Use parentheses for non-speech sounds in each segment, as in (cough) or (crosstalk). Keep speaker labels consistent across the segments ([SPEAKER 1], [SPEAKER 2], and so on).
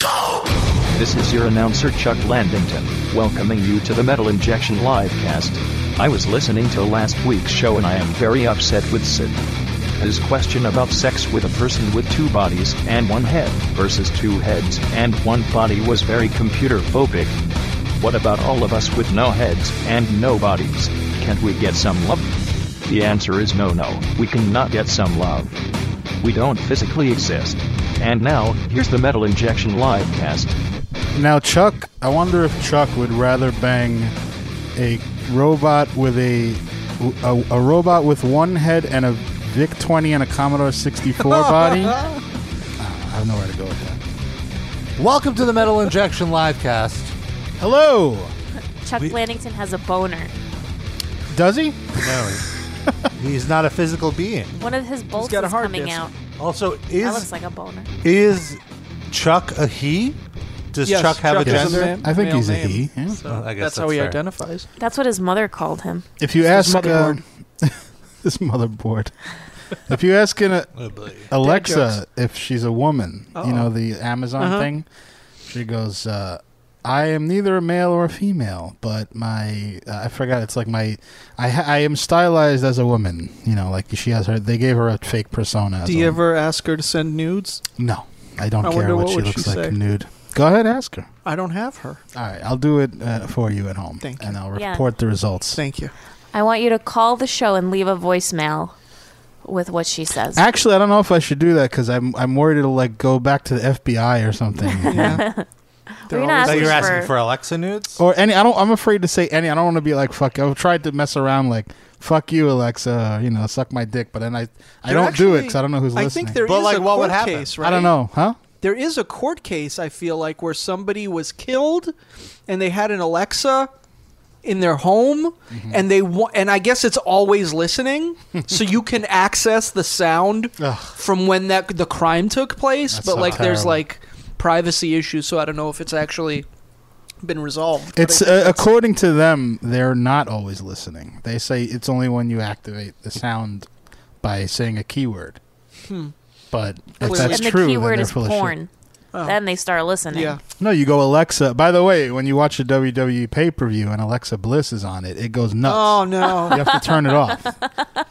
[SPEAKER 1] (gasps) This is your announcer Chuck Landington, welcoming you to the Metal Injection Livecast. I was listening to last week's show and I am very upset with Sid. His question about sex with a person with two bodies and one head versus two heads and one body was very computer phobic. What about all of us with no heads and no bodies? Can't we get some love? The answer is no, no, we cannot get some love. We don't physically exist. And now, here's the Metal Injection Livecast.
[SPEAKER 2] Now, Chuck, I wonder if Chuck would rather bang a robot with a a, a robot with one head and a Vic 20 and a
[SPEAKER 3] (laughs)
[SPEAKER 2] Commodore 64 body. Uh, I don't know where to go with that.
[SPEAKER 3] Welcome to the Metal Injection Livecast.
[SPEAKER 2] Hello,
[SPEAKER 4] Chuck Blandington has a boner.
[SPEAKER 2] does he?
[SPEAKER 3] No, (laughs) he's not a physical being.
[SPEAKER 4] One of his bolts
[SPEAKER 5] got a
[SPEAKER 4] is
[SPEAKER 5] hard
[SPEAKER 4] coming
[SPEAKER 5] disk.
[SPEAKER 4] out.
[SPEAKER 3] Also,
[SPEAKER 4] That looks
[SPEAKER 3] is
[SPEAKER 4] like a boner.
[SPEAKER 3] is Chuck a he? Does
[SPEAKER 5] Yes,
[SPEAKER 3] Chuck have a
[SPEAKER 5] is
[SPEAKER 3] gender?
[SPEAKER 5] man-
[SPEAKER 2] I think
[SPEAKER 5] male
[SPEAKER 2] he's a
[SPEAKER 5] name.
[SPEAKER 2] he, yeah.
[SPEAKER 5] So
[SPEAKER 3] Well, I guess
[SPEAKER 5] that's, how
[SPEAKER 3] that's
[SPEAKER 5] he
[SPEAKER 3] fair.
[SPEAKER 5] identifies.
[SPEAKER 4] That's what his mother called him.
[SPEAKER 2] If you ask uh,
[SPEAKER 5] motherboard.
[SPEAKER 2] (laughs) this motherboard, if you ask an, uh,
[SPEAKER 3] (laughs) Oh, boy.
[SPEAKER 2] Alexa
[SPEAKER 5] jokes.
[SPEAKER 2] if she's a woman, you know the Amazon
[SPEAKER 5] Uh-huh.
[SPEAKER 2] thing, she goes, uh, "I am neither a male or a female, but my uh, I forgot it's like my I ha- I am stylized as a woman. You know, like she has her. They gave her a fake persona. as
[SPEAKER 5] Do
[SPEAKER 2] a
[SPEAKER 5] you
[SPEAKER 2] woman.
[SPEAKER 5] ever ask her to send nudes?
[SPEAKER 2] No, I don't
[SPEAKER 5] I
[SPEAKER 2] care
[SPEAKER 5] wonder
[SPEAKER 2] what,
[SPEAKER 5] what
[SPEAKER 2] she
[SPEAKER 5] would
[SPEAKER 2] looks
[SPEAKER 5] she
[SPEAKER 2] like
[SPEAKER 5] say?
[SPEAKER 2] nude. Go ahead, ask her.
[SPEAKER 5] I don't have her.
[SPEAKER 2] All right, I'll do it uh, for you at home,
[SPEAKER 5] Thank
[SPEAKER 2] and I'll
[SPEAKER 4] Yeah.
[SPEAKER 2] report the results.
[SPEAKER 5] Thank you.
[SPEAKER 4] I want you to call the show and leave a voicemail with what she says.
[SPEAKER 2] Actually, I don't know if I should do that because I'm I'm worried it'll like go back to the FBI or something.
[SPEAKER 5] (laughs) Yeah. They're
[SPEAKER 4] We're not
[SPEAKER 3] So
[SPEAKER 5] always-
[SPEAKER 3] you're
[SPEAKER 4] for-
[SPEAKER 3] asking for, Alexa nudes?
[SPEAKER 2] or any. I don't. I'm afraid to say any. I don't want to be like fuck. I've tried to mess around like fuck you, Alexa. Or, you know, suck my dick. But then I I
[SPEAKER 5] They're
[SPEAKER 2] don't do it
[SPEAKER 5] actually-
[SPEAKER 2] because I don't know who's
[SPEAKER 5] I
[SPEAKER 2] listening.
[SPEAKER 5] think there is
[SPEAKER 3] But, like,
[SPEAKER 5] a
[SPEAKER 3] what
[SPEAKER 5] court
[SPEAKER 3] would happen?
[SPEAKER 5] case, right?
[SPEAKER 2] I don't know, huh?
[SPEAKER 5] There is a court case. I feel like where somebody was killed, and they had an Alexa in their home,
[SPEAKER 2] Mm-hmm.
[SPEAKER 5] and they wa- and I guess it's always listening, so you
[SPEAKER 2] (laughs)
[SPEAKER 5] can access the sound
[SPEAKER 2] Ugh.
[SPEAKER 5] from when that the crime took place.
[SPEAKER 2] That's
[SPEAKER 5] but
[SPEAKER 2] so
[SPEAKER 5] like, there's
[SPEAKER 2] terrible.
[SPEAKER 5] like privacy issues, so I don't know if it's actually been resolved. but
[SPEAKER 2] It's
[SPEAKER 5] I think
[SPEAKER 2] uh,
[SPEAKER 5] that's-
[SPEAKER 2] according to them, they're not always listening. They say it's only when you activate the sound by saying a keyword.
[SPEAKER 5] Hmm.
[SPEAKER 2] But if
[SPEAKER 5] Clearly.
[SPEAKER 2] that's
[SPEAKER 4] and the
[SPEAKER 2] true, then
[SPEAKER 4] keyword
[SPEAKER 2] they're
[SPEAKER 4] is
[SPEAKER 2] full of shit.
[SPEAKER 4] porn. Then they start listening.
[SPEAKER 5] Oh. yeah.
[SPEAKER 2] No, you go Alexa. By the way, when you watch a WWE pay per view and Alexa Bliss is on it, it goes nuts.
[SPEAKER 5] Oh
[SPEAKER 3] (laughs)
[SPEAKER 5] no.
[SPEAKER 2] You have to turn it (laughs) off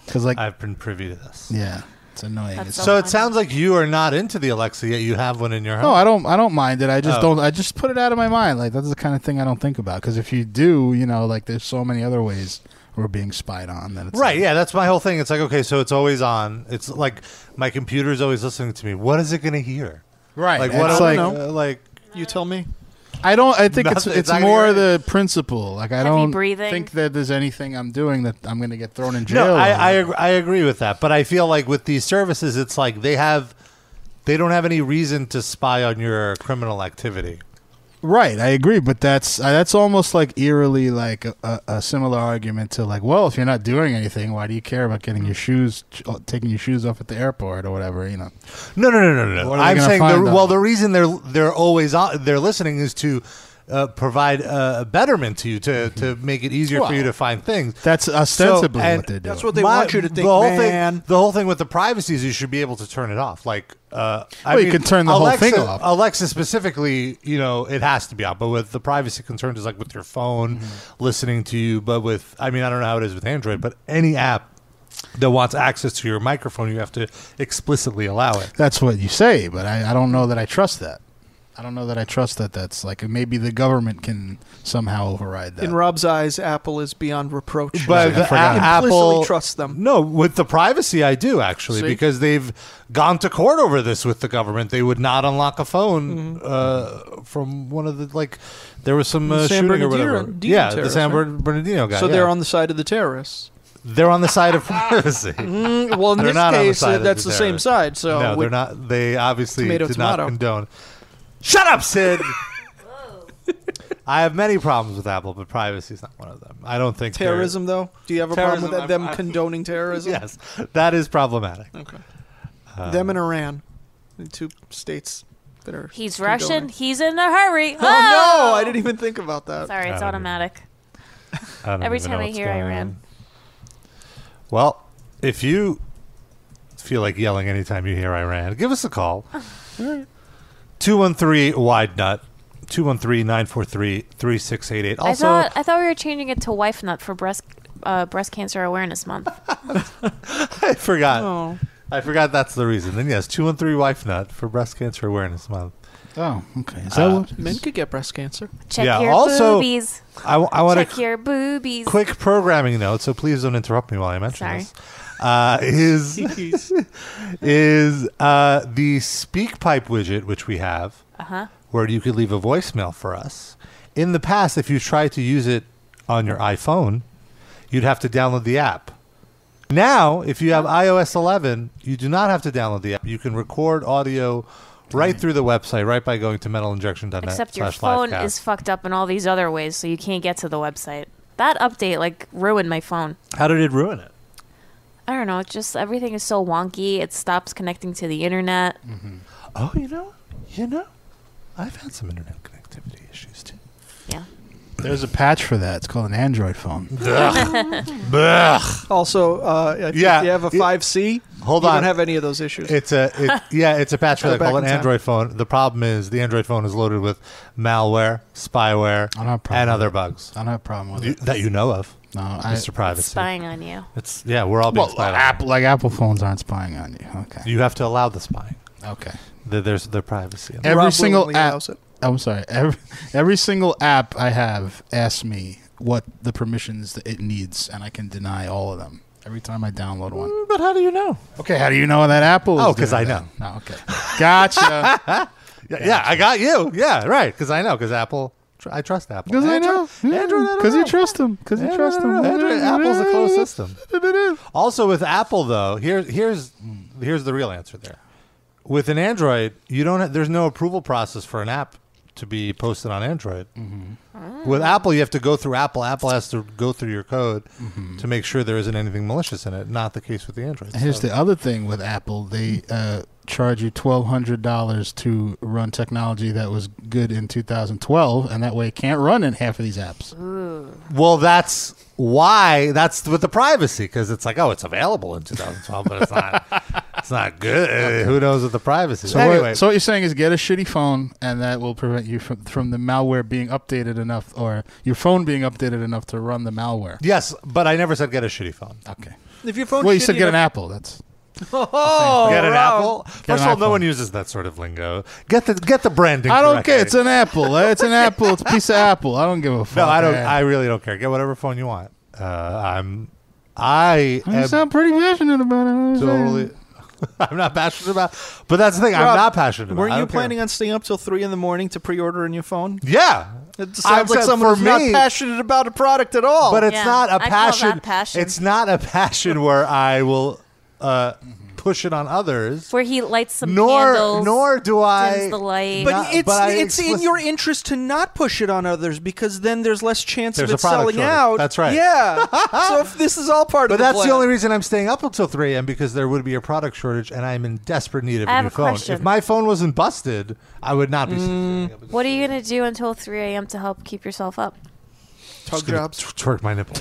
[SPEAKER 2] because, like,
[SPEAKER 3] I've been privy to this.
[SPEAKER 2] yeah, it's annoying.
[SPEAKER 4] That's
[SPEAKER 2] It's
[SPEAKER 4] so
[SPEAKER 3] So it sounds like you are not into the Alexa yet. You have one in your home.
[SPEAKER 2] No, I don't. I don't mind it. I just
[SPEAKER 3] Uh-huh. Oh.
[SPEAKER 2] don't. I just put it out of my mind. Like that's the kind of thing I don't think about. Because if you do, you know, like there's so many other ways we're being spied on. That it's
[SPEAKER 3] Right,
[SPEAKER 2] like-
[SPEAKER 3] yeah, that's my whole thing. It's like, okay, so it's always on. It's like my computer is always listening to me. What is it going to hear?
[SPEAKER 2] Right.
[SPEAKER 3] Like, what
[SPEAKER 2] it's
[SPEAKER 3] I
[SPEAKER 2] like
[SPEAKER 3] don't know. like
[SPEAKER 5] You tell me.
[SPEAKER 2] I don't. I think
[SPEAKER 3] Nothing.
[SPEAKER 2] it's
[SPEAKER 3] It's
[SPEAKER 2] it's
[SPEAKER 3] not gonna
[SPEAKER 2] more
[SPEAKER 3] hear
[SPEAKER 2] the principle. Like I
[SPEAKER 4] Heavy
[SPEAKER 2] don't
[SPEAKER 4] breathing.
[SPEAKER 2] think that there's anything I'm doing that I'm going to get thrown in jail.
[SPEAKER 3] No, I,
[SPEAKER 2] over.
[SPEAKER 3] I agree, I agree with that, but I feel like with these services, it's like they have they don't have any reason to spy on your criminal activity.
[SPEAKER 2] Right, I agree, but that's uh, that's almost like eerily like a, a, a similar argument to like, well, if you're not doing anything, why do you care about getting your shoes, uh, taking your shoes off at the airport or whatever? You know,
[SPEAKER 3] No, no, no, no, no.
[SPEAKER 2] What are they
[SPEAKER 3] I'm
[SPEAKER 2] gonna
[SPEAKER 3] saying the,
[SPEAKER 2] find, though?
[SPEAKER 3] well, the reason they're they're always on, they're listening is to uh, provide uh, betterment to you to to make it easier for you
[SPEAKER 2] Mm-hmm.
[SPEAKER 3] to
[SPEAKER 2] Well,
[SPEAKER 3] find things.
[SPEAKER 2] that's ostensibly
[SPEAKER 3] and
[SPEAKER 2] what they're doing.
[SPEAKER 5] that's what they want you to think,
[SPEAKER 3] The whole
[SPEAKER 5] man.
[SPEAKER 3] thing, the whole thing with the privacy is you should be able to turn it off. Like, uh, I
[SPEAKER 2] Well, you
[SPEAKER 3] mean,
[SPEAKER 2] can turn the whole
[SPEAKER 3] Alexa,
[SPEAKER 2] thing off.
[SPEAKER 3] Alexa specifically, you know, it has to be on. But with the privacy concerns, is like with your phone
[SPEAKER 2] Mm-hmm.
[SPEAKER 3] listening to you. But with, I mean, I don't know how it is with Android, but any app that wants access to your microphone, you have to explicitly allow it.
[SPEAKER 2] That's what you say, but I, I don't know that I trust that. I don't know that I trust that. That's like maybe the government can somehow override that.
[SPEAKER 5] In Rob's eyes, Apple is beyond reproach.
[SPEAKER 2] I
[SPEAKER 3] But the a-
[SPEAKER 2] forgot.
[SPEAKER 3] Apple
[SPEAKER 5] Implicitly trust them.
[SPEAKER 3] No, with the privacy, I do actually
[SPEAKER 5] See?
[SPEAKER 3] because they've gone to court over this with the government. They would not unlock a
[SPEAKER 5] Mm-hmm.
[SPEAKER 3] phone uh, from one of the like. There was some uh,
[SPEAKER 5] San
[SPEAKER 3] shooting or
[SPEAKER 5] Bernardino-
[SPEAKER 3] whatever.
[SPEAKER 5] Dino
[SPEAKER 3] Yeah, the
[SPEAKER 5] terrorist,
[SPEAKER 3] San
[SPEAKER 5] right?
[SPEAKER 3] Bernardino guy.
[SPEAKER 5] so
[SPEAKER 3] yeah.
[SPEAKER 5] they're on the side of the terrorists.
[SPEAKER 3] they're on the side of (laughs) privacy. (laughs)
[SPEAKER 5] Mm, well, in
[SPEAKER 3] They're
[SPEAKER 5] this
[SPEAKER 3] not on the
[SPEAKER 5] case,
[SPEAKER 3] side
[SPEAKER 5] uh,
[SPEAKER 3] of the
[SPEAKER 5] that's the, same
[SPEAKER 3] terrorists.
[SPEAKER 5] side. So
[SPEAKER 3] no,
[SPEAKER 5] we-
[SPEAKER 3] they're not. They obviously
[SPEAKER 5] Tomato,
[SPEAKER 3] did not
[SPEAKER 5] tomato.
[SPEAKER 3] condone. Shut up, Sid. (laughs) I have many problems with Apple, but privacy is not one of them. I don't think they're-
[SPEAKER 5] terrorism, though. Do you have a problem with
[SPEAKER 3] Terrorism,
[SPEAKER 5] that? them
[SPEAKER 3] I'm- I'm-
[SPEAKER 5] condoning terrorism?
[SPEAKER 3] Yes, Um, that is problematic.
[SPEAKER 5] Okay. them and Iran, the two states that are.
[SPEAKER 4] He's
[SPEAKER 5] condoning.
[SPEAKER 4] Russian. He's in a hurry.
[SPEAKER 5] Oh no! I didn't even think about that.
[SPEAKER 4] Sorry, it's
[SPEAKER 3] Oh,
[SPEAKER 2] Um,
[SPEAKER 3] yeah.
[SPEAKER 4] automatic.
[SPEAKER 3] I don't
[SPEAKER 4] Every
[SPEAKER 3] even
[SPEAKER 4] time
[SPEAKER 3] know
[SPEAKER 4] I
[SPEAKER 3] what's
[SPEAKER 4] hear I
[SPEAKER 3] going
[SPEAKER 4] ran.
[SPEAKER 3] on. Well, if you feel like
[SPEAKER 4] (laughs)
[SPEAKER 3] yelling anytime you hear Iran, give us a call. 213 Wide Nut. 213-943-3688.
[SPEAKER 4] I
[SPEAKER 3] Also,
[SPEAKER 4] thought I thought we were changing it to wife nut for breast uh, breast cancer awareness
[SPEAKER 5] (laughs)
[SPEAKER 4] month.
[SPEAKER 3] (laughs) I forgot.
[SPEAKER 5] Oh.
[SPEAKER 3] I forgot that's the reason. Then yes, 213 wife nut for breast cancer awareness month.
[SPEAKER 2] Oh, okay. Is that
[SPEAKER 3] Uh,
[SPEAKER 2] what?
[SPEAKER 5] Men could get breast cancer.
[SPEAKER 4] Check
[SPEAKER 3] Yeah,
[SPEAKER 4] your
[SPEAKER 3] also-
[SPEAKER 4] boobies.
[SPEAKER 3] I, w- I want to
[SPEAKER 4] Check your boobies.
[SPEAKER 3] quick programming note, so please don't interrupt me while I mention
[SPEAKER 4] Sorry.
[SPEAKER 3] this. Uh, (laughs)
[SPEAKER 2] (laughs)
[SPEAKER 3] is is uh, the SpeakPipe widget which we have,
[SPEAKER 4] Uh-huh.
[SPEAKER 3] where you could leave a voicemail for us. In the past, if you tried to use it on your iPhone, you'd have to download the app. Now, if you
[SPEAKER 4] Uh-huh.
[SPEAKER 3] have iOS 11, you do not have to download the app. You can record audio right through the website, right by going to metalinjection.net.
[SPEAKER 4] Except your
[SPEAKER 3] slash
[SPEAKER 4] phone
[SPEAKER 3] livecast.
[SPEAKER 4] is fucked up in all these other ways, so you can't get to the website. That update like ruined my phone.
[SPEAKER 3] How did it ruin it?
[SPEAKER 4] I don't know. It's just everything is so wonky. It stops connecting to the internet.
[SPEAKER 3] Oh, you know, you know, I've had some internet connectivity issues too.
[SPEAKER 4] Yeah.
[SPEAKER 2] There's a patch for that. It's called an Android
[SPEAKER 4] (laughs)
[SPEAKER 2] phone.
[SPEAKER 5] Also, uh, if
[SPEAKER 3] Yeah,
[SPEAKER 5] you have a
[SPEAKER 3] it-
[SPEAKER 5] 5C,
[SPEAKER 3] hold
[SPEAKER 5] you
[SPEAKER 3] on.
[SPEAKER 5] don't have any of those issues.
[SPEAKER 3] It's a
[SPEAKER 5] (laughs)
[SPEAKER 3] it, yeah, it's a patch for
[SPEAKER 5] Go
[SPEAKER 3] that
[SPEAKER 5] back
[SPEAKER 3] called an
[SPEAKER 5] in time.
[SPEAKER 3] Android phone. The problem is the Android phone is loaded with malware, spyware,
[SPEAKER 2] I don't have a problem
[SPEAKER 3] and
[SPEAKER 2] with
[SPEAKER 3] other
[SPEAKER 2] it.
[SPEAKER 3] bugs
[SPEAKER 2] I don't have a problem with
[SPEAKER 3] you,
[SPEAKER 2] it.
[SPEAKER 3] that you know of,
[SPEAKER 2] No, I,
[SPEAKER 3] Mr. Privacy.
[SPEAKER 4] Spying on you.
[SPEAKER 3] It's yeah, we're all being
[SPEAKER 2] well,
[SPEAKER 3] spied on.
[SPEAKER 2] Apple, like Apple phones aren't spying on you. Okay.
[SPEAKER 3] You have to allow the spying.
[SPEAKER 2] Okay.
[SPEAKER 3] The, there's their privacy.
[SPEAKER 2] every
[SPEAKER 5] Rob
[SPEAKER 2] single
[SPEAKER 5] willingly
[SPEAKER 2] app-
[SPEAKER 5] allows it.
[SPEAKER 2] I'm sorry. Every, every single app I have asks me what the permissions that it needs, and I can deny all of them every time I download one.
[SPEAKER 3] But how do you know?
[SPEAKER 2] Okay, how do you know that Apple? Is
[SPEAKER 3] Oh, 'cause
[SPEAKER 2] doing
[SPEAKER 3] I
[SPEAKER 2] that?
[SPEAKER 3] know.
[SPEAKER 2] No, okay. Gotcha.
[SPEAKER 3] (laughs) Yeah, yeah, I got you. Yeah, right. Because I know. Because Apple, tr- I trust Apple.
[SPEAKER 2] Because I know.
[SPEAKER 3] Android, Android, I don't
[SPEAKER 2] Because you
[SPEAKER 3] know.
[SPEAKER 2] trust them. Because you
[SPEAKER 3] Yeah,
[SPEAKER 2] trust
[SPEAKER 3] no, no,
[SPEAKER 2] them.
[SPEAKER 3] no, Android- Apple's a closed system. (laughs) Also, with Apple though, here, here's here's the real answer there. With an Android, you don't. Have, there's no approval process for an app to be posted on Android. With Apple, you have to go through Apple. Apple has to go through your code to make sure there isn't anything malicious in it. Not the case with the Android.
[SPEAKER 2] Here's
[SPEAKER 3] So-
[SPEAKER 2] the other thing with Apple. They uh, charge you twelve hundred dollars to run technology that was good in 2012, and that way it can't run in half of these apps.
[SPEAKER 3] well, that's why that's with the privacy because it's like oh, it's available in 2012, but it's not. it's not good. Who knows with the privacy?
[SPEAKER 2] So, what, so what you're saying is get a shitty phone, and that will prevent you from, from the malware being updated enough, or your phone being updated enough to run the malware.
[SPEAKER 3] yes, but I never said get a shitty phone.
[SPEAKER 2] Okay.
[SPEAKER 5] If your phone
[SPEAKER 2] Well, you
[SPEAKER 5] shitty
[SPEAKER 2] said get an
[SPEAKER 5] enough-
[SPEAKER 2] Apple. That's
[SPEAKER 3] (laughs)
[SPEAKER 5] Oh,
[SPEAKER 3] get an
[SPEAKER 5] Rob.
[SPEAKER 3] apple.
[SPEAKER 2] Get
[SPEAKER 3] First of
[SPEAKER 2] an
[SPEAKER 3] all, no
[SPEAKER 2] iPhone.
[SPEAKER 3] one uses that sort of lingo. Get the get the branding.
[SPEAKER 2] I don't
[SPEAKER 3] correctly.
[SPEAKER 2] care. It's an Apple. eh? It's an Apple. It's a piece of Apple. I don't give a
[SPEAKER 3] (laughs)
[SPEAKER 2] fuck. eh?
[SPEAKER 3] no, I don't.
[SPEAKER 2] man.
[SPEAKER 3] I really don't care. Get whatever phone you want. Uh, I'm. I
[SPEAKER 2] You
[SPEAKER 3] am
[SPEAKER 2] sound pretty passionate about it. I'm just saying.
[SPEAKER 3] totally. (laughs) I'm not passionate about. But that's the thing. I'm
[SPEAKER 5] Rob,
[SPEAKER 3] not passionate. about.
[SPEAKER 5] Weren't you planning on staying up till three in the morning to pre-order a new phone?
[SPEAKER 3] Yeah.
[SPEAKER 5] It sounds
[SPEAKER 3] I'm
[SPEAKER 5] like
[SPEAKER 3] saying
[SPEAKER 5] someone
[SPEAKER 3] for
[SPEAKER 5] who's not
[SPEAKER 3] me-
[SPEAKER 5] passionate about a product at all.
[SPEAKER 3] But it's
[SPEAKER 4] Yeah,
[SPEAKER 3] not a
[SPEAKER 4] I call
[SPEAKER 3] passion.
[SPEAKER 4] that passion.
[SPEAKER 3] It's not a passion where I will uh, push it on others.
[SPEAKER 4] Where he lights some
[SPEAKER 3] Nor
[SPEAKER 4] candles.
[SPEAKER 3] nor do I.
[SPEAKER 4] dims the light.
[SPEAKER 5] But
[SPEAKER 3] not-
[SPEAKER 5] it's
[SPEAKER 3] but I
[SPEAKER 5] it's in
[SPEAKER 3] explicit-
[SPEAKER 5] your interest to not push it on others because then there's less chance
[SPEAKER 3] There's
[SPEAKER 5] of
[SPEAKER 3] a
[SPEAKER 5] it
[SPEAKER 3] product
[SPEAKER 5] selling
[SPEAKER 3] shortage.
[SPEAKER 5] out.
[SPEAKER 3] That's right.
[SPEAKER 5] Yeah. so if this is all part
[SPEAKER 3] (laughs) But
[SPEAKER 5] of the
[SPEAKER 3] that's
[SPEAKER 5] plan.
[SPEAKER 3] the only reason I'm staying up until 3 a.m. because there would be a product shortage, and I'm in desperate need of a
[SPEAKER 4] I have
[SPEAKER 3] new
[SPEAKER 4] a
[SPEAKER 3] phone.
[SPEAKER 4] question.
[SPEAKER 3] If my phone wasn't busted, I would not be
[SPEAKER 5] Mm,
[SPEAKER 3] staying up.
[SPEAKER 4] What are you gonna do until 3 a.m. to help keep yourself
[SPEAKER 3] (laughs)
[SPEAKER 4] up?
[SPEAKER 5] tug
[SPEAKER 3] gonna
[SPEAKER 5] jobs.
[SPEAKER 3] tw- twerk
[SPEAKER 5] (laughs)
[SPEAKER 3] my nipple.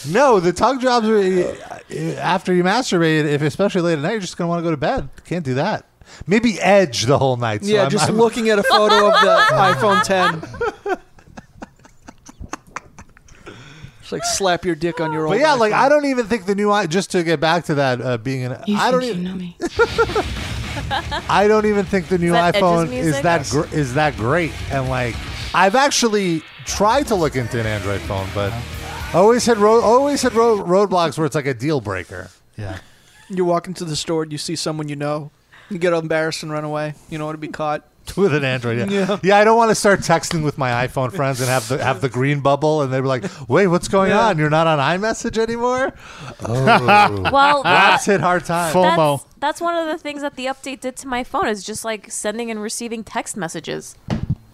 [SPEAKER 3] (laughs) no, the tongue jobs are uh, after you masturbate. If especially late at night, you're just gonna want to go to bed. Can't do that. Maybe edge the whole night. So
[SPEAKER 5] yeah,
[SPEAKER 3] I'm-
[SPEAKER 5] just
[SPEAKER 3] I'm-
[SPEAKER 5] looking at a photo of the iPhone
[SPEAKER 3] (laughs)
[SPEAKER 5] 10. Just like slap your dick on your own.
[SPEAKER 3] But yeah, like I don't even think the new. i- Just to get back to that uh, being an. I don't even.
[SPEAKER 4] me.
[SPEAKER 3] I don't even think the new
[SPEAKER 4] that Edge's
[SPEAKER 3] iPhone is
[SPEAKER 4] music?
[SPEAKER 3] that gr- is that great. And like, I've actually tried to look into an Android phone, but always had ro- always had ro- roadblocks where it's like a deal breaker. (laughs)
[SPEAKER 2] Yeah.
[SPEAKER 5] you walk into the store and you see someone you know. You get embarrassed and run away. You don't want to be caught.
[SPEAKER 3] With an Android, yeah. yeah,
[SPEAKER 5] Yeah.
[SPEAKER 3] I don't want to start texting with my iPhone friends and have the have the green bubble, and they're like, "Wait, what's going
[SPEAKER 5] Yeah.
[SPEAKER 3] on? You're not on iMessage anymore." (laughs) Oh, (laughs)
[SPEAKER 4] Well,
[SPEAKER 3] that's
[SPEAKER 4] that-
[SPEAKER 3] hit hard time.
[SPEAKER 2] Full- FOMO.
[SPEAKER 4] that's, that's one of the things that the update did to my phone is just like sending and receiving text messages.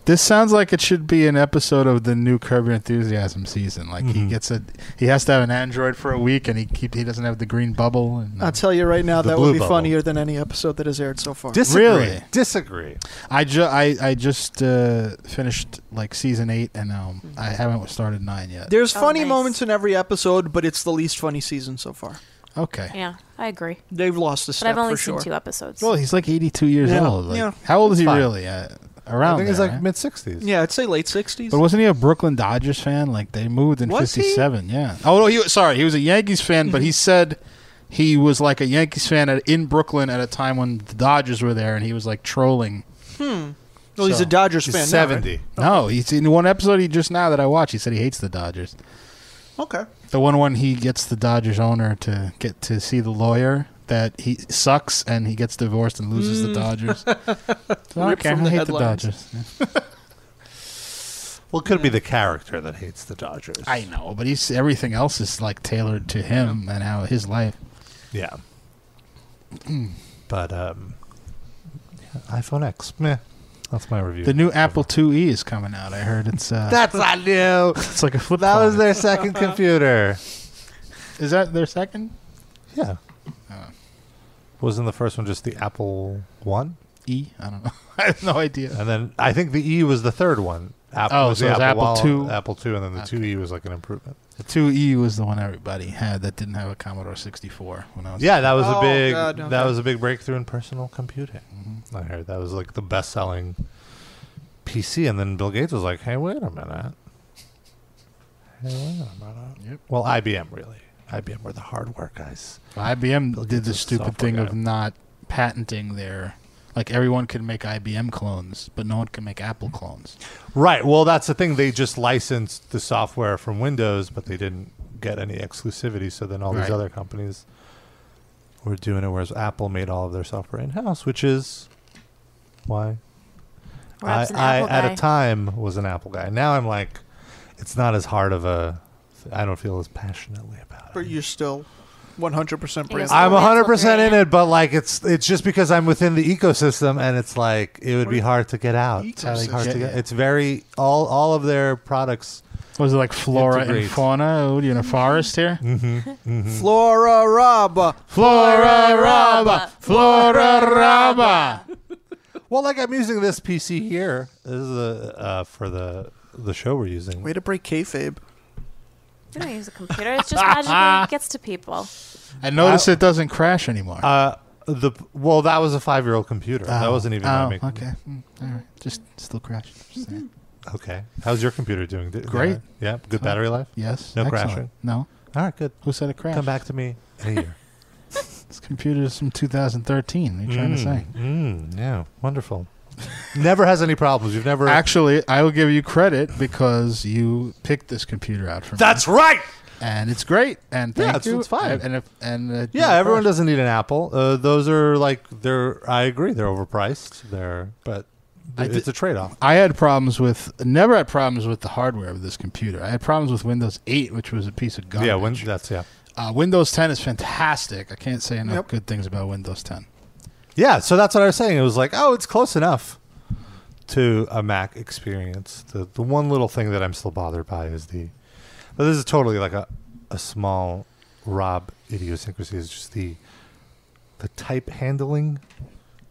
[SPEAKER 2] This sounds like it should be an episode of the new Curb Your Enthusiasm season. Like
[SPEAKER 3] Mm-hmm.
[SPEAKER 2] he gets a, he has to have an Android for a week, and he keep, he doesn't have the green bubble. And,
[SPEAKER 3] Uh,
[SPEAKER 5] I'll tell you right now,
[SPEAKER 3] The
[SPEAKER 5] that
[SPEAKER 3] blue
[SPEAKER 5] would be
[SPEAKER 3] bubble.
[SPEAKER 5] funnier than any episode that has aired so far.
[SPEAKER 3] Disagree.
[SPEAKER 2] Really?
[SPEAKER 3] Disagree.
[SPEAKER 2] I ju- I I just uh, finished like season eight, and um, I haven't started nine yet.
[SPEAKER 5] There's
[SPEAKER 4] Oh,
[SPEAKER 5] funny
[SPEAKER 4] nice.
[SPEAKER 5] moments in every episode, but it's the least funny season so far.
[SPEAKER 2] Okay.
[SPEAKER 4] Yeah, I agree.
[SPEAKER 5] They've lost a
[SPEAKER 4] But
[SPEAKER 5] step
[SPEAKER 4] I've only
[SPEAKER 5] for
[SPEAKER 4] seen
[SPEAKER 5] sure.
[SPEAKER 4] two episodes.
[SPEAKER 2] Well, he's like 82 years
[SPEAKER 3] Yeah.
[SPEAKER 2] old. Like,
[SPEAKER 5] Yeah.
[SPEAKER 2] How old is he
[SPEAKER 3] Fine.
[SPEAKER 2] really? Uh,
[SPEAKER 3] I
[SPEAKER 2] around
[SPEAKER 3] think
[SPEAKER 2] there, eh?
[SPEAKER 3] he's like
[SPEAKER 2] right?
[SPEAKER 3] mid sixties.
[SPEAKER 5] Yeah, I'd say late '60s.
[SPEAKER 2] But wasn't he a Brooklyn Dodgers fan? Like they moved in
[SPEAKER 5] Was he?
[SPEAKER 2] '57. Yeah. Oh no, he was sorry. He was a Yankees fan,
[SPEAKER 5] (laughs)
[SPEAKER 2] but he said he was like a Yankees fan at, in Brooklyn at a time when the Dodgers were there, and he was like trolling.
[SPEAKER 5] Hmm. well, he's
[SPEAKER 2] so.
[SPEAKER 5] a Dodgers fan. now, right?
[SPEAKER 3] seventy.
[SPEAKER 2] No, he's in one episode he just now that I watched. He said he hates the Dodgers.
[SPEAKER 5] Okay.
[SPEAKER 2] The one when he gets the Dodgers owner to get to see the lawyer that he sucks and he gets divorced and loses the Dodgers.
[SPEAKER 5] (laughs)
[SPEAKER 2] So,
[SPEAKER 5] Ripped
[SPEAKER 2] okay, I
[SPEAKER 5] Mm. from the
[SPEAKER 2] hate the
[SPEAKER 5] headlines.
[SPEAKER 2] Dodgers. Yeah.
[SPEAKER 3] Well, it could be the character that hates the Dodgers.
[SPEAKER 2] I know, but he's everything else is like tailored to him and how his life.
[SPEAKER 3] yeah. but um, yeah, iPhone X. Meh. That's my review.
[SPEAKER 2] The new Apple IIe is coming out. I heard it's uh,
[SPEAKER 3] That's not new.
[SPEAKER 2] (laughs) it's like a flip.
[SPEAKER 3] That was
[SPEAKER 2] phone.
[SPEAKER 3] their second computer.
[SPEAKER 2] (laughs) Is that their second (laughs)
[SPEAKER 3] Yeah. Wasn't the first one just the Apple One?
[SPEAKER 2] E? I don't know. I have no idea.
[SPEAKER 3] And then I think the E was the third one. Apple
[SPEAKER 2] Oh,
[SPEAKER 3] was
[SPEAKER 2] so
[SPEAKER 3] the
[SPEAKER 2] it was Apple
[SPEAKER 3] Wallet,
[SPEAKER 2] II.
[SPEAKER 3] Apple Two, and then the Two E was like an improvement.
[SPEAKER 2] The IIe was the one everybody had that didn't have a Commodore 64 when I was.
[SPEAKER 3] Yeah, that was a
[SPEAKER 5] Oh,
[SPEAKER 3] big
[SPEAKER 5] God, no,
[SPEAKER 3] that
[SPEAKER 5] that-
[SPEAKER 3] was a big breakthrough in personal computing.
[SPEAKER 2] Mm-hmm.
[SPEAKER 3] I heard that was like the best selling PC, and then Bill Gates was like, "Hey, wait a minute. Hey, wait a minute.
[SPEAKER 2] Yep.
[SPEAKER 3] Well, IBM really. IBM were the hardware guys.
[SPEAKER 2] IBM
[SPEAKER 3] Bill
[SPEAKER 2] did
[SPEAKER 3] Gates
[SPEAKER 2] the
[SPEAKER 3] is a
[SPEAKER 2] stupid
[SPEAKER 3] software
[SPEAKER 2] thing
[SPEAKER 3] guy.
[SPEAKER 2] of not patenting their. Like everyone could make IBM clones, but no one can make Apple clones.
[SPEAKER 3] Right. Well, that's the thing. They just licensed the software from Windows, but they didn't get any exclusivity. So then all
[SPEAKER 2] Right.
[SPEAKER 3] these other companies were doing it, whereas Apple made all of their software in house, which is why I,
[SPEAKER 4] Rob's an
[SPEAKER 3] I
[SPEAKER 4] Apple
[SPEAKER 3] at
[SPEAKER 4] guy.
[SPEAKER 3] a time was an Apple guy. Now I'm like, it's not as hard of a. I don't feel as passionately about
[SPEAKER 5] But
[SPEAKER 3] it.
[SPEAKER 5] you're still 100%
[SPEAKER 4] I guess
[SPEAKER 5] brand.
[SPEAKER 3] I'm
[SPEAKER 4] Apple
[SPEAKER 3] 100% in
[SPEAKER 4] Green.
[SPEAKER 3] it, but like it's it's just because I'm within the ecosystem, and it's like it would be hard to get out. It's
[SPEAKER 2] how they
[SPEAKER 3] hard to
[SPEAKER 2] get
[SPEAKER 3] get.
[SPEAKER 2] you.
[SPEAKER 3] It's very all all of their products.
[SPEAKER 2] Was it like flora and
[SPEAKER 3] Integrate.
[SPEAKER 2] fauna? What are you in a forest here? Mm-hmm.
[SPEAKER 5] Flora Raba.
[SPEAKER 2] Flora
[SPEAKER 4] Raba,
[SPEAKER 2] Flora Raba.
[SPEAKER 3] Well, like I'm using this PC here. This is the uh, for the the show we're using.
[SPEAKER 5] Way to break kayfabe.
[SPEAKER 4] You don't use a computer. It just magically gets to people.
[SPEAKER 2] I notice it doesn't crash anymore.
[SPEAKER 3] Uh, the well, that was a five year old computer. (laughs) that
[SPEAKER 2] Oh.
[SPEAKER 3] wasn't even
[SPEAKER 2] Oh,
[SPEAKER 3] my make-
[SPEAKER 2] okay. Mm, all right. Just still crashed. Just saying.
[SPEAKER 3] Okay. How's your computer doing? Did-
[SPEAKER 2] Great.
[SPEAKER 3] Yeah. Good battery life.
[SPEAKER 2] Yes.
[SPEAKER 3] No
[SPEAKER 2] Excellent.
[SPEAKER 3] crashing.
[SPEAKER 2] No.
[SPEAKER 3] All right. Good.
[SPEAKER 2] Who said it crashed?
[SPEAKER 3] Come back to me in a year.
[SPEAKER 2] (laughs) This computer is from 2013. What are you trying to say?
[SPEAKER 3] Mm, yeah. Wonderful. never has any problems. You've never.
[SPEAKER 2] Actually, I will give you credit because you picked this computer out for
[SPEAKER 3] That's right.
[SPEAKER 2] me, and it's great. And
[SPEAKER 3] Yeah,
[SPEAKER 2] thank
[SPEAKER 3] it's-
[SPEAKER 2] you.
[SPEAKER 3] it's fine.
[SPEAKER 2] And and, if, and uh,
[SPEAKER 3] Yeah, everyone doesn't need an Apple. Uh, those are like they're. I agree, they're overpriced. They're but
[SPEAKER 2] I
[SPEAKER 3] it's
[SPEAKER 2] did-
[SPEAKER 3] a trade off.
[SPEAKER 2] I had problems with never had problems with the hardware of this computer. I had problems with Windows 8, which was a piece of garbage.
[SPEAKER 3] Yeah, when that's yeah.
[SPEAKER 2] Uh, Windows 10 is fantastic. I can't say enough
[SPEAKER 5] Yep.
[SPEAKER 2] good things about Windows 10.
[SPEAKER 3] Yeah, so that's what I was saying. It was like, oh, it's close enough to a Mac experience. The the one little thing that I'm still bothered by is the but this is totally like a, a small Rob idiosyncrasy is just the the type handling,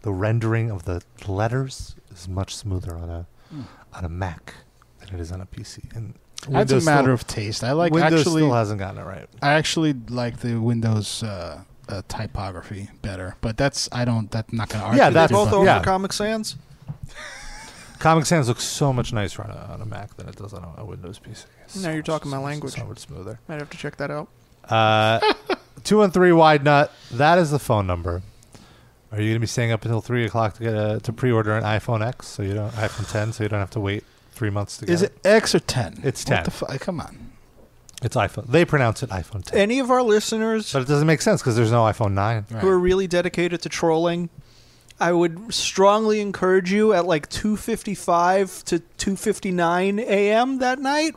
[SPEAKER 3] the rendering of the letters is much smoother on a on a Mac than it is on a PC. And
[SPEAKER 2] Hmm. That's a matter
[SPEAKER 3] still,
[SPEAKER 2] of taste. I like
[SPEAKER 3] Windows
[SPEAKER 2] actually.
[SPEAKER 3] still hasn't gotten it right.
[SPEAKER 2] I actually like the Windows uh, uh, typography better, but that's I don't. That's not going to argue.
[SPEAKER 3] Yeah,
[SPEAKER 2] with
[SPEAKER 3] that's-
[SPEAKER 2] you,
[SPEAKER 5] Both
[SPEAKER 2] but-
[SPEAKER 5] over
[SPEAKER 3] yeah.
[SPEAKER 5] Comic Sans.
[SPEAKER 3] Comic Sans looks so much nicer on a, on a Mac than it does on a, a Windows PC. It's
[SPEAKER 5] Now
[SPEAKER 3] so
[SPEAKER 5] you're
[SPEAKER 3] much-
[SPEAKER 5] talking my
[SPEAKER 3] so-
[SPEAKER 5] language.
[SPEAKER 3] So much smoother.
[SPEAKER 5] Might have to check that out.
[SPEAKER 3] Uh, (laughs) Two one three wide nut. That is the phone number. Are you going to be staying up until three o'clock to get a, to pre-order an iPhone X so you don't iPhone ten so you don't have to wait three months to get
[SPEAKER 2] Is it X or 10?
[SPEAKER 3] It's
[SPEAKER 2] What
[SPEAKER 3] 10.
[SPEAKER 2] the fu- come on.
[SPEAKER 3] It's iPhone. They pronounce it iPhone ten,
[SPEAKER 5] Any of our listeners
[SPEAKER 3] but it doesn't make sense because there's no iPhone nine.
[SPEAKER 5] who are really dedicated to trolling, I would strongly encourage you at like 2:55 to 2:59 a.m. that night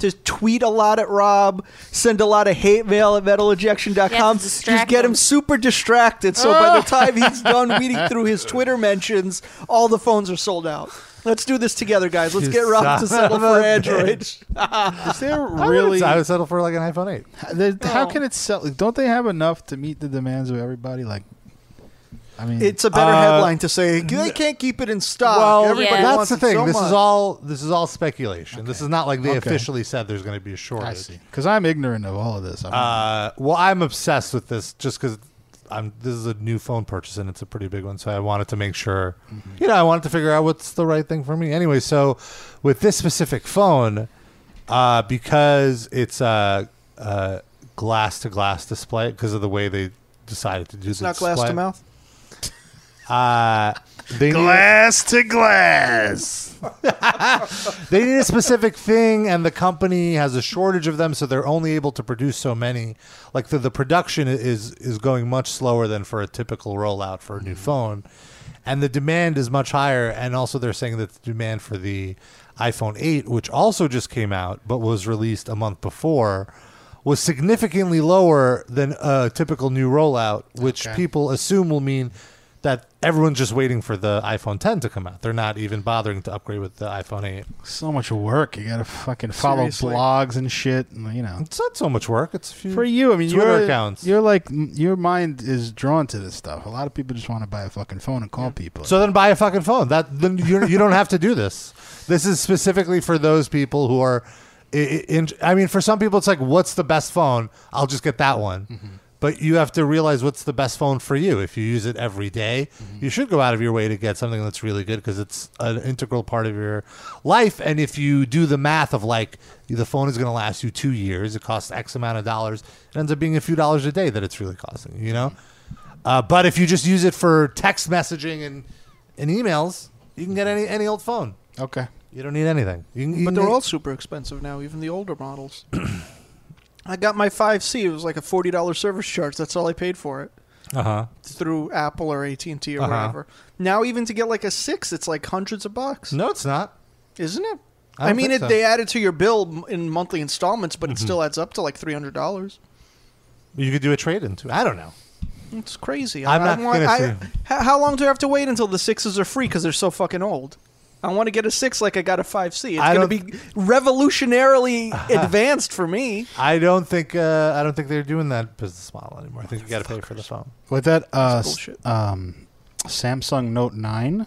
[SPEAKER 5] to tweet a lot at Rob, send a lot of hate mail at
[SPEAKER 4] Yeah,
[SPEAKER 5] metalejection.com.
[SPEAKER 4] to
[SPEAKER 5] Just
[SPEAKER 4] distract
[SPEAKER 5] get him.
[SPEAKER 4] him.
[SPEAKER 5] super distracted. So by the time he's done reading through his Twitter mentions, all the phones are sold out. Let's do this together, guys. Let's
[SPEAKER 3] You
[SPEAKER 5] get Rob to
[SPEAKER 3] son
[SPEAKER 5] settle
[SPEAKER 3] of a
[SPEAKER 2] (laughs)
[SPEAKER 5] for Android. (laughs)
[SPEAKER 2] Is there
[SPEAKER 3] I would-
[SPEAKER 2] really?
[SPEAKER 3] I would settle for like an iPhone eight.
[SPEAKER 2] How- the- How
[SPEAKER 5] No.
[SPEAKER 2] can it sell? Don't they have enough to meet the demands of everybody? Like I mean,
[SPEAKER 5] It's a better
[SPEAKER 3] Uh,
[SPEAKER 5] headline to say they can't keep it in stock.
[SPEAKER 3] Well,
[SPEAKER 5] Everybody
[SPEAKER 4] Yeah.
[SPEAKER 5] wants
[SPEAKER 3] that's the
[SPEAKER 5] it
[SPEAKER 3] thing.
[SPEAKER 5] so
[SPEAKER 3] this
[SPEAKER 5] much."
[SPEAKER 3] is all this is all speculation. This is not like they
[SPEAKER 2] Okay.
[SPEAKER 3] officially said there's going to be a shortage.
[SPEAKER 2] I see. Because I'm ignorant of all of this. I'm,
[SPEAKER 3] Uh, well, I'm obsessed with this just because I'm. This is a new phone purchase and it's a pretty big one, so I wanted to make sure. You know, I wanted to figure out what's the right thing for me. Anyway, so with this specific phone, uh, because it's a glass to glass display, because of the way they decided to do
[SPEAKER 5] It's not glass to mouth.
[SPEAKER 3] Uh, they need-
[SPEAKER 2] glass to glass.
[SPEAKER 3] they need a specific thing and the company has a shortage of them so they're only able to produce so many like the, the production is is going much slower than for a typical rollout for a new phone and the demand is much higher and also they're saying that the demand for the iphone 8 which also just came out but was released a month before was significantly lower than a typical new rollout which
[SPEAKER 2] Okay.
[SPEAKER 3] people assume will mean that everyone's just waiting for the iPhone 10 to come out. They're not even bothering to upgrade with the iPhone 8.
[SPEAKER 2] So much work. You gotta fucking follow
[SPEAKER 5] Seriously.
[SPEAKER 2] blogs and shit. And, you know,
[SPEAKER 3] It's not so much work. It's a few.
[SPEAKER 2] for you, I mean,
[SPEAKER 3] Twitter
[SPEAKER 2] you're,
[SPEAKER 3] accounts.
[SPEAKER 2] You're like your mind is drawn to this stuff. A lot of people just want to buy a fucking phone and call people.
[SPEAKER 3] so then buy a fucking phone. That then you you don't have to do this. This is specifically for those people who are. i- i- In, I mean, for some people, it's like, what's the best phone? I'll just get that one. But you have to realize what's the best phone for you. If you use it every day, you should go out of your way to get something that's really good because it's an integral part of your life. And if you do the math of like the phone is going to last you two years, it costs X amount of dollars, it ends up being a few dollars a day that it's really costing. You know. Uh, but if you just use it for text messaging and, and emails, you can get any, any old phone.
[SPEAKER 2] okay.
[SPEAKER 3] You don't need anything. You can, you
[SPEAKER 5] But
[SPEAKER 3] can
[SPEAKER 5] they're
[SPEAKER 3] get-
[SPEAKER 5] all super expensive now, even the older
[SPEAKER 3] (clears throat)
[SPEAKER 5] models. I got my 5C. It was like a forty dollars service charge. That's all I paid for it
[SPEAKER 3] Uh-huh.
[SPEAKER 5] through Apple or AT and T or
[SPEAKER 3] Uh-huh.
[SPEAKER 5] whatever. Now even to get like a six, it's like hundreds of bucks,
[SPEAKER 3] No, it's not.
[SPEAKER 5] isn't it?
[SPEAKER 3] I
[SPEAKER 5] I,
[SPEAKER 3] don't
[SPEAKER 5] mean,
[SPEAKER 3] think
[SPEAKER 5] it,
[SPEAKER 3] so. Mm-hmm.
[SPEAKER 5] they add it to your bill m- in monthly installments, but it still adds up to like three hundred dollars.
[SPEAKER 3] You could do a trade in too. I don't know.
[SPEAKER 5] It's crazy.
[SPEAKER 3] I'm not gonna
[SPEAKER 5] I,
[SPEAKER 3] say.
[SPEAKER 5] how, how long do I have to wait until the sixes are free because they're so fucking old? I want to get a six like I got a five C. It's
[SPEAKER 3] I
[SPEAKER 5] going to
[SPEAKER 3] don't-
[SPEAKER 5] be
[SPEAKER 2] (laughs)
[SPEAKER 5] revolutionarily advanced for me.
[SPEAKER 3] I don't think uh, I don't think they're doing that business model anymore. I think you got to pay for the phone.
[SPEAKER 2] With that, uh, s-
[SPEAKER 5] bullshit.
[SPEAKER 2] um, Samsung Note Nine.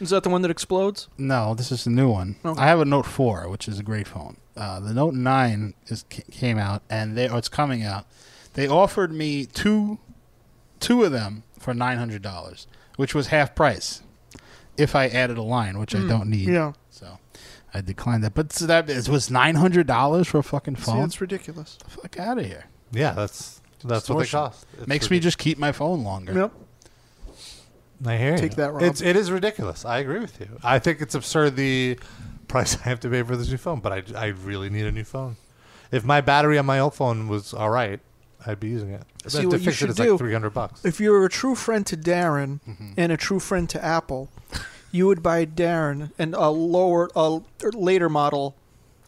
[SPEAKER 5] Is that the one that explodes?
[SPEAKER 2] No, this is the new one.
[SPEAKER 5] Okay.
[SPEAKER 2] I have a Note Four, which is a great phone. Uh, the Note Nine is ca- came out, and they or it's coming out. They offered me two, two of them for nine hundred dollars, which was half price, if I added a line, which I don't need.
[SPEAKER 5] Hmm, yeah.
[SPEAKER 2] So, I declined that. But so that it was nine hundred dollars for a fucking
[SPEAKER 5] See,
[SPEAKER 2] phone.
[SPEAKER 5] that's ridiculous.
[SPEAKER 2] Fuck out of here.
[SPEAKER 3] Yeah, that's that's what they
[SPEAKER 2] Extortion.
[SPEAKER 3] cost. It's
[SPEAKER 2] Makes me just keep my phone longer.
[SPEAKER 5] Yep.
[SPEAKER 3] ridiculous. I hear you.
[SPEAKER 5] Take that, Rob.
[SPEAKER 3] It's it is ridiculous. I agree with you. I think it's absurd the (laughs) price I have to pay for this new phone. But I I really need a new phone. If my battery on my old phone was all right, I'd be using it.
[SPEAKER 5] See,
[SPEAKER 3] But to
[SPEAKER 5] what you
[SPEAKER 3] fix
[SPEAKER 5] should
[SPEAKER 3] it, it's
[SPEAKER 5] do-
[SPEAKER 3] like three hundred bucks.
[SPEAKER 5] If you were a true friend to Darren
[SPEAKER 2] Mm-hmm.
[SPEAKER 5] and a true friend to Apple, you would buy Darren and a lower, a later model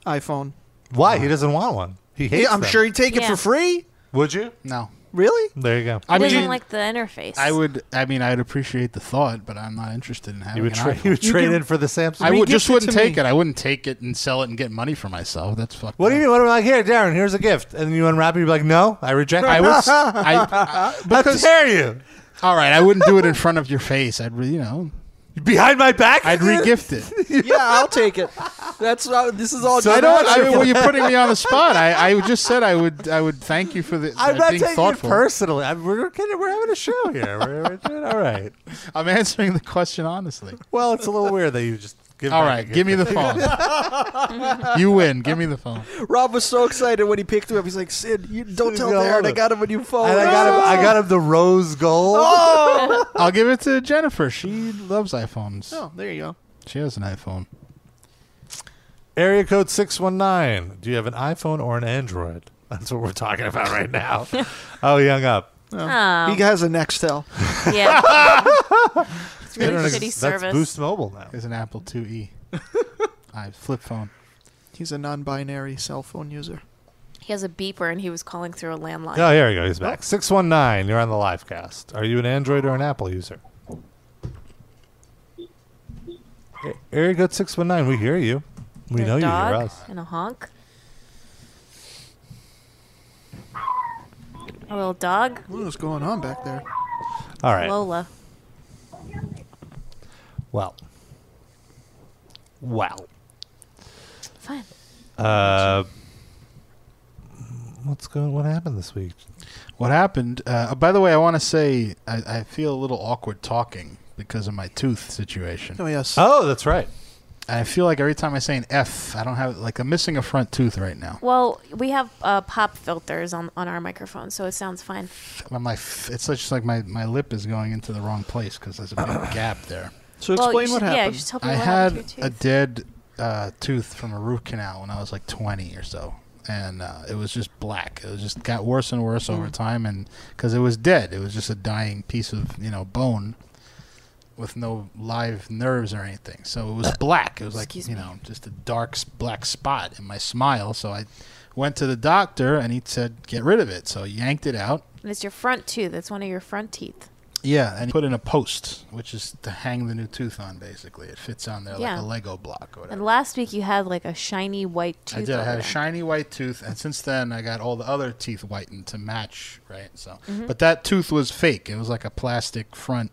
[SPEAKER 5] iPhone.
[SPEAKER 3] Why? He doesn't want one. He hates
[SPEAKER 5] Yeah, I'm
[SPEAKER 3] them.
[SPEAKER 5] sure he'd take it
[SPEAKER 4] Yeah.
[SPEAKER 5] for free.
[SPEAKER 3] Would you?
[SPEAKER 2] No,
[SPEAKER 5] Really?
[SPEAKER 3] There you go.
[SPEAKER 2] I
[SPEAKER 4] He doesn't
[SPEAKER 2] mean,
[SPEAKER 4] like the interface.
[SPEAKER 2] I would. I mean, I would appreciate the thought, but I'm not interested in having.
[SPEAKER 3] You would,
[SPEAKER 2] an
[SPEAKER 3] tra-
[SPEAKER 2] iPhone.
[SPEAKER 3] you would
[SPEAKER 5] You
[SPEAKER 3] trade
[SPEAKER 5] can-
[SPEAKER 3] in for the Samsung.
[SPEAKER 2] I would,
[SPEAKER 5] Re-gift
[SPEAKER 2] just
[SPEAKER 5] it
[SPEAKER 2] wouldn't
[SPEAKER 5] to
[SPEAKER 2] take
[SPEAKER 5] me.
[SPEAKER 2] it. I wouldn't take it and sell it and get money for myself.
[SPEAKER 5] (laughs)
[SPEAKER 2] That's fucked.
[SPEAKER 3] what do
[SPEAKER 2] up.
[SPEAKER 3] you mean? What am I like? Here, Darren. Here's a gift, and you unwrap it. You're like, no, I reject.
[SPEAKER 2] I
[SPEAKER 3] it."
[SPEAKER 2] would.
[SPEAKER 5] (laughs)
[SPEAKER 2] s- I, I-
[SPEAKER 3] How
[SPEAKER 2] because
[SPEAKER 3] dare you?
[SPEAKER 2] all right, I wouldn't do it in front of your face. I'd re- you know,
[SPEAKER 3] Behind my back.
[SPEAKER 2] I'd regift it.
[SPEAKER 5] (laughs) yeah, I'll take it. That's uh, this is all.
[SPEAKER 3] So
[SPEAKER 5] just
[SPEAKER 2] I don't. I
[SPEAKER 5] natural.
[SPEAKER 2] mean,
[SPEAKER 3] (laughs)
[SPEAKER 2] well, you're putting
[SPEAKER 5] (laughs)
[SPEAKER 2] me on the spot. I, I just said I would. I would thank you for the.
[SPEAKER 3] I'm
[SPEAKER 2] uh,
[SPEAKER 3] not
[SPEAKER 2] being
[SPEAKER 3] taking it
[SPEAKER 2] thoughtful.
[SPEAKER 3] personally. I'm, we're kidding. We're having a show here. We're, we're doing all right.
[SPEAKER 2] (laughs) I'm answering the question honestly.
[SPEAKER 3] Well, it's a little weird that you just give.
[SPEAKER 2] All
[SPEAKER 3] back a
[SPEAKER 2] right,
[SPEAKER 3] gift.
[SPEAKER 2] give me the (laughs)
[SPEAKER 3] (laughs)
[SPEAKER 2] phone. you win. Give me the phone.
[SPEAKER 5] Rob was so excited when he picked him up. He's like, "Sid, you don't tell
[SPEAKER 3] No.
[SPEAKER 5] Darren I got him a new phone."
[SPEAKER 3] And I got him. I got him the rose gold.
[SPEAKER 2] Oh!
[SPEAKER 3] (laughs)
[SPEAKER 2] I'll give it to Jennifer. She loves
[SPEAKER 5] (laughs)
[SPEAKER 2] iPhones.
[SPEAKER 5] Oh, there you go.
[SPEAKER 2] She has an iPhone.
[SPEAKER 3] Area code 619. Do you have an iPhone or an Android? (laughs) That's what we're talking about
[SPEAKER 4] (laughs)
[SPEAKER 3] right now. oh, young up.
[SPEAKER 4] Oh,
[SPEAKER 5] He has a Nextel.
[SPEAKER 2] (laughs)
[SPEAKER 4] yeah. it's really
[SPEAKER 3] Internet-
[SPEAKER 4] shitty
[SPEAKER 3] That's
[SPEAKER 4] service.
[SPEAKER 3] Boost Mobile
[SPEAKER 4] (laughs)
[SPEAKER 3] now.
[SPEAKER 2] There's an Apple IIe. I flip phone.
[SPEAKER 5] He's a non-binary cell phone user.
[SPEAKER 4] He has a beeper, and he was calling through a landline.
[SPEAKER 3] (laughs) Oh, here we go. He's back. 619, you're on the live cast. Are you an Android or an Apple user? A- Area code 619, we hear you. We
[SPEAKER 4] And a
[SPEAKER 3] know you
[SPEAKER 4] dog
[SPEAKER 3] hear us.
[SPEAKER 4] And a honk. A little dog.
[SPEAKER 5] What is going on back there?
[SPEAKER 3] All right.
[SPEAKER 4] Lola.
[SPEAKER 3] Well. Well.
[SPEAKER 4] Fine.
[SPEAKER 3] Uh, what's going? What happened this week?
[SPEAKER 2] What happened? Uh, by the way, I want to say I, I feel a little awkward talking because of my tooth situation.
[SPEAKER 5] Oh yes.
[SPEAKER 3] Oh, that's right.
[SPEAKER 2] I feel like every time I say an F, I don't have like I'm missing a front tooth right now.
[SPEAKER 4] Well, we have uh, pop filters on, on our microphone, so it sounds fine.
[SPEAKER 2] I'm like, f- it's just like my, my lip is going into the wrong place because there's
[SPEAKER 4] (coughs)
[SPEAKER 2] a big gap there.
[SPEAKER 5] so
[SPEAKER 4] well,
[SPEAKER 5] explain
[SPEAKER 4] you
[SPEAKER 5] what
[SPEAKER 4] should-
[SPEAKER 5] happened.
[SPEAKER 4] Yeah, you should tell me
[SPEAKER 2] I
[SPEAKER 4] what
[SPEAKER 2] had
[SPEAKER 4] happened to your
[SPEAKER 2] a
[SPEAKER 4] tooth.
[SPEAKER 2] dead uh, tooth from a root canal when I was like 20 or so, and uh, it was just black. It was just got worse and worse
[SPEAKER 4] Mm.
[SPEAKER 2] over time, and because it was dead, it was just a dying piece of you know bone with no live nerves or anything. So it was black. It was like
[SPEAKER 4] Excuse
[SPEAKER 2] you
[SPEAKER 4] me.
[SPEAKER 2] know just a dark s- black spot in my smile. So I went to the doctor, and he said get rid of it. So I yanked it out.
[SPEAKER 4] And it's your front tooth. It's one of your front teeth.
[SPEAKER 2] Yeah, and put in a post, which is to hang the new tooth on. Basically, it fits on there
[SPEAKER 4] Yeah.
[SPEAKER 2] like a Lego block or whatever.
[SPEAKER 4] And last week you had like a shiny white tooth.
[SPEAKER 2] I did. I
[SPEAKER 4] over
[SPEAKER 2] had a
[SPEAKER 4] there.
[SPEAKER 2] shiny white tooth, and since then I got all the other teeth whitened to match. Right. So,
[SPEAKER 4] Mm-hmm.
[SPEAKER 2] but that tooth was fake. It was like a plastic front.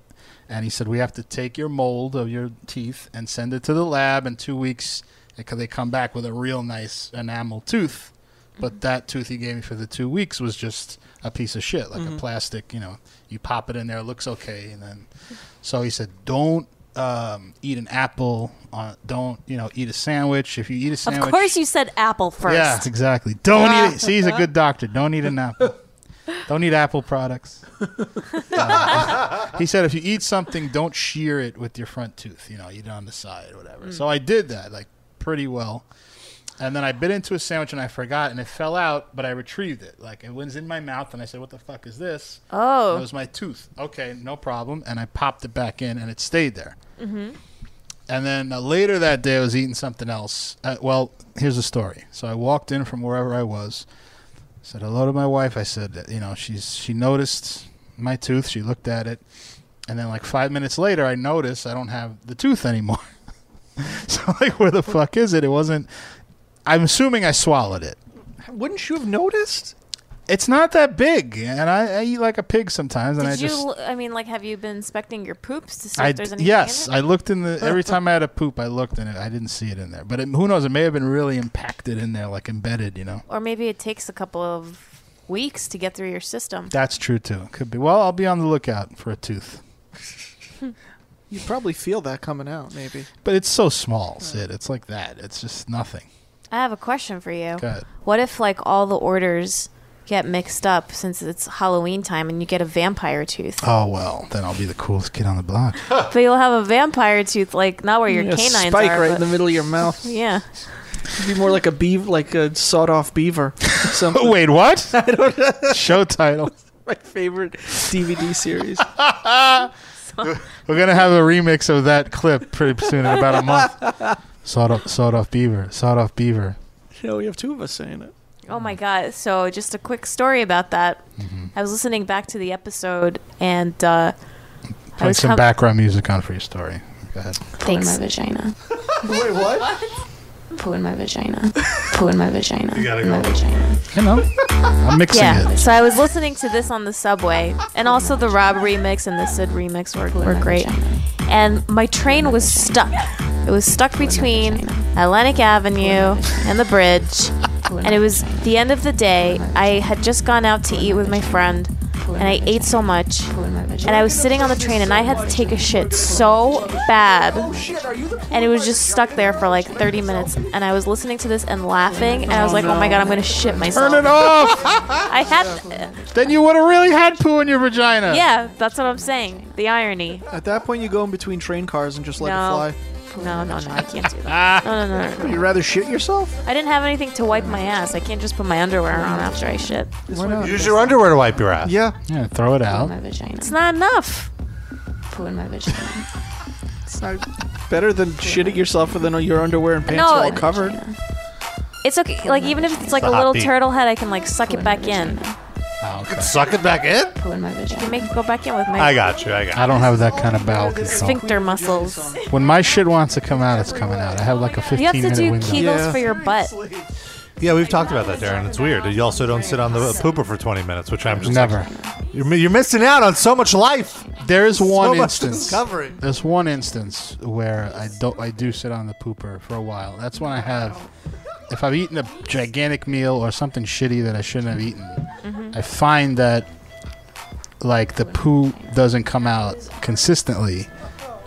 [SPEAKER 2] And he said we have to take your mold of your teeth and send it to the lab in two weeks. Because they come back with a real nice enamel tooth, but
[SPEAKER 4] Mm-hmm.
[SPEAKER 2] that tooth he gave me for the two weeks was just a piece of shit, like
[SPEAKER 4] Mm-hmm.
[SPEAKER 2] a plastic. You know, you pop it in there, it looks okay, and then. So he said, "Don't um, eat an apple. On, don't you know eat a sandwich. If you eat a
[SPEAKER 4] Of
[SPEAKER 2] sandwich,
[SPEAKER 4] course you said apple first.
[SPEAKER 2] yeah, exactly.
[SPEAKER 4] (laughs)
[SPEAKER 2] Don't eat it. See, he's a good doctor. Don't eat an apple. Don't eat apple products. Uh, he said if you eat something, don't shear it with your front tooth. You know, eat it on the side or whatever.
[SPEAKER 4] Mm.
[SPEAKER 2] So I did that like pretty well. And then I bit into a sandwich and I forgot and it fell out, but I retrieved it. Like it was in my mouth and I said, "What the fuck is this?"
[SPEAKER 4] Oh.
[SPEAKER 2] It was my tooth. Okay, no problem. And I popped it back in, and it stayed there. Mm-hmm. And then uh, later that day, I was eating something else. Uh, well, here's the story. So I walked in from wherever I was, said hello to my wife. I said, uh, you know, she's she noticed my tooth. She looked at it, and then like five minutes later, I noticed I don't have the tooth anymore. (laughs) so like, where the fuck is it? It wasn't. I'm assuming I swallowed it
[SPEAKER 5] Wouldn't you have noticed?
[SPEAKER 2] it's not that big, and I, I eat like a pig sometimes. And
[SPEAKER 4] Did
[SPEAKER 2] I
[SPEAKER 4] you?
[SPEAKER 2] just,
[SPEAKER 4] l- I mean, like, have you been inspecting your poops to see
[SPEAKER 2] I
[SPEAKER 4] if there's anything?
[SPEAKER 2] yes,
[SPEAKER 4] In it?
[SPEAKER 2] I looked
[SPEAKER 4] (laughs)
[SPEAKER 2] in the every time I had a poop, I looked in it. I didn't see it in there, but it, who knows? It may have been really impacted in there, like embedded. You know,
[SPEAKER 4] or maybe it takes a couple of weeks to get through your system.
[SPEAKER 2] that's true too. Could be. Well, I'll be on the lookout for a tooth,
[SPEAKER 5] You'd probably feel that coming out, maybe.
[SPEAKER 2] but it's so small, Sid. It's like that. It's just nothing.
[SPEAKER 4] I have a question for you.
[SPEAKER 2] Go ahead.
[SPEAKER 4] What if like all the orders get mixed up since it's Halloween time and you get a vampire tooth?
[SPEAKER 2] Oh well, then I'll be the coolest kid on the block.
[SPEAKER 4] (laughs) But you'll have a vampire tooth, like not where your
[SPEAKER 5] Yeah,
[SPEAKER 4] canines
[SPEAKER 5] spike
[SPEAKER 4] are.
[SPEAKER 5] right
[SPEAKER 4] but-
[SPEAKER 5] in the middle of
[SPEAKER 4] (laughs)
[SPEAKER 5] your mouth.
[SPEAKER 4] yeah.
[SPEAKER 5] You'd be more like a beaver, like a sawed-off (laughs) beaver. Some
[SPEAKER 2] oh wait, what?
[SPEAKER 5] (laughs)
[SPEAKER 2] Show title.
[SPEAKER 5] my favorite DVD (laughs) series.
[SPEAKER 2] We're gonna have a remix of that clip pretty soon in about a month.
[SPEAKER 5] (laughs)
[SPEAKER 2] Sawed off, sawed off beaver, sawed off beaver.
[SPEAKER 5] no, we have two of us saying it.
[SPEAKER 4] Oh my god! So just a quick story about that.
[SPEAKER 2] Mm-hmm.
[SPEAKER 4] I was listening back to the episode and uh, I
[SPEAKER 2] Play
[SPEAKER 4] was
[SPEAKER 2] some
[SPEAKER 4] com-
[SPEAKER 2] background music on for your story. Go ahead.
[SPEAKER 6] Poo in my vagina.
[SPEAKER 5] (laughs) Wait, what?
[SPEAKER 6] Poo in my vagina.
[SPEAKER 2] (laughs)
[SPEAKER 6] Poo in my vagina. You
[SPEAKER 3] gotta
[SPEAKER 6] in my
[SPEAKER 3] go.
[SPEAKER 6] vagina.
[SPEAKER 2] You know, I'm mixing
[SPEAKER 4] Yeah.
[SPEAKER 2] it.
[SPEAKER 4] So I was listening to this on the subway, and also the Rob remix and the Sid remix were, were great. And my train was stuck. It was stuck between Atlantic Avenue and the bridge. And it was the end of the day. I had just gone out to eat with my friend, and I ate so much.
[SPEAKER 6] Poo in my vagina.
[SPEAKER 4] And I was sitting on the train, and I had to take a shit so bad. And it was just stuck there for like 30 minutes. And I was listening to this and laughing, and I was like, oh my god, I'm gonna shit myself.
[SPEAKER 2] Turn it off.
[SPEAKER 4] (laughs) I had.
[SPEAKER 2] then you would have really had poo in your vagina.
[SPEAKER 4] Yeah, that's what I'm saying. The irony.
[SPEAKER 5] At that point, you go in between train cars and just let
[SPEAKER 4] No.
[SPEAKER 5] it fly.
[SPEAKER 4] No, no, no, I can't do
[SPEAKER 5] (laughs)
[SPEAKER 4] that. No, no, no, no, no.
[SPEAKER 5] You'd rather shit yourself?
[SPEAKER 4] I didn't have anything to wipe my ass. I can't just put my underwear on after I shit.
[SPEAKER 2] Why not?
[SPEAKER 3] Use your underwear to wipe your ass.
[SPEAKER 5] Yeah.
[SPEAKER 2] Yeah, throw it
[SPEAKER 6] Poo in
[SPEAKER 2] out.
[SPEAKER 6] my vagina.
[SPEAKER 4] It's not enough.
[SPEAKER 6] Poo in my vagina.
[SPEAKER 5] It's not better than shitting yourself with your underwear and pants
[SPEAKER 4] No,
[SPEAKER 5] all covered.
[SPEAKER 4] It's okay. Like even if it's like a
[SPEAKER 3] the hot
[SPEAKER 4] little
[SPEAKER 3] beat.
[SPEAKER 4] turtle head, I can like suck it back in.
[SPEAKER 2] Oh, okay.
[SPEAKER 3] Suck it back in.
[SPEAKER 6] Poo in my vagina.
[SPEAKER 4] Make it go back in with
[SPEAKER 3] I
[SPEAKER 4] my
[SPEAKER 3] got you. I got.
[SPEAKER 2] I don't have that kind of bowel control.
[SPEAKER 4] sphincter muscles.
[SPEAKER 2] When my shit wants to come out, it's coming out. I have like a 15
[SPEAKER 4] You have to
[SPEAKER 2] minute
[SPEAKER 4] do
[SPEAKER 2] window.
[SPEAKER 4] Kegels
[SPEAKER 5] Yeah.
[SPEAKER 4] for your butt.
[SPEAKER 3] Yeah, we've talked about that, Darren. It's weird. You also don't sit on the pooper for 20 minutes, which I'm just
[SPEAKER 2] Never.
[SPEAKER 3] like, you're, mi- you're missing out on so much life.
[SPEAKER 2] There is one
[SPEAKER 3] much
[SPEAKER 2] instance.
[SPEAKER 3] discovery. (laughs)
[SPEAKER 2] There's one instance where I don't. I do sit on the pooper for a while. That's when I have. If I've eaten a gigantic meal or something shitty that I shouldn't have eaten,
[SPEAKER 4] Mm-hmm.
[SPEAKER 2] I find that like the poo doesn't come out consistently,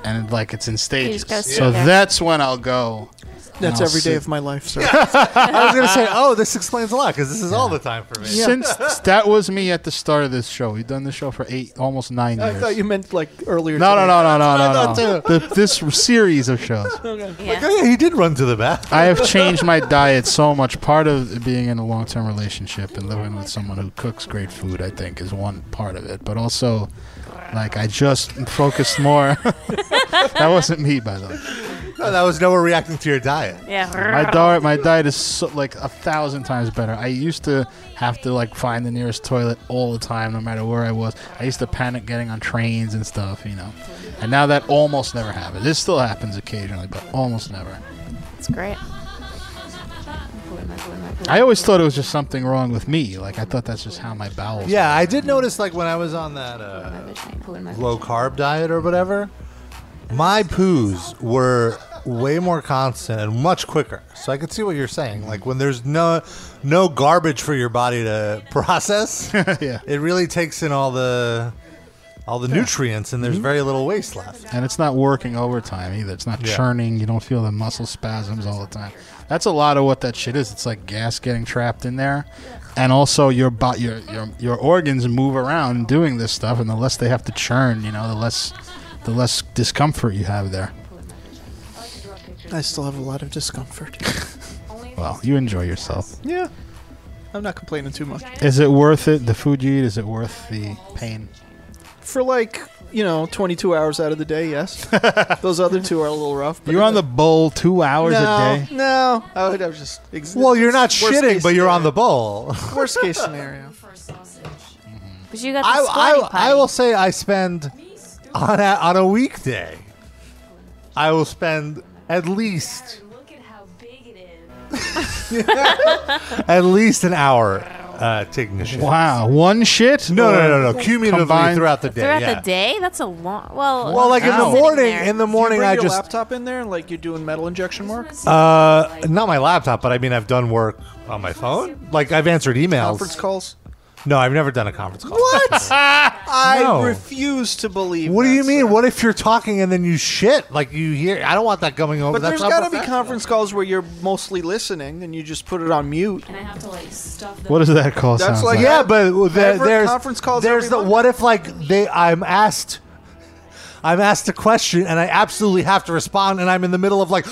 [SPEAKER 2] and like it's in stages.
[SPEAKER 4] gotta sit
[SPEAKER 2] So
[SPEAKER 4] there.
[SPEAKER 2] that's when I'll go.
[SPEAKER 5] That's
[SPEAKER 2] No,
[SPEAKER 5] every day
[SPEAKER 2] sit.
[SPEAKER 5] of my life, sir.
[SPEAKER 4] (laughs)
[SPEAKER 2] (laughs)
[SPEAKER 3] I was going to say, oh, this explains a lot because this is all the time for me. (laughs)
[SPEAKER 2] Since that was me at the start of this show, we've done this show for eight, almost nine
[SPEAKER 5] I
[SPEAKER 2] years.
[SPEAKER 5] thought you meant like earlier.
[SPEAKER 2] no, no,
[SPEAKER 5] today.
[SPEAKER 2] no,
[SPEAKER 3] That's what I
[SPEAKER 2] no, no, no, no.
[SPEAKER 3] thought oh,
[SPEAKER 2] The, this series
[SPEAKER 3] (laughs)
[SPEAKER 2] of shows.
[SPEAKER 4] Yeah.
[SPEAKER 3] Yeah, he did run to the bathroom. (laughs)
[SPEAKER 2] I have changed my diet so much. Part of being in a long term relationship and living with someone who cooks great food, I think, is one part of it. But also, like, I just focused more. (laughs) that wasn't me, by the way.
[SPEAKER 3] No, that was Noah reacting to your diet.
[SPEAKER 4] Yeah.
[SPEAKER 2] My diet, my diet is so, like a thousand times better. I used to have to like find the nearest toilet all the time, no matter where I was. I used to panic getting on trains and stuff, you know. And now that almost never happens. This still happens occasionally, but almost never.
[SPEAKER 4] It's great.
[SPEAKER 2] I always thought it was just something wrong with me. Like I thought that's just how my bowels.
[SPEAKER 3] Yeah, I did notice like when I was on that uh, low carb diet or whatever, my poos were way more constant and much quicker. So I could see what you're saying. Like when there's no no garbage for your body to (laughs) process,
[SPEAKER 2] yeah.
[SPEAKER 3] it really takes in all the all the nutrients and there's very little waste left.
[SPEAKER 2] And it's not working overtime either. It's not
[SPEAKER 3] Yeah.
[SPEAKER 2] churning. You don't feel the muscle spasms all the time. That's a lot of what that shit is. It's like gas getting trapped in there, and also your bo- your your your organs move around doing this stuff, and the less they have to churn, you know, the less the less discomfort you have there.
[SPEAKER 5] I still have a lot of discomfort.
[SPEAKER 2] (laughs) Well, you enjoy yourself.
[SPEAKER 5] yeah, I'm not complaining too much.
[SPEAKER 2] Is it worth it? The food you eat is it worth the pain?
[SPEAKER 5] For like you know, 22 hours out of the day,
[SPEAKER 2] (laughs)
[SPEAKER 5] yes. Those other two are a little rough. But
[SPEAKER 2] You're on the bowl two hours
[SPEAKER 5] no,
[SPEAKER 2] a day.
[SPEAKER 5] no. I would have just. Ex-
[SPEAKER 3] Well, you're not
[SPEAKER 5] Worst
[SPEAKER 3] shitting,
[SPEAKER 5] case
[SPEAKER 3] but you're
[SPEAKER 5] scenario.
[SPEAKER 3] on the bowl.
[SPEAKER 5] Worst
[SPEAKER 4] (laughs)
[SPEAKER 5] case scenario.
[SPEAKER 2] Mm-hmm.
[SPEAKER 4] But you got the squatty
[SPEAKER 3] I, I, I
[SPEAKER 4] potty.
[SPEAKER 3] will say I spend on a, on a weekday. I will spend at least (laughs) at least an hour uh, taking a shit.
[SPEAKER 2] Wow, one shit?
[SPEAKER 3] No, no,
[SPEAKER 2] Or
[SPEAKER 3] no, no, no. Cumulatively
[SPEAKER 2] combined-
[SPEAKER 3] throughout the day.
[SPEAKER 4] Throughout
[SPEAKER 3] yeah.
[SPEAKER 4] the day, that's a long. Well,
[SPEAKER 3] Well, like in the
[SPEAKER 2] Wow.
[SPEAKER 3] morning, in the
[SPEAKER 5] you
[SPEAKER 3] morning,
[SPEAKER 5] bring
[SPEAKER 3] I
[SPEAKER 5] your
[SPEAKER 3] just
[SPEAKER 5] laptop in there and like you're doing metal injection
[SPEAKER 4] (laughs)
[SPEAKER 5] work.
[SPEAKER 3] uh, not my laptop, but I mean I've done work on my phone. Like I've answered emails.
[SPEAKER 5] Conference calls.
[SPEAKER 3] No, I've never done a conference
[SPEAKER 4] (laughs)
[SPEAKER 3] call.
[SPEAKER 5] What? I
[SPEAKER 3] No.
[SPEAKER 5] refuse to believe.
[SPEAKER 3] What do
[SPEAKER 5] that,
[SPEAKER 3] you mean?
[SPEAKER 5] sir.
[SPEAKER 3] What if you're talking and then you shit? Like you hear? I don't want that going over.
[SPEAKER 5] But
[SPEAKER 3] Oh, That's
[SPEAKER 5] there's got to be
[SPEAKER 3] unprofessional.
[SPEAKER 5] conference calls where you're mostly listening and you just put it on mute.
[SPEAKER 2] What does that call?
[SPEAKER 5] That's
[SPEAKER 2] sound
[SPEAKER 5] like-
[SPEAKER 3] Yeah, but there,
[SPEAKER 5] Ever
[SPEAKER 3] there's
[SPEAKER 5] conference calls
[SPEAKER 3] There's
[SPEAKER 5] every
[SPEAKER 3] the
[SPEAKER 5] month?
[SPEAKER 3] what if like they I'm asked. I'm asked a question and I absolutely have to respond, and I'm in the middle of like,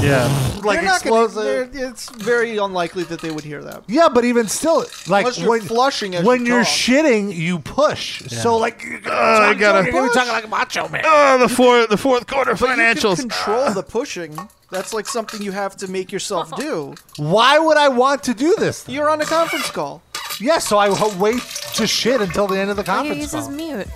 [SPEAKER 2] yeah.
[SPEAKER 3] like
[SPEAKER 5] They're not gonna-
[SPEAKER 3] explosive.
[SPEAKER 5] they're- It's very unlikely that they would hear that.
[SPEAKER 3] Yeah, but even still, like
[SPEAKER 5] Unless you're
[SPEAKER 3] when
[SPEAKER 5] flushing as
[SPEAKER 3] when
[SPEAKER 5] you
[SPEAKER 3] you're
[SPEAKER 5] talk.
[SPEAKER 3] shitting, you push. So like, uh, I
[SPEAKER 2] gotta-
[SPEAKER 3] talking, you're talking like a macho man.
[SPEAKER 5] Uh,
[SPEAKER 2] Oh, the fourth the fourth quarter
[SPEAKER 5] But You can
[SPEAKER 3] Ah.
[SPEAKER 5] control the pushing. That's like something you have to make yourself do.
[SPEAKER 3] Why would I want to do this?
[SPEAKER 5] You're on a conference call.
[SPEAKER 3] Yeah, so I ho- wait to shit until the end of the
[SPEAKER 4] all you
[SPEAKER 3] conference
[SPEAKER 4] use is
[SPEAKER 3] call.
[SPEAKER 4] mute.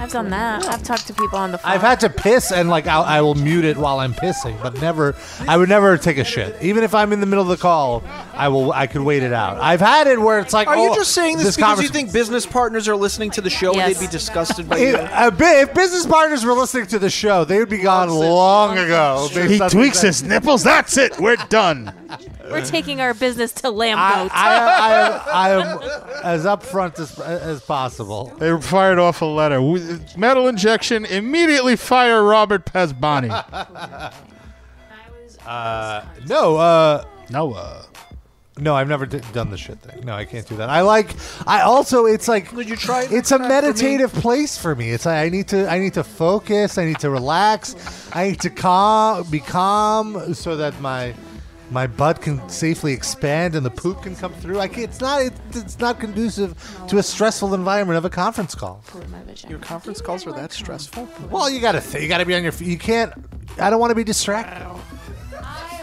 [SPEAKER 4] I've done that. I've talked to people on the phone.
[SPEAKER 3] I've had to piss and like I'll, I will mute it while I'm pissing, but never. I would never take a shit, even if I'm in the middle of the call. I will. I could wait it out. I've had it where it's like.
[SPEAKER 5] Are
[SPEAKER 3] oh,
[SPEAKER 5] you just saying this, because
[SPEAKER 3] conference-
[SPEAKER 5] you think business partners are listening to the show and
[SPEAKER 4] Yes.
[SPEAKER 5] they'd be disgusted by
[SPEAKER 3] (laughs) If,
[SPEAKER 5] you?
[SPEAKER 3] a bit, if business partners were listening to the show, they would be gone
[SPEAKER 5] Nonsense.
[SPEAKER 3] long ago. based
[SPEAKER 2] He
[SPEAKER 3] on
[SPEAKER 2] tweaks
[SPEAKER 3] these-
[SPEAKER 2] his nipples. That's it. We're done.
[SPEAKER 4] We're taking our business to Lambo.
[SPEAKER 3] Uh, I, I, am- I, am, (laughs) I am as upfront as, as possible.
[SPEAKER 2] They fired off a letter. We- Metal injection. Immediately fire
[SPEAKER 3] (laughs)
[SPEAKER 2] Robert Pazbani.
[SPEAKER 3] Uh, No, uh,
[SPEAKER 2] Noah.
[SPEAKER 3] no, I've never d- done the shit thing. No, I can't do that. I like. I also, it's like.
[SPEAKER 5] Would you try it
[SPEAKER 3] It's a
[SPEAKER 5] for me?
[SPEAKER 3] meditative place for me. It's like I need to. I need to focus. I need to relax. I need to calm, be calm, so that my my butt can safely expand and the poop can come through. I can, it's not. It's, it's not conducive to a stressful environment of a conference call.
[SPEAKER 5] Your conference calls are that stressful?
[SPEAKER 3] Well, you gotta th- you gotta be on your feet. You can't. I don't want to be distracted.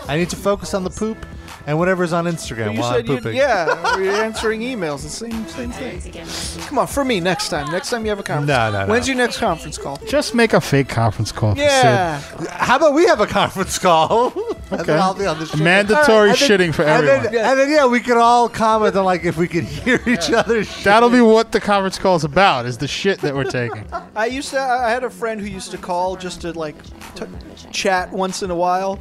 [SPEAKER 3] I need to focus on the poop and whatever's on Instagram
[SPEAKER 5] You
[SPEAKER 3] while
[SPEAKER 5] said
[SPEAKER 3] I'm
[SPEAKER 5] you,
[SPEAKER 3] pooping.
[SPEAKER 5] yeah, you're answering emails. The same same thing. Come on, for me next time. Next time you have a conference.
[SPEAKER 3] No, no, no.
[SPEAKER 5] When's your next conference call?
[SPEAKER 2] Just make a fake conference call. for
[SPEAKER 5] Yeah.
[SPEAKER 3] How about we have a conference call? (laughs)
[SPEAKER 2] Sid.
[SPEAKER 3] And then I'll be on the street.
[SPEAKER 2] Mandatory
[SPEAKER 3] All right, and then-
[SPEAKER 2] shitting for
[SPEAKER 3] and
[SPEAKER 2] everyone.
[SPEAKER 3] Then, and then yeah, we could all comment on like if we could hear each other's shit.
[SPEAKER 2] That'll be what the conference call's about. Is the shit that
[SPEAKER 3] (laughs)
[SPEAKER 2] we're taking.
[SPEAKER 5] I used to. I had a friend who used to call just to like t- chat once in a while,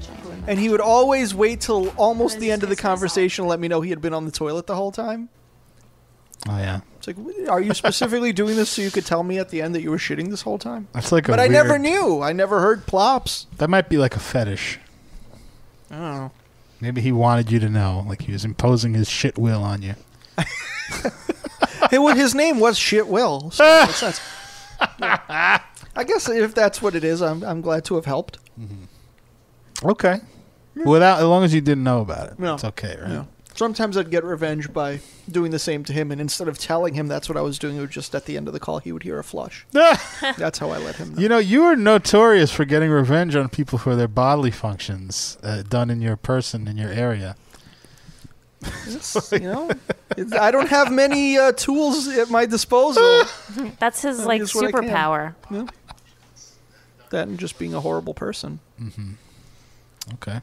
[SPEAKER 5] and he would always wait till almost the end of the conversation to let me know he had been on the toilet the whole time.
[SPEAKER 2] Oh yeah,
[SPEAKER 5] It's like, "W- are you specifically doing this so you could tell me at the end that you were shitting this whole time?
[SPEAKER 2] that's like a.
[SPEAKER 5] But I never
[SPEAKER 2] weird-
[SPEAKER 5] knew. I never heard plops.
[SPEAKER 2] That might be like a fetish.
[SPEAKER 5] Oh,
[SPEAKER 2] Maybe he wanted you to know, like he was imposing his shit will on you.
[SPEAKER 5] hey, well, his name was Shit Will. So that makes
[SPEAKER 2] (laughs)
[SPEAKER 5] sense. Yeah. I guess if that's what it is, I'm I'm glad to have helped.
[SPEAKER 2] Okay. Without, as long as you didn't know about it,
[SPEAKER 5] No.
[SPEAKER 2] it's okay, right?
[SPEAKER 5] Yeah. Sometimes I'd get revenge by doing the same to him, and instead of telling him that's what I was doing, it was just at the end of the call he would hear a
[SPEAKER 3] (laughs)
[SPEAKER 5] flush. that's how I let him know.
[SPEAKER 2] You know, you are notorious for getting revenge on people for their bodily functions uh, done in your person in your area.
[SPEAKER 3] (laughs)
[SPEAKER 5] It's- you know, it's, I don't have many uh, tools at my
[SPEAKER 3] (laughs)
[SPEAKER 5] disposal.
[SPEAKER 4] (laughs) That's his like
[SPEAKER 5] just what I can.
[SPEAKER 4] superpower.
[SPEAKER 5] that and just being a horrible person.
[SPEAKER 2] Mm-hmm. Okay.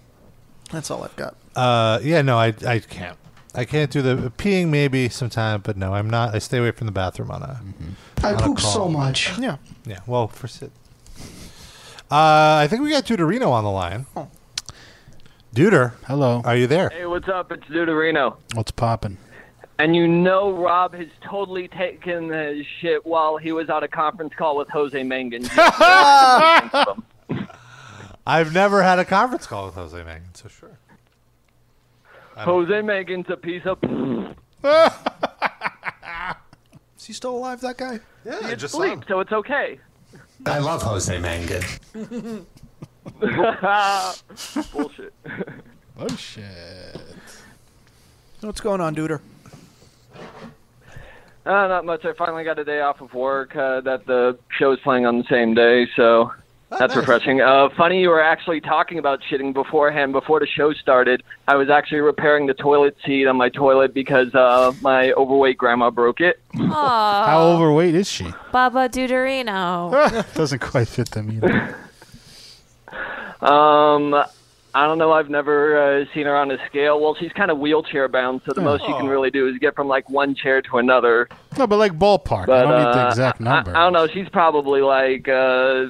[SPEAKER 5] That's all I've got.
[SPEAKER 3] Uh, yeah, no, I I can't. I can't do the peeing maybe sometime, but no, I'm not. I stay away from the bathroom on a.
[SPEAKER 2] Mm-hmm.
[SPEAKER 7] I
[SPEAKER 3] a
[SPEAKER 7] poop
[SPEAKER 3] call.
[SPEAKER 7] so much.
[SPEAKER 3] (laughs)
[SPEAKER 5] Yeah.
[SPEAKER 3] Yeah, well, for Sid. Uh, I think we got Deuterino on the line.
[SPEAKER 7] Oh.
[SPEAKER 3] Deuter,
[SPEAKER 2] Hello.
[SPEAKER 3] are you there?
[SPEAKER 8] Hey, what's up? It's Deuterino.
[SPEAKER 2] What's poppin'?
[SPEAKER 8] And you know Rob has totally taken his shit while he was on a conference call with Jose Mangan.
[SPEAKER 3] I've never had a conference call with Jose Mangan, so sure.
[SPEAKER 8] Jose Mangan's a piece of... (laughs)
[SPEAKER 5] Is he still alive, that guy?
[SPEAKER 3] Yeah, I just
[SPEAKER 8] bleep, so it's okay.
[SPEAKER 7] I love Jose Mangan.
[SPEAKER 8] Bullshit.
[SPEAKER 2] Oh shit.
[SPEAKER 5] What's going on, Duder?
[SPEAKER 8] Uh, not much. I finally got a day off of work uh, that the show is playing on the same day, so that's refreshing. Uh, funny, you were actually talking about shitting beforehand. Before the show started, I was actually repairing the toilet seat on my toilet because uh, my overweight grandma broke it.
[SPEAKER 4] Aw,
[SPEAKER 2] How overweight is she?
[SPEAKER 4] Baba Deuterino.
[SPEAKER 3] (laughs)
[SPEAKER 2] Doesn't quite fit them either.
[SPEAKER 8] Um, I don't know. I've never uh, seen her on a scale. Well, she's kind of wheelchair bound, so the most you can
[SPEAKER 2] Oh.
[SPEAKER 8] really do is get from like one chair to another.
[SPEAKER 2] No, but like ballpark. I
[SPEAKER 8] But
[SPEAKER 2] don't need the
[SPEAKER 8] uh,
[SPEAKER 2] exact
[SPEAKER 8] I-
[SPEAKER 2] number.
[SPEAKER 8] I, don't know. She's probably like uh,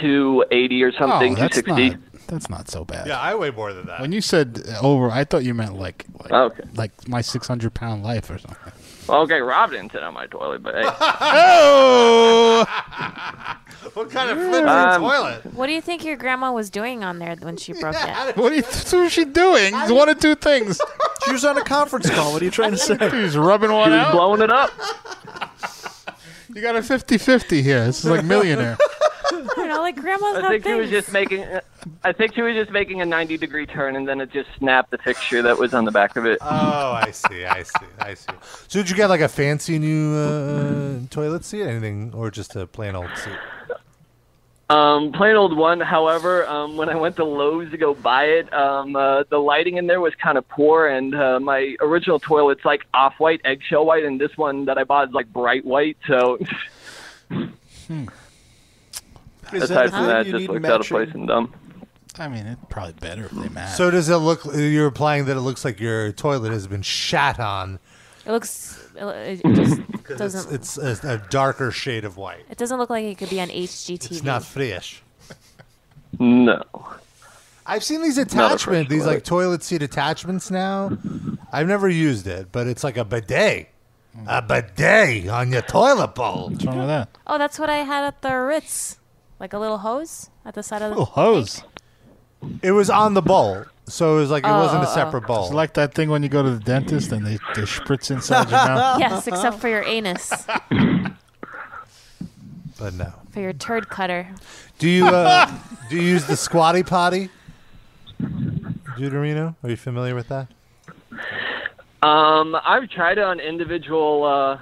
[SPEAKER 8] two eighty or
[SPEAKER 2] Oh,
[SPEAKER 8] something, two
[SPEAKER 2] that's
[SPEAKER 8] sixty.
[SPEAKER 2] not. That's not so bad.
[SPEAKER 3] Yeah, I weigh more than that.
[SPEAKER 2] When you said uh, over, I thought you meant like like,
[SPEAKER 8] Oh, Okay.
[SPEAKER 2] like my 600 pound life
[SPEAKER 3] (laughs)
[SPEAKER 2] or something.
[SPEAKER 8] (laughs) Okay, Rob didn't sit on my toilet, but hey.
[SPEAKER 4] (laughs)
[SPEAKER 3] Oh! what kind of flip
[SPEAKER 8] Um,
[SPEAKER 3] toilet?
[SPEAKER 4] What do you think your grandma was doing on there when she broke it?
[SPEAKER 2] What do you, (laughs) what was she doing? One of two things.
[SPEAKER 5] She was on a conference call. What are you
[SPEAKER 2] (laughs)
[SPEAKER 5] trying to say?
[SPEAKER 2] She's rubbing one
[SPEAKER 8] He was
[SPEAKER 2] out.
[SPEAKER 8] blowing it up.
[SPEAKER 2] You got a 50-50 here. This is
[SPEAKER 3] (laughs)
[SPEAKER 2] like millionaire.
[SPEAKER 4] I don't know, like grandmas
[SPEAKER 8] I
[SPEAKER 4] have
[SPEAKER 8] think she was
[SPEAKER 4] things.
[SPEAKER 8] just making. I think she was just making a ninety degree turn, and then it just snapped the fixture that was on the back of it.
[SPEAKER 3] Oh, I see, I see, I see. So did you get like a fancy new uh, toilet seat, anything, or just a plain old seat?
[SPEAKER 8] Um, plain old one. However, um, when I went to Lowe's to go buy it, um, uh, the lighting in there was kind of poor, and uh, my original toilet's like off white, eggshell white, and this one that I bought is like bright white. So
[SPEAKER 5] Hmm. Is
[SPEAKER 8] aside
[SPEAKER 5] the
[SPEAKER 8] from
[SPEAKER 5] thing?
[SPEAKER 8] that, it
[SPEAKER 5] You
[SPEAKER 8] just
[SPEAKER 5] need
[SPEAKER 8] looked out of
[SPEAKER 5] matching?
[SPEAKER 8] place and dumb.
[SPEAKER 2] I mean, it's probably better if they match.
[SPEAKER 3] So does it look? You're implying that it looks like your toilet has been shat on.
[SPEAKER 4] It looks. It it just
[SPEAKER 3] It's,
[SPEAKER 4] doesn't.
[SPEAKER 3] it's a, a darker shade of white.
[SPEAKER 4] It doesn't look like it could be on HGTV.
[SPEAKER 3] It's not fresh.
[SPEAKER 8] No.
[SPEAKER 3] I've seen these
[SPEAKER 8] a fresh
[SPEAKER 3] attachments, these like
[SPEAKER 8] toilet.
[SPEAKER 3] toilet seat attachments now. I've never used it, but it's like a bidet, a bidet on your toilet bowl.
[SPEAKER 2] What's wrong with that?
[SPEAKER 4] Oh, that's what I had at the Ritz, like a little hose at the side of the.
[SPEAKER 2] Little hose.
[SPEAKER 3] It was on the bowl, so it was like it wasn't a
[SPEAKER 4] oh, oh.
[SPEAKER 3] separate bowl.
[SPEAKER 2] It's like that thing when you go to the dentist and they, they spritz
[SPEAKER 3] (laughs)
[SPEAKER 2] inside your
[SPEAKER 4] (laughs)
[SPEAKER 2] mouth.
[SPEAKER 4] Yes, except for your anus,
[SPEAKER 3] but no.
[SPEAKER 4] for your turd cutter.
[SPEAKER 3] Do you uh, (laughs) do you use the squatty potty? Deuterino, are you familiar with that?
[SPEAKER 8] Um, I've tried it on individual uh,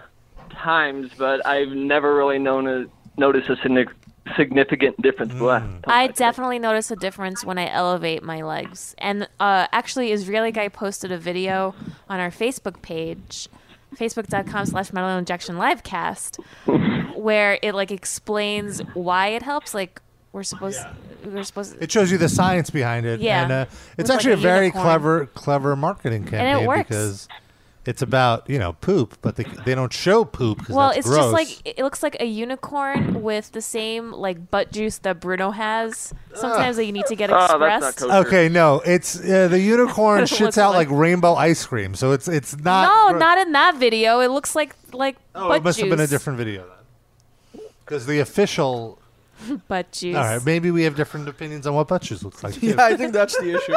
[SPEAKER 8] times, but I've never really known a, noticed a significant significant difference Blah.
[SPEAKER 4] I definitely notice a difference when I elevate my legs. And uh, actually, Israeli guy posted a video on our Facebook page, facebook.com slash metal injection livecast, where it like explains why it helps. Like We're supposed. We're supposed.
[SPEAKER 3] It shows you the science behind it.
[SPEAKER 4] Yeah.
[SPEAKER 3] And, uh, it's
[SPEAKER 4] With, like,
[SPEAKER 3] actually
[SPEAKER 4] a
[SPEAKER 3] a very
[SPEAKER 4] unicorn.
[SPEAKER 3] clever, clever marketing
[SPEAKER 4] it
[SPEAKER 3] campaign
[SPEAKER 4] works.
[SPEAKER 3] because it's about you know poop, but they, they don't show poop because
[SPEAKER 4] well,
[SPEAKER 3] that's
[SPEAKER 4] it's
[SPEAKER 3] gross.
[SPEAKER 4] just like it- it looks like a unicorn with the same like butt juice that Bruno has. Sometimes they need to get
[SPEAKER 8] Oh, that's not
[SPEAKER 4] expressed.
[SPEAKER 8] kosher.
[SPEAKER 3] Okay, no, it's uh, the
[SPEAKER 4] (laughs)
[SPEAKER 3] unicorn
[SPEAKER 4] That's what
[SPEAKER 3] shits
[SPEAKER 4] it's
[SPEAKER 3] out
[SPEAKER 4] like.
[SPEAKER 3] like rainbow ice cream, so it's it's not.
[SPEAKER 4] no,
[SPEAKER 3] gro-
[SPEAKER 4] not in that video. It looks like like
[SPEAKER 3] Oh,
[SPEAKER 4] butt
[SPEAKER 3] it must
[SPEAKER 4] juice.
[SPEAKER 3] have been a different video then, because the official.
[SPEAKER 4] (laughs) butt juice.
[SPEAKER 3] All right, maybe we have different opinions on what butt juice looks like. Too.
[SPEAKER 5] Yeah, I think that's the issue.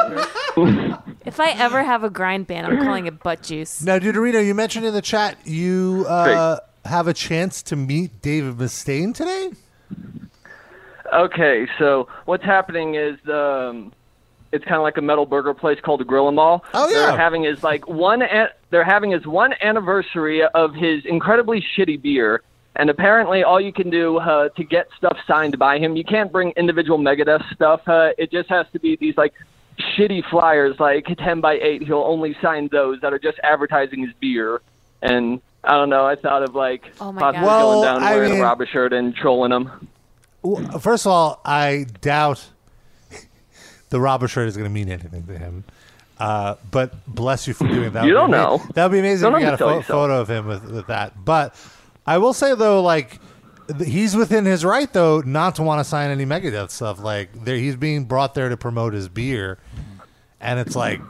[SPEAKER 5] here.
[SPEAKER 4] (laughs) If I ever have a grind ban, I'm calling it butt juice.
[SPEAKER 3] Now, Deuterino, you mentioned in the chat you uh, have a chance to meet David Mustaine today.
[SPEAKER 8] Okay, so what's happening is um, it's kind of like a metal burger place called the Grill 'Em All.
[SPEAKER 3] Oh, yeah.
[SPEAKER 8] They're having his like one. An- they're having his one anniversary of his incredibly shitty beer, and apparently all you can do uh, to get stuff signed by him, you can't bring individual Megadeth stuff. Uh, it just has to be these like shitty flyers, like ten by eight. He'll only sign those that are just advertising his beer, and I don't know. I thought of like
[SPEAKER 4] Oh, my God.
[SPEAKER 8] possibly
[SPEAKER 3] Well,
[SPEAKER 8] going down
[SPEAKER 3] I
[SPEAKER 8] wearing
[SPEAKER 3] mean-
[SPEAKER 8] a robber shirt and trolling him.
[SPEAKER 3] Well, first of all, I doubt (laughs) the robber shirt is going to mean anything to him. Uh, but bless you for doing that.
[SPEAKER 8] You
[SPEAKER 3] That
[SPEAKER 8] don't
[SPEAKER 3] would be-
[SPEAKER 8] know.
[SPEAKER 3] That would be amazing
[SPEAKER 8] Don't
[SPEAKER 3] if you got a
[SPEAKER 8] undersell
[SPEAKER 3] pho-
[SPEAKER 8] yourself.
[SPEAKER 3] photo of him with, with that. But I will say though, like th- he's within his right though not to want to sign any Megadeth stuff. Like there, he's being brought there to promote his beer, and it's like,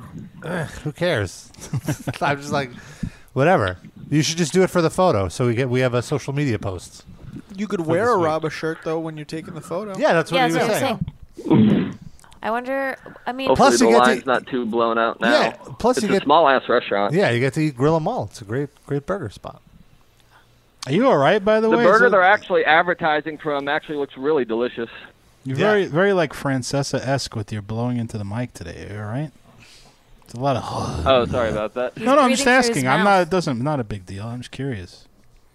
[SPEAKER 3] eh, who cares? (laughs) I'm just like, whatever. You should just do it for the photo. So we get we have a social media post.
[SPEAKER 5] You could wear a
[SPEAKER 3] week.
[SPEAKER 5] Raba shirt though when you're taking the photo.
[SPEAKER 3] Yeah, that's what
[SPEAKER 4] yeah,
[SPEAKER 3] he
[SPEAKER 4] that's
[SPEAKER 3] was
[SPEAKER 4] what I'm
[SPEAKER 3] saying.
[SPEAKER 4] saying. I wonder. I mean,
[SPEAKER 8] Hopefully
[SPEAKER 3] Plus
[SPEAKER 8] the
[SPEAKER 3] you get to-
[SPEAKER 8] line's not too blown out now.
[SPEAKER 3] Yeah, plus
[SPEAKER 8] it's
[SPEAKER 3] you
[SPEAKER 8] a
[SPEAKER 3] get-
[SPEAKER 8] small ass restaurant.
[SPEAKER 3] Yeah, you get to eat Grill 'em All. It's a great, great burger spot.
[SPEAKER 2] Are you all right? By the,
[SPEAKER 8] The
[SPEAKER 2] way, Is
[SPEAKER 8] burger
[SPEAKER 2] it-
[SPEAKER 8] they're actually advertising from actually looks really delicious.
[SPEAKER 2] you're
[SPEAKER 3] Yeah.
[SPEAKER 2] very, very like Francesa esque with your blowing into the mic today. Are you all right? It's a lot of.
[SPEAKER 8] Oh, sorry about that.
[SPEAKER 4] he's
[SPEAKER 2] no, no, I'm
[SPEAKER 4] breathing
[SPEAKER 2] just
[SPEAKER 4] through his
[SPEAKER 2] asking.
[SPEAKER 4] mouth.
[SPEAKER 2] I'm not. It doesn't. Not a big deal. I'm just curious.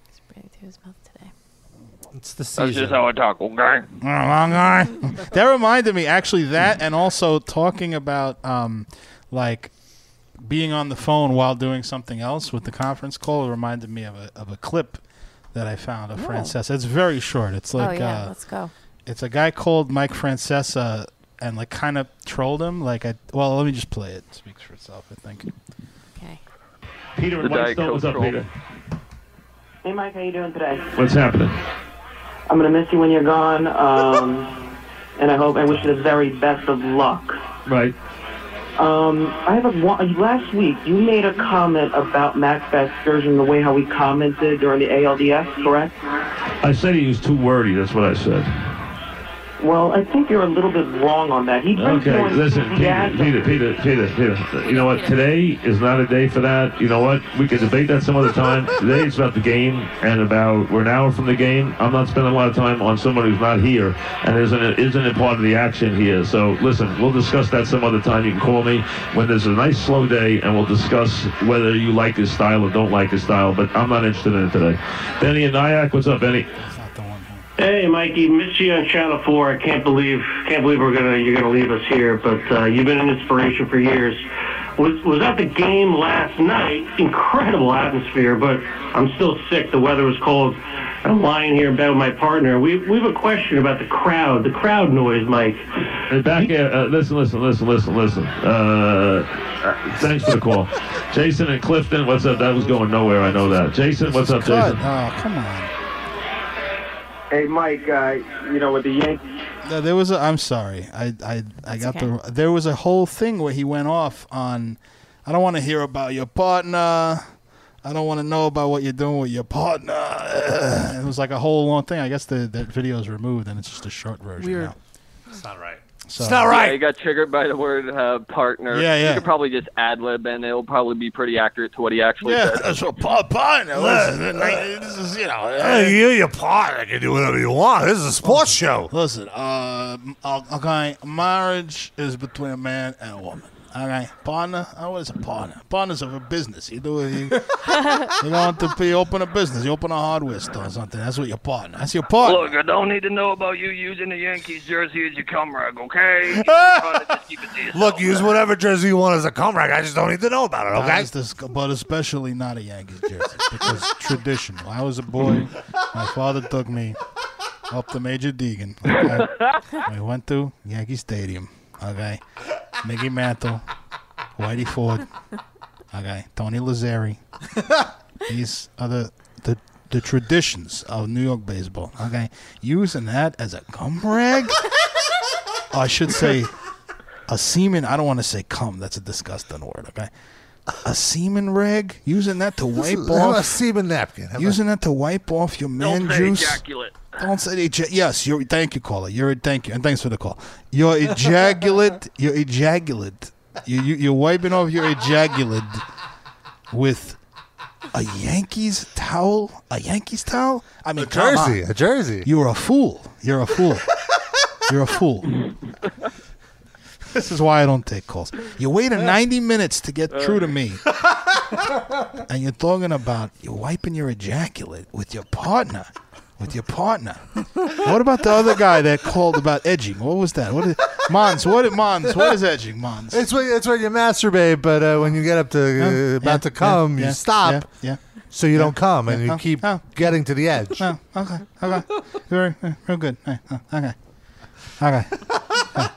[SPEAKER 4] He's breathing through his mouth today.
[SPEAKER 3] It's the
[SPEAKER 8] That's just
[SPEAKER 3] season.
[SPEAKER 8] how I talk, okay?
[SPEAKER 2] Oh, long eye.
[SPEAKER 4] (laughs)
[SPEAKER 2] that reminded me actually that, and also talking about um, like being on the phone while doing something else with the conference call reminded me of a of a clip that I found of Francesa. It's very short. It's like
[SPEAKER 4] oh yeah,
[SPEAKER 2] uh,
[SPEAKER 4] let's go.
[SPEAKER 2] it's a guy called Mike Francesa and like kind of trolled him. Like I well, let me just play it. It speaks for itself, I think.
[SPEAKER 4] Okay.
[SPEAKER 9] Peter
[SPEAKER 8] The
[SPEAKER 9] and
[SPEAKER 8] Diet
[SPEAKER 9] Whitestone
[SPEAKER 8] Coke
[SPEAKER 9] was up,
[SPEAKER 8] troll.
[SPEAKER 9] Peter.
[SPEAKER 10] Hey Mike, how you doing today?
[SPEAKER 9] What's happening?
[SPEAKER 10] I'm gonna miss you when you're gone, um, and I hope I wish you the very best of luck.
[SPEAKER 9] Right.
[SPEAKER 10] Um, I have a one, last week you made a comment about Max Vasquez and the way how he commented during the ALDS, correct?
[SPEAKER 9] I said he was too wordy. That's what I said.
[SPEAKER 10] Well, I think you're a little bit wrong on that. He brings
[SPEAKER 9] Okay,
[SPEAKER 10] more
[SPEAKER 9] listen, Peter,
[SPEAKER 10] enthusiasm.
[SPEAKER 9] Peter, Peter, Peter, Peter. You know what? Today is not a day for that. You know what? We could debate that some
[SPEAKER 10] (laughs)
[SPEAKER 9] other time. Today it's about the game and about we're an hour from the game. I'm not spending a lot of time on someone who's not here and isn't isn't a part of the action here. So listen, we'll discuss that some other time. You can call me when there's a nice slow day, and we'll discuss whether you like his style or don't like his style. But I'm not interested in it today. Benny and Nyack, what's up, Benny?
[SPEAKER 2] It's not the one. huh?
[SPEAKER 9] Hey, Mikey, missed you on Channel Four. I can't believe can't believe we're gonna you're gonna leave us here, but uh, you've been an inspiration for years. Was was at the game last night. Incredible atmosphere, but I'm still sick. The weather was cold. I'm lying here in bed with my partner. We we have a question about the crowd, the crowd noise, Mike. Back, uh, listen, listen, listen, listen, listen. Uh, thanks for the call, Jason and Clifton. What's up? That was going nowhere. I know that. Jason, what's up,
[SPEAKER 2] Cut.
[SPEAKER 9] Jason?
[SPEAKER 2] Oh, come on.
[SPEAKER 10] Hey Mike, uh, you know with the Yankees.
[SPEAKER 2] No, there was a. I'm sorry. I I, I got the. There was a whole thing where he went off on. I don't want to hear about your partner. I don't want to know about what you're doing with your partner. It was like a whole long thing. I guess the that video is removed and it's just a short version.
[SPEAKER 5] Weird.
[SPEAKER 2] Now.
[SPEAKER 3] It's not right.
[SPEAKER 2] So,
[SPEAKER 3] It's not
[SPEAKER 8] Yeah, you
[SPEAKER 3] right.
[SPEAKER 8] got triggered by the word uh, partner.
[SPEAKER 2] Yeah, yeah.
[SPEAKER 8] You could probably just ad lib, and it'll probably be pretty accurate to what he actually
[SPEAKER 2] Yeah,
[SPEAKER 8] said.
[SPEAKER 2] that's what pa- partner. Listen, this is you know. uh,
[SPEAKER 3] Hey, you're your partner. You can do whatever you want. This is a sports show.
[SPEAKER 2] Oh, Listen, uh, okay, marriage is between a man and a woman. Okay, partner, oh, what is a partner? Partners of a business. You do you, you want to be open a business. You open a hardware store or something. That's what your partner. That's your partner.
[SPEAKER 8] Look, I don't need to know about you using the Yankees jersey as your cum rag,
[SPEAKER 3] (laughs)
[SPEAKER 8] okay? You gotta just keep it to yourself.
[SPEAKER 3] Look, use whatever jersey you want as a comrade. I just don't need to know about it, okay?
[SPEAKER 2] Guys, this- but especially
[SPEAKER 3] (laughs)
[SPEAKER 2] not a Yankees jersey because traditional. I was a boy. My father took me Up to Major Deegan. Okay? we went to Yankee Stadium. Okay. Mickey Mantle, Whitey Ford. Okay. Tony Lazzari. These are the, the, the traditions of New York baseball. Okay. Using that as a cum rag? I should say a semen. I don't want to say cum. That's a disgusting word. Okay. A semen rag? Using that to wipe
[SPEAKER 3] How about
[SPEAKER 2] off.
[SPEAKER 3] a semen napkin. How about-
[SPEAKER 2] Using that to wipe off your man
[SPEAKER 3] say
[SPEAKER 2] juice.
[SPEAKER 3] ejaculate.
[SPEAKER 2] Don't say ejaculate. Yes, you're. Thank you, caller. You're. Thank you, and thanks for the call. Your ejaculate. your ejaculate. You, you, you're wiping off your ejaculate with a Yankees towel. A Yankees towel. I mean,
[SPEAKER 3] A jersey, a
[SPEAKER 2] jersey. You're a fool. You're a fool. you're
[SPEAKER 3] (laughs)
[SPEAKER 2] a fool. This is why I don't take calls. You waited 90 minutes to get through to me and you're talking about you're wiping your ejaculate with your partner, with your partner. what about the other guy that called about edging? What was that? What is (laughs) Mons? What is Mons? What is edging, Mons?
[SPEAKER 3] It's when, it's when you masturbate, but uh, when you get up to uh,
[SPEAKER 2] Yeah,
[SPEAKER 3] about
[SPEAKER 2] yeah,
[SPEAKER 3] to come,
[SPEAKER 2] yeah,
[SPEAKER 3] you
[SPEAKER 2] yeah,
[SPEAKER 3] stop.
[SPEAKER 2] yeah,
[SPEAKER 3] So you don't come, and
[SPEAKER 2] yeah.
[SPEAKER 3] you
[SPEAKER 2] Oh,
[SPEAKER 3] keep getting to the edge.
[SPEAKER 2] No, okay, okay, very, uh, real good. Uh, uh, Okay, okay.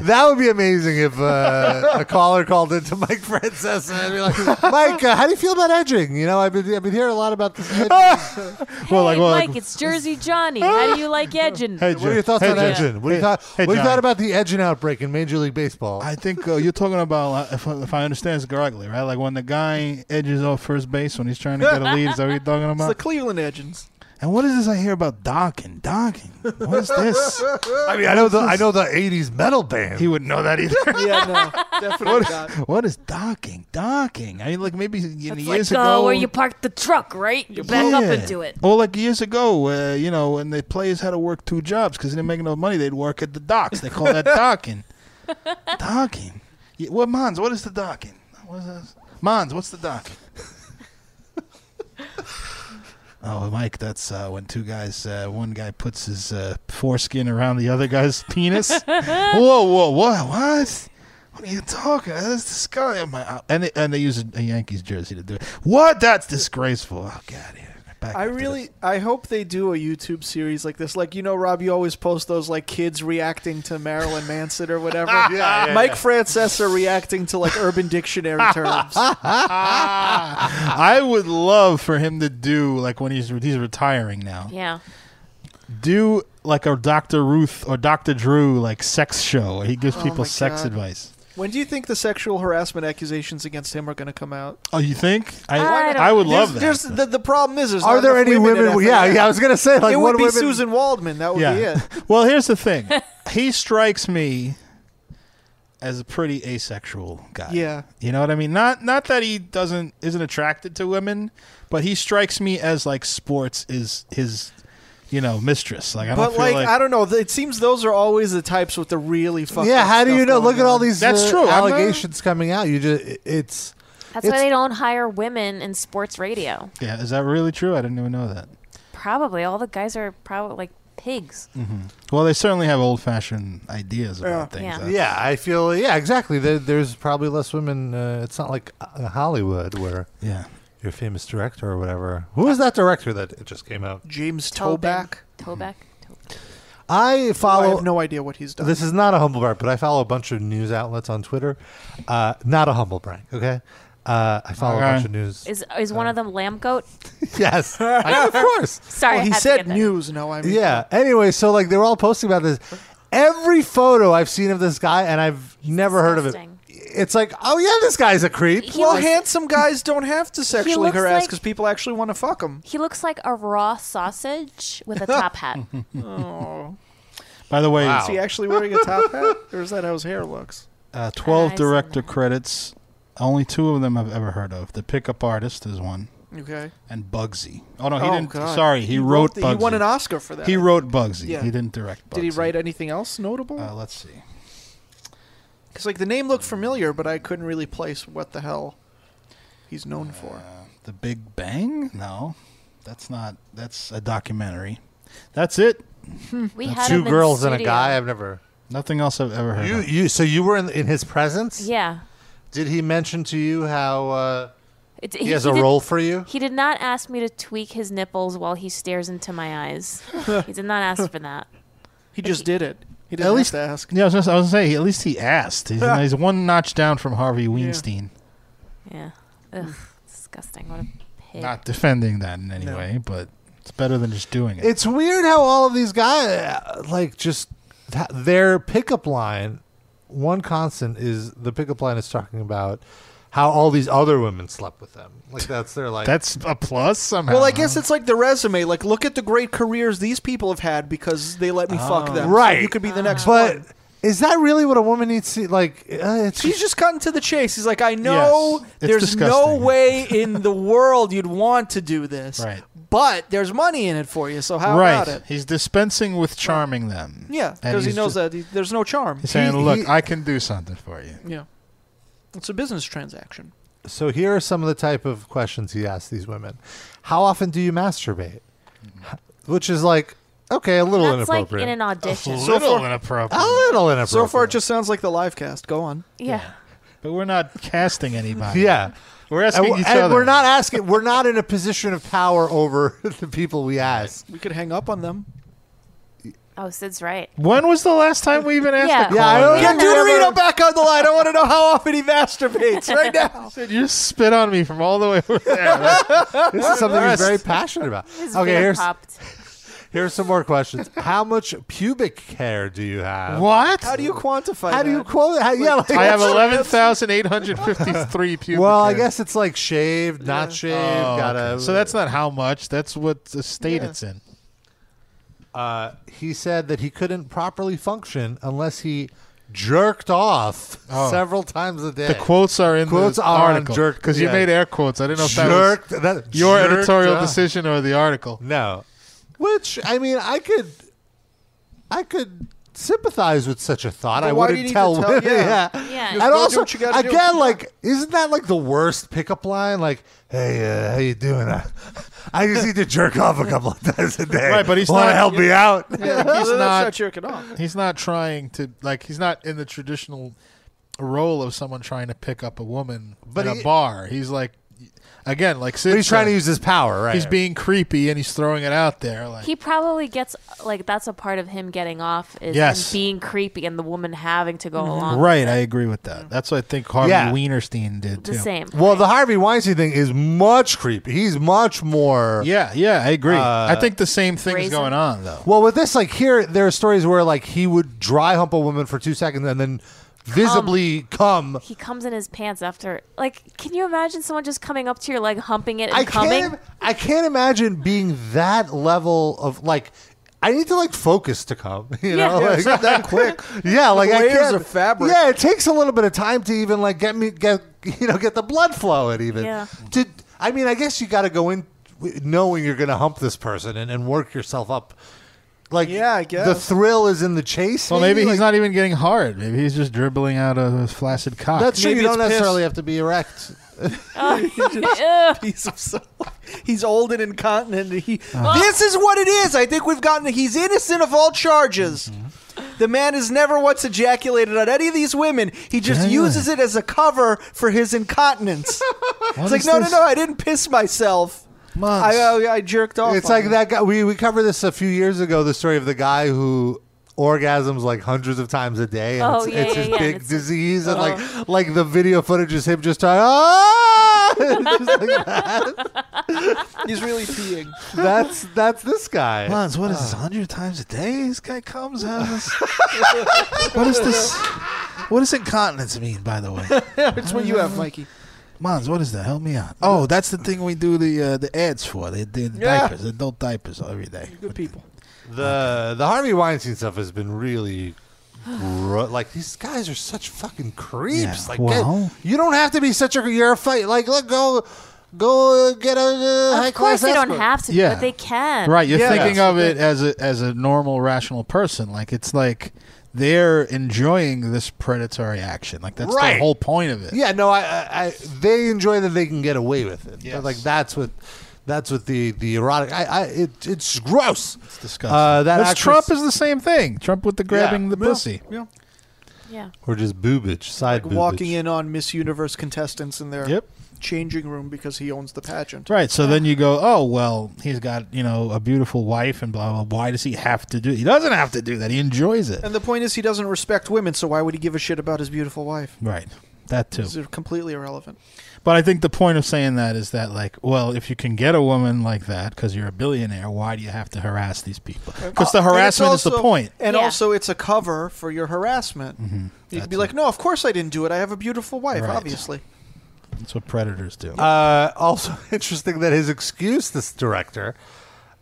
[SPEAKER 3] That would be amazing if uh, a caller called into Mike Francis and I'd be like, Mike, uh, how do you feel about edging? You know, I've been, I've been hearing a lot about this. edging."
[SPEAKER 2] (laughs)
[SPEAKER 3] oh,
[SPEAKER 2] well,
[SPEAKER 4] Hey, Mike, it's Jersey Johnny. How do you
[SPEAKER 3] (laughs)
[SPEAKER 4] like edging?
[SPEAKER 3] what are your thoughts on edging? What, do you thought,
[SPEAKER 2] Hey,
[SPEAKER 3] what do you
[SPEAKER 2] John.
[SPEAKER 3] thought about the edging outbreak in Major League Baseball?
[SPEAKER 2] I think uh, you're talking about uh, if, if I understand this correctly, right? Like when the guy edges off first base when he's trying to get a lead. Is that what you're talking
[SPEAKER 5] It's
[SPEAKER 2] about?
[SPEAKER 5] the Cleveland Edgins.
[SPEAKER 2] and what is this I hear about docking? Docking. What is this?
[SPEAKER 5] (laughs)
[SPEAKER 3] I mean, I know the I know the '80s metal band.
[SPEAKER 2] He wouldn't know
[SPEAKER 3] (laughs)
[SPEAKER 2] that either.
[SPEAKER 5] yeah, no, definitely not.
[SPEAKER 2] What is docking? Docking. I mean, like maybe in
[SPEAKER 4] It's
[SPEAKER 2] years
[SPEAKER 4] like uh,
[SPEAKER 2] ago.
[SPEAKER 4] where you park the truck, right? You back up
[SPEAKER 2] Yeah.
[SPEAKER 4] into it.
[SPEAKER 2] Or like years ago, uh, you know, when the players had to work two jobs because they didn't make enough money, they'd work at the docks. They call
[SPEAKER 4] (laughs)
[SPEAKER 2] that docking. docking. Yeah, what Mons? What is the docking? What is this? Mons, what's the docking? (laughs) Oh, Mike, that's uh, when two guys, uh, one guy puts his uh, foreskin around the other guy's (laughs)
[SPEAKER 4] (laughs)
[SPEAKER 2] penis.
[SPEAKER 5] (laughs)
[SPEAKER 2] whoa, whoa, whoa, what? What are you talking? That's disgusting. Oh, My- uh, And they, and they use a, a Yankees jersey to do it. What? That's disgraceful. Oh,
[SPEAKER 5] (laughs)
[SPEAKER 2] God.
[SPEAKER 5] I really, I hope they do a YouTube series like this. Like you know, Rob, you always post those like kids reacting to Marilyn Manson or whatever.
[SPEAKER 2] (laughs) Yeah, yeah,
[SPEAKER 5] Mike
[SPEAKER 2] yeah.
[SPEAKER 5] Francesa reacting to like Urban Dictionary
[SPEAKER 2] (laughs)
[SPEAKER 5] terms.
[SPEAKER 2] I would love for him to do like when he's he's retiring now.
[SPEAKER 4] Yeah.
[SPEAKER 2] Do like a Dr. Ruth or Dr. Drew like sex show. He gives
[SPEAKER 5] Oh my
[SPEAKER 2] people sex
[SPEAKER 5] God.
[SPEAKER 2] advice.
[SPEAKER 5] When do you think the sexual harassment accusations against him are going to come out?
[SPEAKER 2] Oh, you think? I I, would
[SPEAKER 5] There's-
[SPEAKER 2] love that.
[SPEAKER 5] There's, the, the problem is, there's
[SPEAKER 3] Are
[SPEAKER 5] not
[SPEAKER 3] there
[SPEAKER 5] enough
[SPEAKER 3] any
[SPEAKER 5] women?
[SPEAKER 3] women-
[SPEAKER 5] in
[SPEAKER 3] yeah,
[SPEAKER 5] FNL.
[SPEAKER 3] yeah, I was gonna say, like,
[SPEAKER 5] it
[SPEAKER 3] what
[SPEAKER 5] would be
[SPEAKER 3] women-
[SPEAKER 5] Susan Waldman. That would be it.
[SPEAKER 2] well, here's the
[SPEAKER 5] (laughs)
[SPEAKER 2] thing. he strikes me as a pretty asexual guy.
[SPEAKER 5] Yeah.
[SPEAKER 2] You know what I mean? Not not that he doesn't isn't attracted to women, but he strikes me as like sports is his you know, mistress. Like (laughs) I don't
[SPEAKER 5] But
[SPEAKER 2] feel
[SPEAKER 5] like,
[SPEAKER 2] like
[SPEAKER 5] I don't know. It seems those are always the types with the really fucking.
[SPEAKER 3] yeah, how do you
[SPEAKER 5] stuff
[SPEAKER 3] know?
[SPEAKER 5] going
[SPEAKER 3] Look at all
[SPEAKER 5] on.
[SPEAKER 3] these uh, allegations coming out. You just it- it's
[SPEAKER 4] That's
[SPEAKER 3] it's,
[SPEAKER 4] why they don't hire women in sports radio.
[SPEAKER 2] Yeah, is that really true? I didn't even know that.
[SPEAKER 4] Probably all the guys are probably like pigs.
[SPEAKER 2] hmm Well, they certainly have old-fashioned ideas about
[SPEAKER 4] Yeah.
[SPEAKER 2] things.
[SPEAKER 4] Yeah.
[SPEAKER 2] That's-
[SPEAKER 3] Yeah, I feel. Yeah, exactly. There, there's probably less women. Uh, it's not like uh, Hollywood where
[SPEAKER 2] yeah,
[SPEAKER 3] your famous director or whatever. Who was that director that just came out?
[SPEAKER 5] James Toback.
[SPEAKER 4] Toback.
[SPEAKER 3] I follow.
[SPEAKER 5] I have no idea what he's done.
[SPEAKER 3] This is not a humble brag, but I follow a bunch of news outlets on Twitter. Uh, not a humble brag, okay? Uh, I follow
[SPEAKER 2] Okay.
[SPEAKER 3] a bunch of news. (laughs)
[SPEAKER 4] Is is
[SPEAKER 5] uh,
[SPEAKER 4] one of them lamb goat?
[SPEAKER 3] yes, I- of course.
[SPEAKER 4] (laughs) Sorry, I
[SPEAKER 5] he
[SPEAKER 4] had to
[SPEAKER 5] said
[SPEAKER 4] get that.
[SPEAKER 5] news. No, I mean, (laughs)
[SPEAKER 3] Yeah. Anyway, so like they were all posting about this. Every photo I've seen of this guy, and I've never heard of
[SPEAKER 4] disgusting.
[SPEAKER 3] it. It's like, oh yeah, this guy's a creep.
[SPEAKER 4] He
[SPEAKER 5] Well,
[SPEAKER 4] looks-
[SPEAKER 5] handsome guys don't have to sexually
[SPEAKER 4] looks
[SPEAKER 5] harass
[SPEAKER 4] like-
[SPEAKER 5] because people actually want to fuck them.
[SPEAKER 4] He looks like a raw sausage with a top hat.
[SPEAKER 5] (laughs) Oh.
[SPEAKER 2] By the way,
[SPEAKER 5] Is he actually wearing a top hat? Or is that how his hair looks?
[SPEAKER 2] uh,
[SPEAKER 4] I've
[SPEAKER 2] 12
[SPEAKER 4] seen
[SPEAKER 2] director credits. Only two of them I've ever heard of. The Pickup Artist is one,
[SPEAKER 5] Okay.
[SPEAKER 2] and Bugsy. Oh no, he
[SPEAKER 5] Oh,
[SPEAKER 2] didn't.
[SPEAKER 5] God.
[SPEAKER 2] Sorry, he, wrote.
[SPEAKER 5] the-
[SPEAKER 2] Bugsy.
[SPEAKER 5] He won an Oscar for that.
[SPEAKER 2] He wrote Bugsy.
[SPEAKER 5] Yeah.
[SPEAKER 2] He didn't direct. Bugsy.
[SPEAKER 5] Did he write anything else notable?
[SPEAKER 2] Uh, let's see.
[SPEAKER 5] Because like the name looked familiar, but I couldn't really place what the hell he's known for.
[SPEAKER 2] The Big Bang? No, that's not. That's a documentary. That's it.
[SPEAKER 4] Hmm, We
[SPEAKER 2] That's
[SPEAKER 4] had
[SPEAKER 3] Two
[SPEAKER 4] him in
[SPEAKER 3] girls and a
[SPEAKER 4] studio.
[SPEAKER 3] guy. I've never.
[SPEAKER 2] Nothing else I've ever heard.
[SPEAKER 3] You,
[SPEAKER 2] of.
[SPEAKER 3] you. So you were in, in his presence.
[SPEAKER 4] Yeah.
[SPEAKER 3] Did he mention to you how uh,
[SPEAKER 4] It,
[SPEAKER 3] He has a role for you?
[SPEAKER 4] He did not ask me to tweak his nipples while he stares into my
[SPEAKER 5] (laughs)
[SPEAKER 4] eyes. he did not ask for that.
[SPEAKER 5] He just did it. He didn't have to ask.
[SPEAKER 2] Yeah, I was, just, I was gonna say at least he
[SPEAKER 5] (laughs)
[SPEAKER 2] asked. He's, he's one notch down from Harvey Weinstein.
[SPEAKER 4] Yeah. Ugh, disgusting. What a pig.
[SPEAKER 2] Not defending that in any way, but it's better than just doing it.
[SPEAKER 3] It's weird how all of these guys, like, just th- their pickup line. One constant is the pickup line is talking about how all these other women slept with them. Like that's their like.
[SPEAKER 2] That's a plus somehow.
[SPEAKER 5] Well, I guess it's like the resume. Like, look at the great careers these people have had because they let me fuck them. So
[SPEAKER 3] Right.
[SPEAKER 5] you could be the next
[SPEAKER 3] But
[SPEAKER 5] one.
[SPEAKER 3] is that really what a woman needs to like? Uh, it's
[SPEAKER 5] He's just cutting to the chase. He's like, I know
[SPEAKER 3] Yes. It's
[SPEAKER 5] there's no
[SPEAKER 3] disgusting.
[SPEAKER 5] way in the world you'd want to do this,
[SPEAKER 2] Right.
[SPEAKER 5] but there's money in it for you. So how
[SPEAKER 2] right.
[SPEAKER 5] about it?
[SPEAKER 2] He's dispensing with charming them.
[SPEAKER 5] Yeah,
[SPEAKER 2] And
[SPEAKER 5] because he
[SPEAKER 2] he's
[SPEAKER 5] knows
[SPEAKER 2] ju-
[SPEAKER 5] that he- there's no charm.
[SPEAKER 2] He's saying, "Look, I can do something for you."
[SPEAKER 5] yeah, it's a business transaction.
[SPEAKER 3] So here are some of the type of questions he asked these women: How often do you masturbate? Which is like okay, a little
[SPEAKER 4] That's like in
[SPEAKER 3] inappropriate.
[SPEAKER 4] an audition.
[SPEAKER 3] So far- A little inappropriate.
[SPEAKER 5] So far, it just sounds like the live cast. Go on.
[SPEAKER 4] Yeah.
[SPEAKER 2] But we're not casting
[SPEAKER 3] (laughs)
[SPEAKER 2] anybody.
[SPEAKER 3] Yeah.
[SPEAKER 2] We're asking
[SPEAKER 3] and,
[SPEAKER 2] each
[SPEAKER 3] and
[SPEAKER 2] other.
[SPEAKER 3] We're not asking. We're not in a position of power over (laughs) the people we ask.
[SPEAKER 5] We could hang up on them.
[SPEAKER 4] Oh, Sid's right.
[SPEAKER 2] When was the last time we even asked?
[SPEAKER 4] Yeah.
[SPEAKER 2] a
[SPEAKER 4] Yeah, I
[SPEAKER 2] caller
[SPEAKER 4] don't
[SPEAKER 2] that?
[SPEAKER 5] Get Dorito back on the line. I want to know how often he masturbates (laughs) right now.
[SPEAKER 2] Dude, You just spit on me from all the way over there. (laughs)
[SPEAKER 3] This is (laughs) something he's very passionate about.
[SPEAKER 4] His
[SPEAKER 3] Okay,
[SPEAKER 4] vein
[SPEAKER 3] here's (laughs)
[SPEAKER 4] popped.
[SPEAKER 3] here's some more questions. How much pubic hair do you have?
[SPEAKER 2] what?
[SPEAKER 5] How do you quantify?
[SPEAKER 3] How do you quote? How, yeah, like, (laughs)
[SPEAKER 2] I have eleven thousand eight hundred fifty-three pubic.
[SPEAKER 3] Well, I
[SPEAKER 2] hairs.
[SPEAKER 3] guess it's like shaved, not shaved.
[SPEAKER 2] Oh,
[SPEAKER 3] gotta.
[SPEAKER 2] okay. So that's not how much. That's what the state
[SPEAKER 5] Yeah.
[SPEAKER 2] it's in.
[SPEAKER 3] Uh, he said that he couldn't properly function unless he jerked off
[SPEAKER 2] Oh.
[SPEAKER 3] several times a day.
[SPEAKER 2] The quotes are in
[SPEAKER 3] Quotes
[SPEAKER 2] the
[SPEAKER 3] are on
[SPEAKER 2] article
[SPEAKER 3] jerk-
[SPEAKER 2] because
[SPEAKER 3] yeah.
[SPEAKER 2] you made air quotes. I didn't know if that
[SPEAKER 3] jerked.
[SPEAKER 2] was
[SPEAKER 3] that-
[SPEAKER 2] your
[SPEAKER 3] jerked
[SPEAKER 2] editorial
[SPEAKER 3] off.
[SPEAKER 2] decision or the article.
[SPEAKER 3] No, which I mean, I could, I could sympathize with such a thought.
[SPEAKER 5] But
[SPEAKER 3] I
[SPEAKER 5] why do you
[SPEAKER 3] wouldn't
[SPEAKER 5] need to
[SPEAKER 3] tell.
[SPEAKER 5] tell-
[SPEAKER 3] (laughs)
[SPEAKER 5] yeah.
[SPEAKER 4] Yeah.
[SPEAKER 3] And
[SPEAKER 4] Just
[SPEAKER 5] go do
[SPEAKER 3] also,
[SPEAKER 5] what you gotta do.
[SPEAKER 3] again, like, isn't that like the worst pickup line? Like, hey, uh, how you doing? I, I just need to jerk off a couple of times a day.
[SPEAKER 2] Right, but he's
[SPEAKER 3] want to
[SPEAKER 2] not-
[SPEAKER 3] help me out. (laughs)
[SPEAKER 2] he's not-
[SPEAKER 5] jerking off.
[SPEAKER 2] He's not trying to like. He's not in the traditional role of someone trying to pick up a woman
[SPEAKER 3] But
[SPEAKER 2] but in
[SPEAKER 3] he-
[SPEAKER 2] a bar. He's like, again, like Sid
[SPEAKER 3] But he's trying
[SPEAKER 2] said,
[SPEAKER 3] to use his power, right?
[SPEAKER 2] He's being creepy and he's throwing it out there. Like,
[SPEAKER 4] He probably gets like that's a part of him getting off is
[SPEAKER 2] Yes. Mm-hmm.
[SPEAKER 4] him being creepy and the woman having to go along.
[SPEAKER 2] right? I agree with that. That's what I think Harvey
[SPEAKER 3] Yeah.
[SPEAKER 2] Wienerstein did
[SPEAKER 4] The
[SPEAKER 2] too.
[SPEAKER 4] same.
[SPEAKER 3] Well, the Harvey Weinstein thing is much creepy. He's much more.
[SPEAKER 2] Yeah, yeah, I agree.
[SPEAKER 3] Uh,
[SPEAKER 2] I think the same thing is
[SPEAKER 4] Raisin.
[SPEAKER 2] going on though.
[SPEAKER 3] Well, with this, like here, there are stories where like he would dry hump a woman for two seconds and then visibly come.
[SPEAKER 4] He comes in his pants after. Like, can you imagine someone just coming up to your leg, humping it, and
[SPEAKER 3] I
[SPEAKER 4] coming?
[SPEAKER 3] can't. I can't imagine being that level of like. I need to like focus to come. (laughs) You
[SPEAKER 4] Yeah.
[SPEAKER 3] know,
[SPEAKER 4] Yeah,
[SPEAKER 3] like,
[SPEAKER 4] (laughs)
[SPEAKER 5] it's not that quick.
[SPEAKER 3] yeah, like I
[SPEAKER 5] Layers
[SPEAKER 3] can't-
[SPEAKER 5] of fabric.
[SPEAKER 3] Yeah, it takes a little bit of time to even like get me get you know get the blood flowing even.
[SPEAKER 4] Yeah.
[SPEAKER 3] To I mean, I guess you got to go in w- knowing you're going to hump this person and, and work yourself up. Like
[SPEAKER 5] Yeah, I
[SPEAKER 3] the
[SPEAKER 5] guess.
[SPEAKER 3] thrill is in the chase.
[SPEAKER 2] Well, maybe
[SPEAKER 3] like-
[SPEAKER 2] he's not even getting hard. Maybe he's just dribbling out of his flaccid cock.
[SPEAKER 3] That's
[SPEAKER 5] Ah,
[SPEAKER 3] true.
[SPEAKER 5] Maybe
[SPEAKER 3] You don't
[SPEAKER 5] it's piss.
[SPEAKER 3] necessarily have to be erect.
[SPEAKER 5] (laughs)
[SPEAKER 4] Ugh.
[SPEAKER 5] Piece of soul. He's old and incontinent. and He,
[SPEAKER 2] Uh-huh.
[SPEAKER 5] This is what it is. I think we've gotten. He's innocent of all charges.
[SPEAKER 2] Mm-hmm.
[SPEAKER 5] The man has never once ejaculated on any of these women. He just
[SPEAKER 2] Genuine.
[SPEAKER 5] uses it as a cover for his incontinence.
[SPEAKER 2] (laughs) What
[SPEAKER 5] it's like,
[SPEAKER 2] is
[SPEAKER 5] no,
[SPEAKER 2] this?
[SPEAKER 5] no, no. I didn't piss myself. I,
[SPEAKER 2] Months.
[SPEAKER 5] I, I jerked off.
[SPEAKER 3] It's
[SPEAKER 5] on
[SPEAKER 3] like
[SPEAKER 5] it.
[SPEAKER 3] that guy. We, we covered this a few years ago. The story of the guy who orgasms like hundreds of times a day. And
[SPEAKER 4] Oh,
[SPEAKER 3] it's,
[SPEAKER 4] yeah,
[SPEAKER 3] it's
[SPEAKER 4] yeah,
[SPEAKER 3] his
[SPEAKER 4] yeah,
[SPEAKER 3] big
[SPEAKER 4] it's- oh.
[SPEAKER 3] disease. And like like the video footage is him just trying. Ah! (laughs) Just like that.
[SPEAKER 5] (laughs) He's really peeing.
[SPEAKER 3] That's that's this guy. Ah.
[SPEAKER 2] Mons, what is this? Hundred times a day, this guy comes. out of this- (laughs) (laughs) what is this? What does incontinence mean, by the way?
[SPEAKER 5] it's what you have, Mikey.
[SPEAKER 2] Mons, what is that? Help me out. Oh, that's the thing we do the uh, the ads for. They did
[SPEAKER 5] Yeah.
[SPEAKER 2] diapers, adult diapers every day.
[SPEAKER 5] Good people.
[SPEAKER 3] The the Harvey Weinstein stuff has been really. gro- Like these guys are such fucking creeps.
[SPEAKER 2] Yeah,
[SPEAKER 3] like
[SPEAKER 2] well-
[SPEAKER 3] get- you don't have to be such a you're a fight. Like look go go uh, get a uh, high
[SPEAKER 4] Of course
[SPEAKER 3] class.
[SPEAKER 4] they don't
[SPEAKER 3] escort.
[SPEAKER 4] have to,
[SPEAKER 2] Yeah.
[SPEAKER 4] but they can.
[SPEAKER 2] Right, you're
[SPEAKER 5] Yeah.
[SPEAKER 2] thinking
[SPEAKER 5] Yeah.
[SPEAKER 2] of it as a as a normal, rational person. Like it's like they're enjoying this predatory action. Like that's
[SPEAKER 3] Right.
[SPEAKER 2] the whole point of it.
[SPEAKER 3] Yeah, no, I, I, I they enjoy that they can get away with it.
[SPEAKER 2] Yes.
[SPEAKER 3] Like that's what, that's what the the erotic. I, I it, it's gross. It's
[SPEAKER 2] Disgusting.
[SPEAKER 3] Uh, that
[SPEAKER 2] That's-
[SPEAKER 3] actress-
[SPEAKER 2] Trump is the same thing. Trump with the grabbing the
[SPEAKER 3] Yeah.
[SPEAKER 2] pussy.
[SPEAKER 5] Yeah.
[SPEAKER 4] Yeah.
[SPEAKER 3] Or just boobage, side
[SPEAKER 5] Walking in on Miss Universe contestants in their
[SPEAKER 2] Yep.
[SPEAKER 5] changing room because he owns the pageant.
[SPEAKER 2] Right. So then you go, oh well, he's got you know a beautiful wife and blah blah. blah. Why does he have to do? He doesn't have to do that. He enjoys it.
[SPEAKER 5] And the point is, he doesn't respect women, so why would he give a shit about his beautiful wife?
[SPEAKER 2] Right. That too.
[SPEAKER 5] It's completely irrelevant.
[SPEAKER 2] But I think the point of saying that is that like, well, if you can get a woman like that because you're a billionaire, why do you have to harass these people? Because the
[SPEAKER 5] Uh, and it's
[SPEAKER 2] harassment is the
[SPEAKER 5] also-
[SPEAKER 2] point. Mm-hmm.
[SPEAKER 5] And also, it's a cover for your harassment. You could be like, no, of course I didn't do it. I have a beautiful wife,
[SPEAKER 2] Right.
[SPEAKER 5] obviously.
[SPEAKER 2] That's what predators do.
[SPEAKER 3] Uh, also (laughs) interesting that his excuse, this director,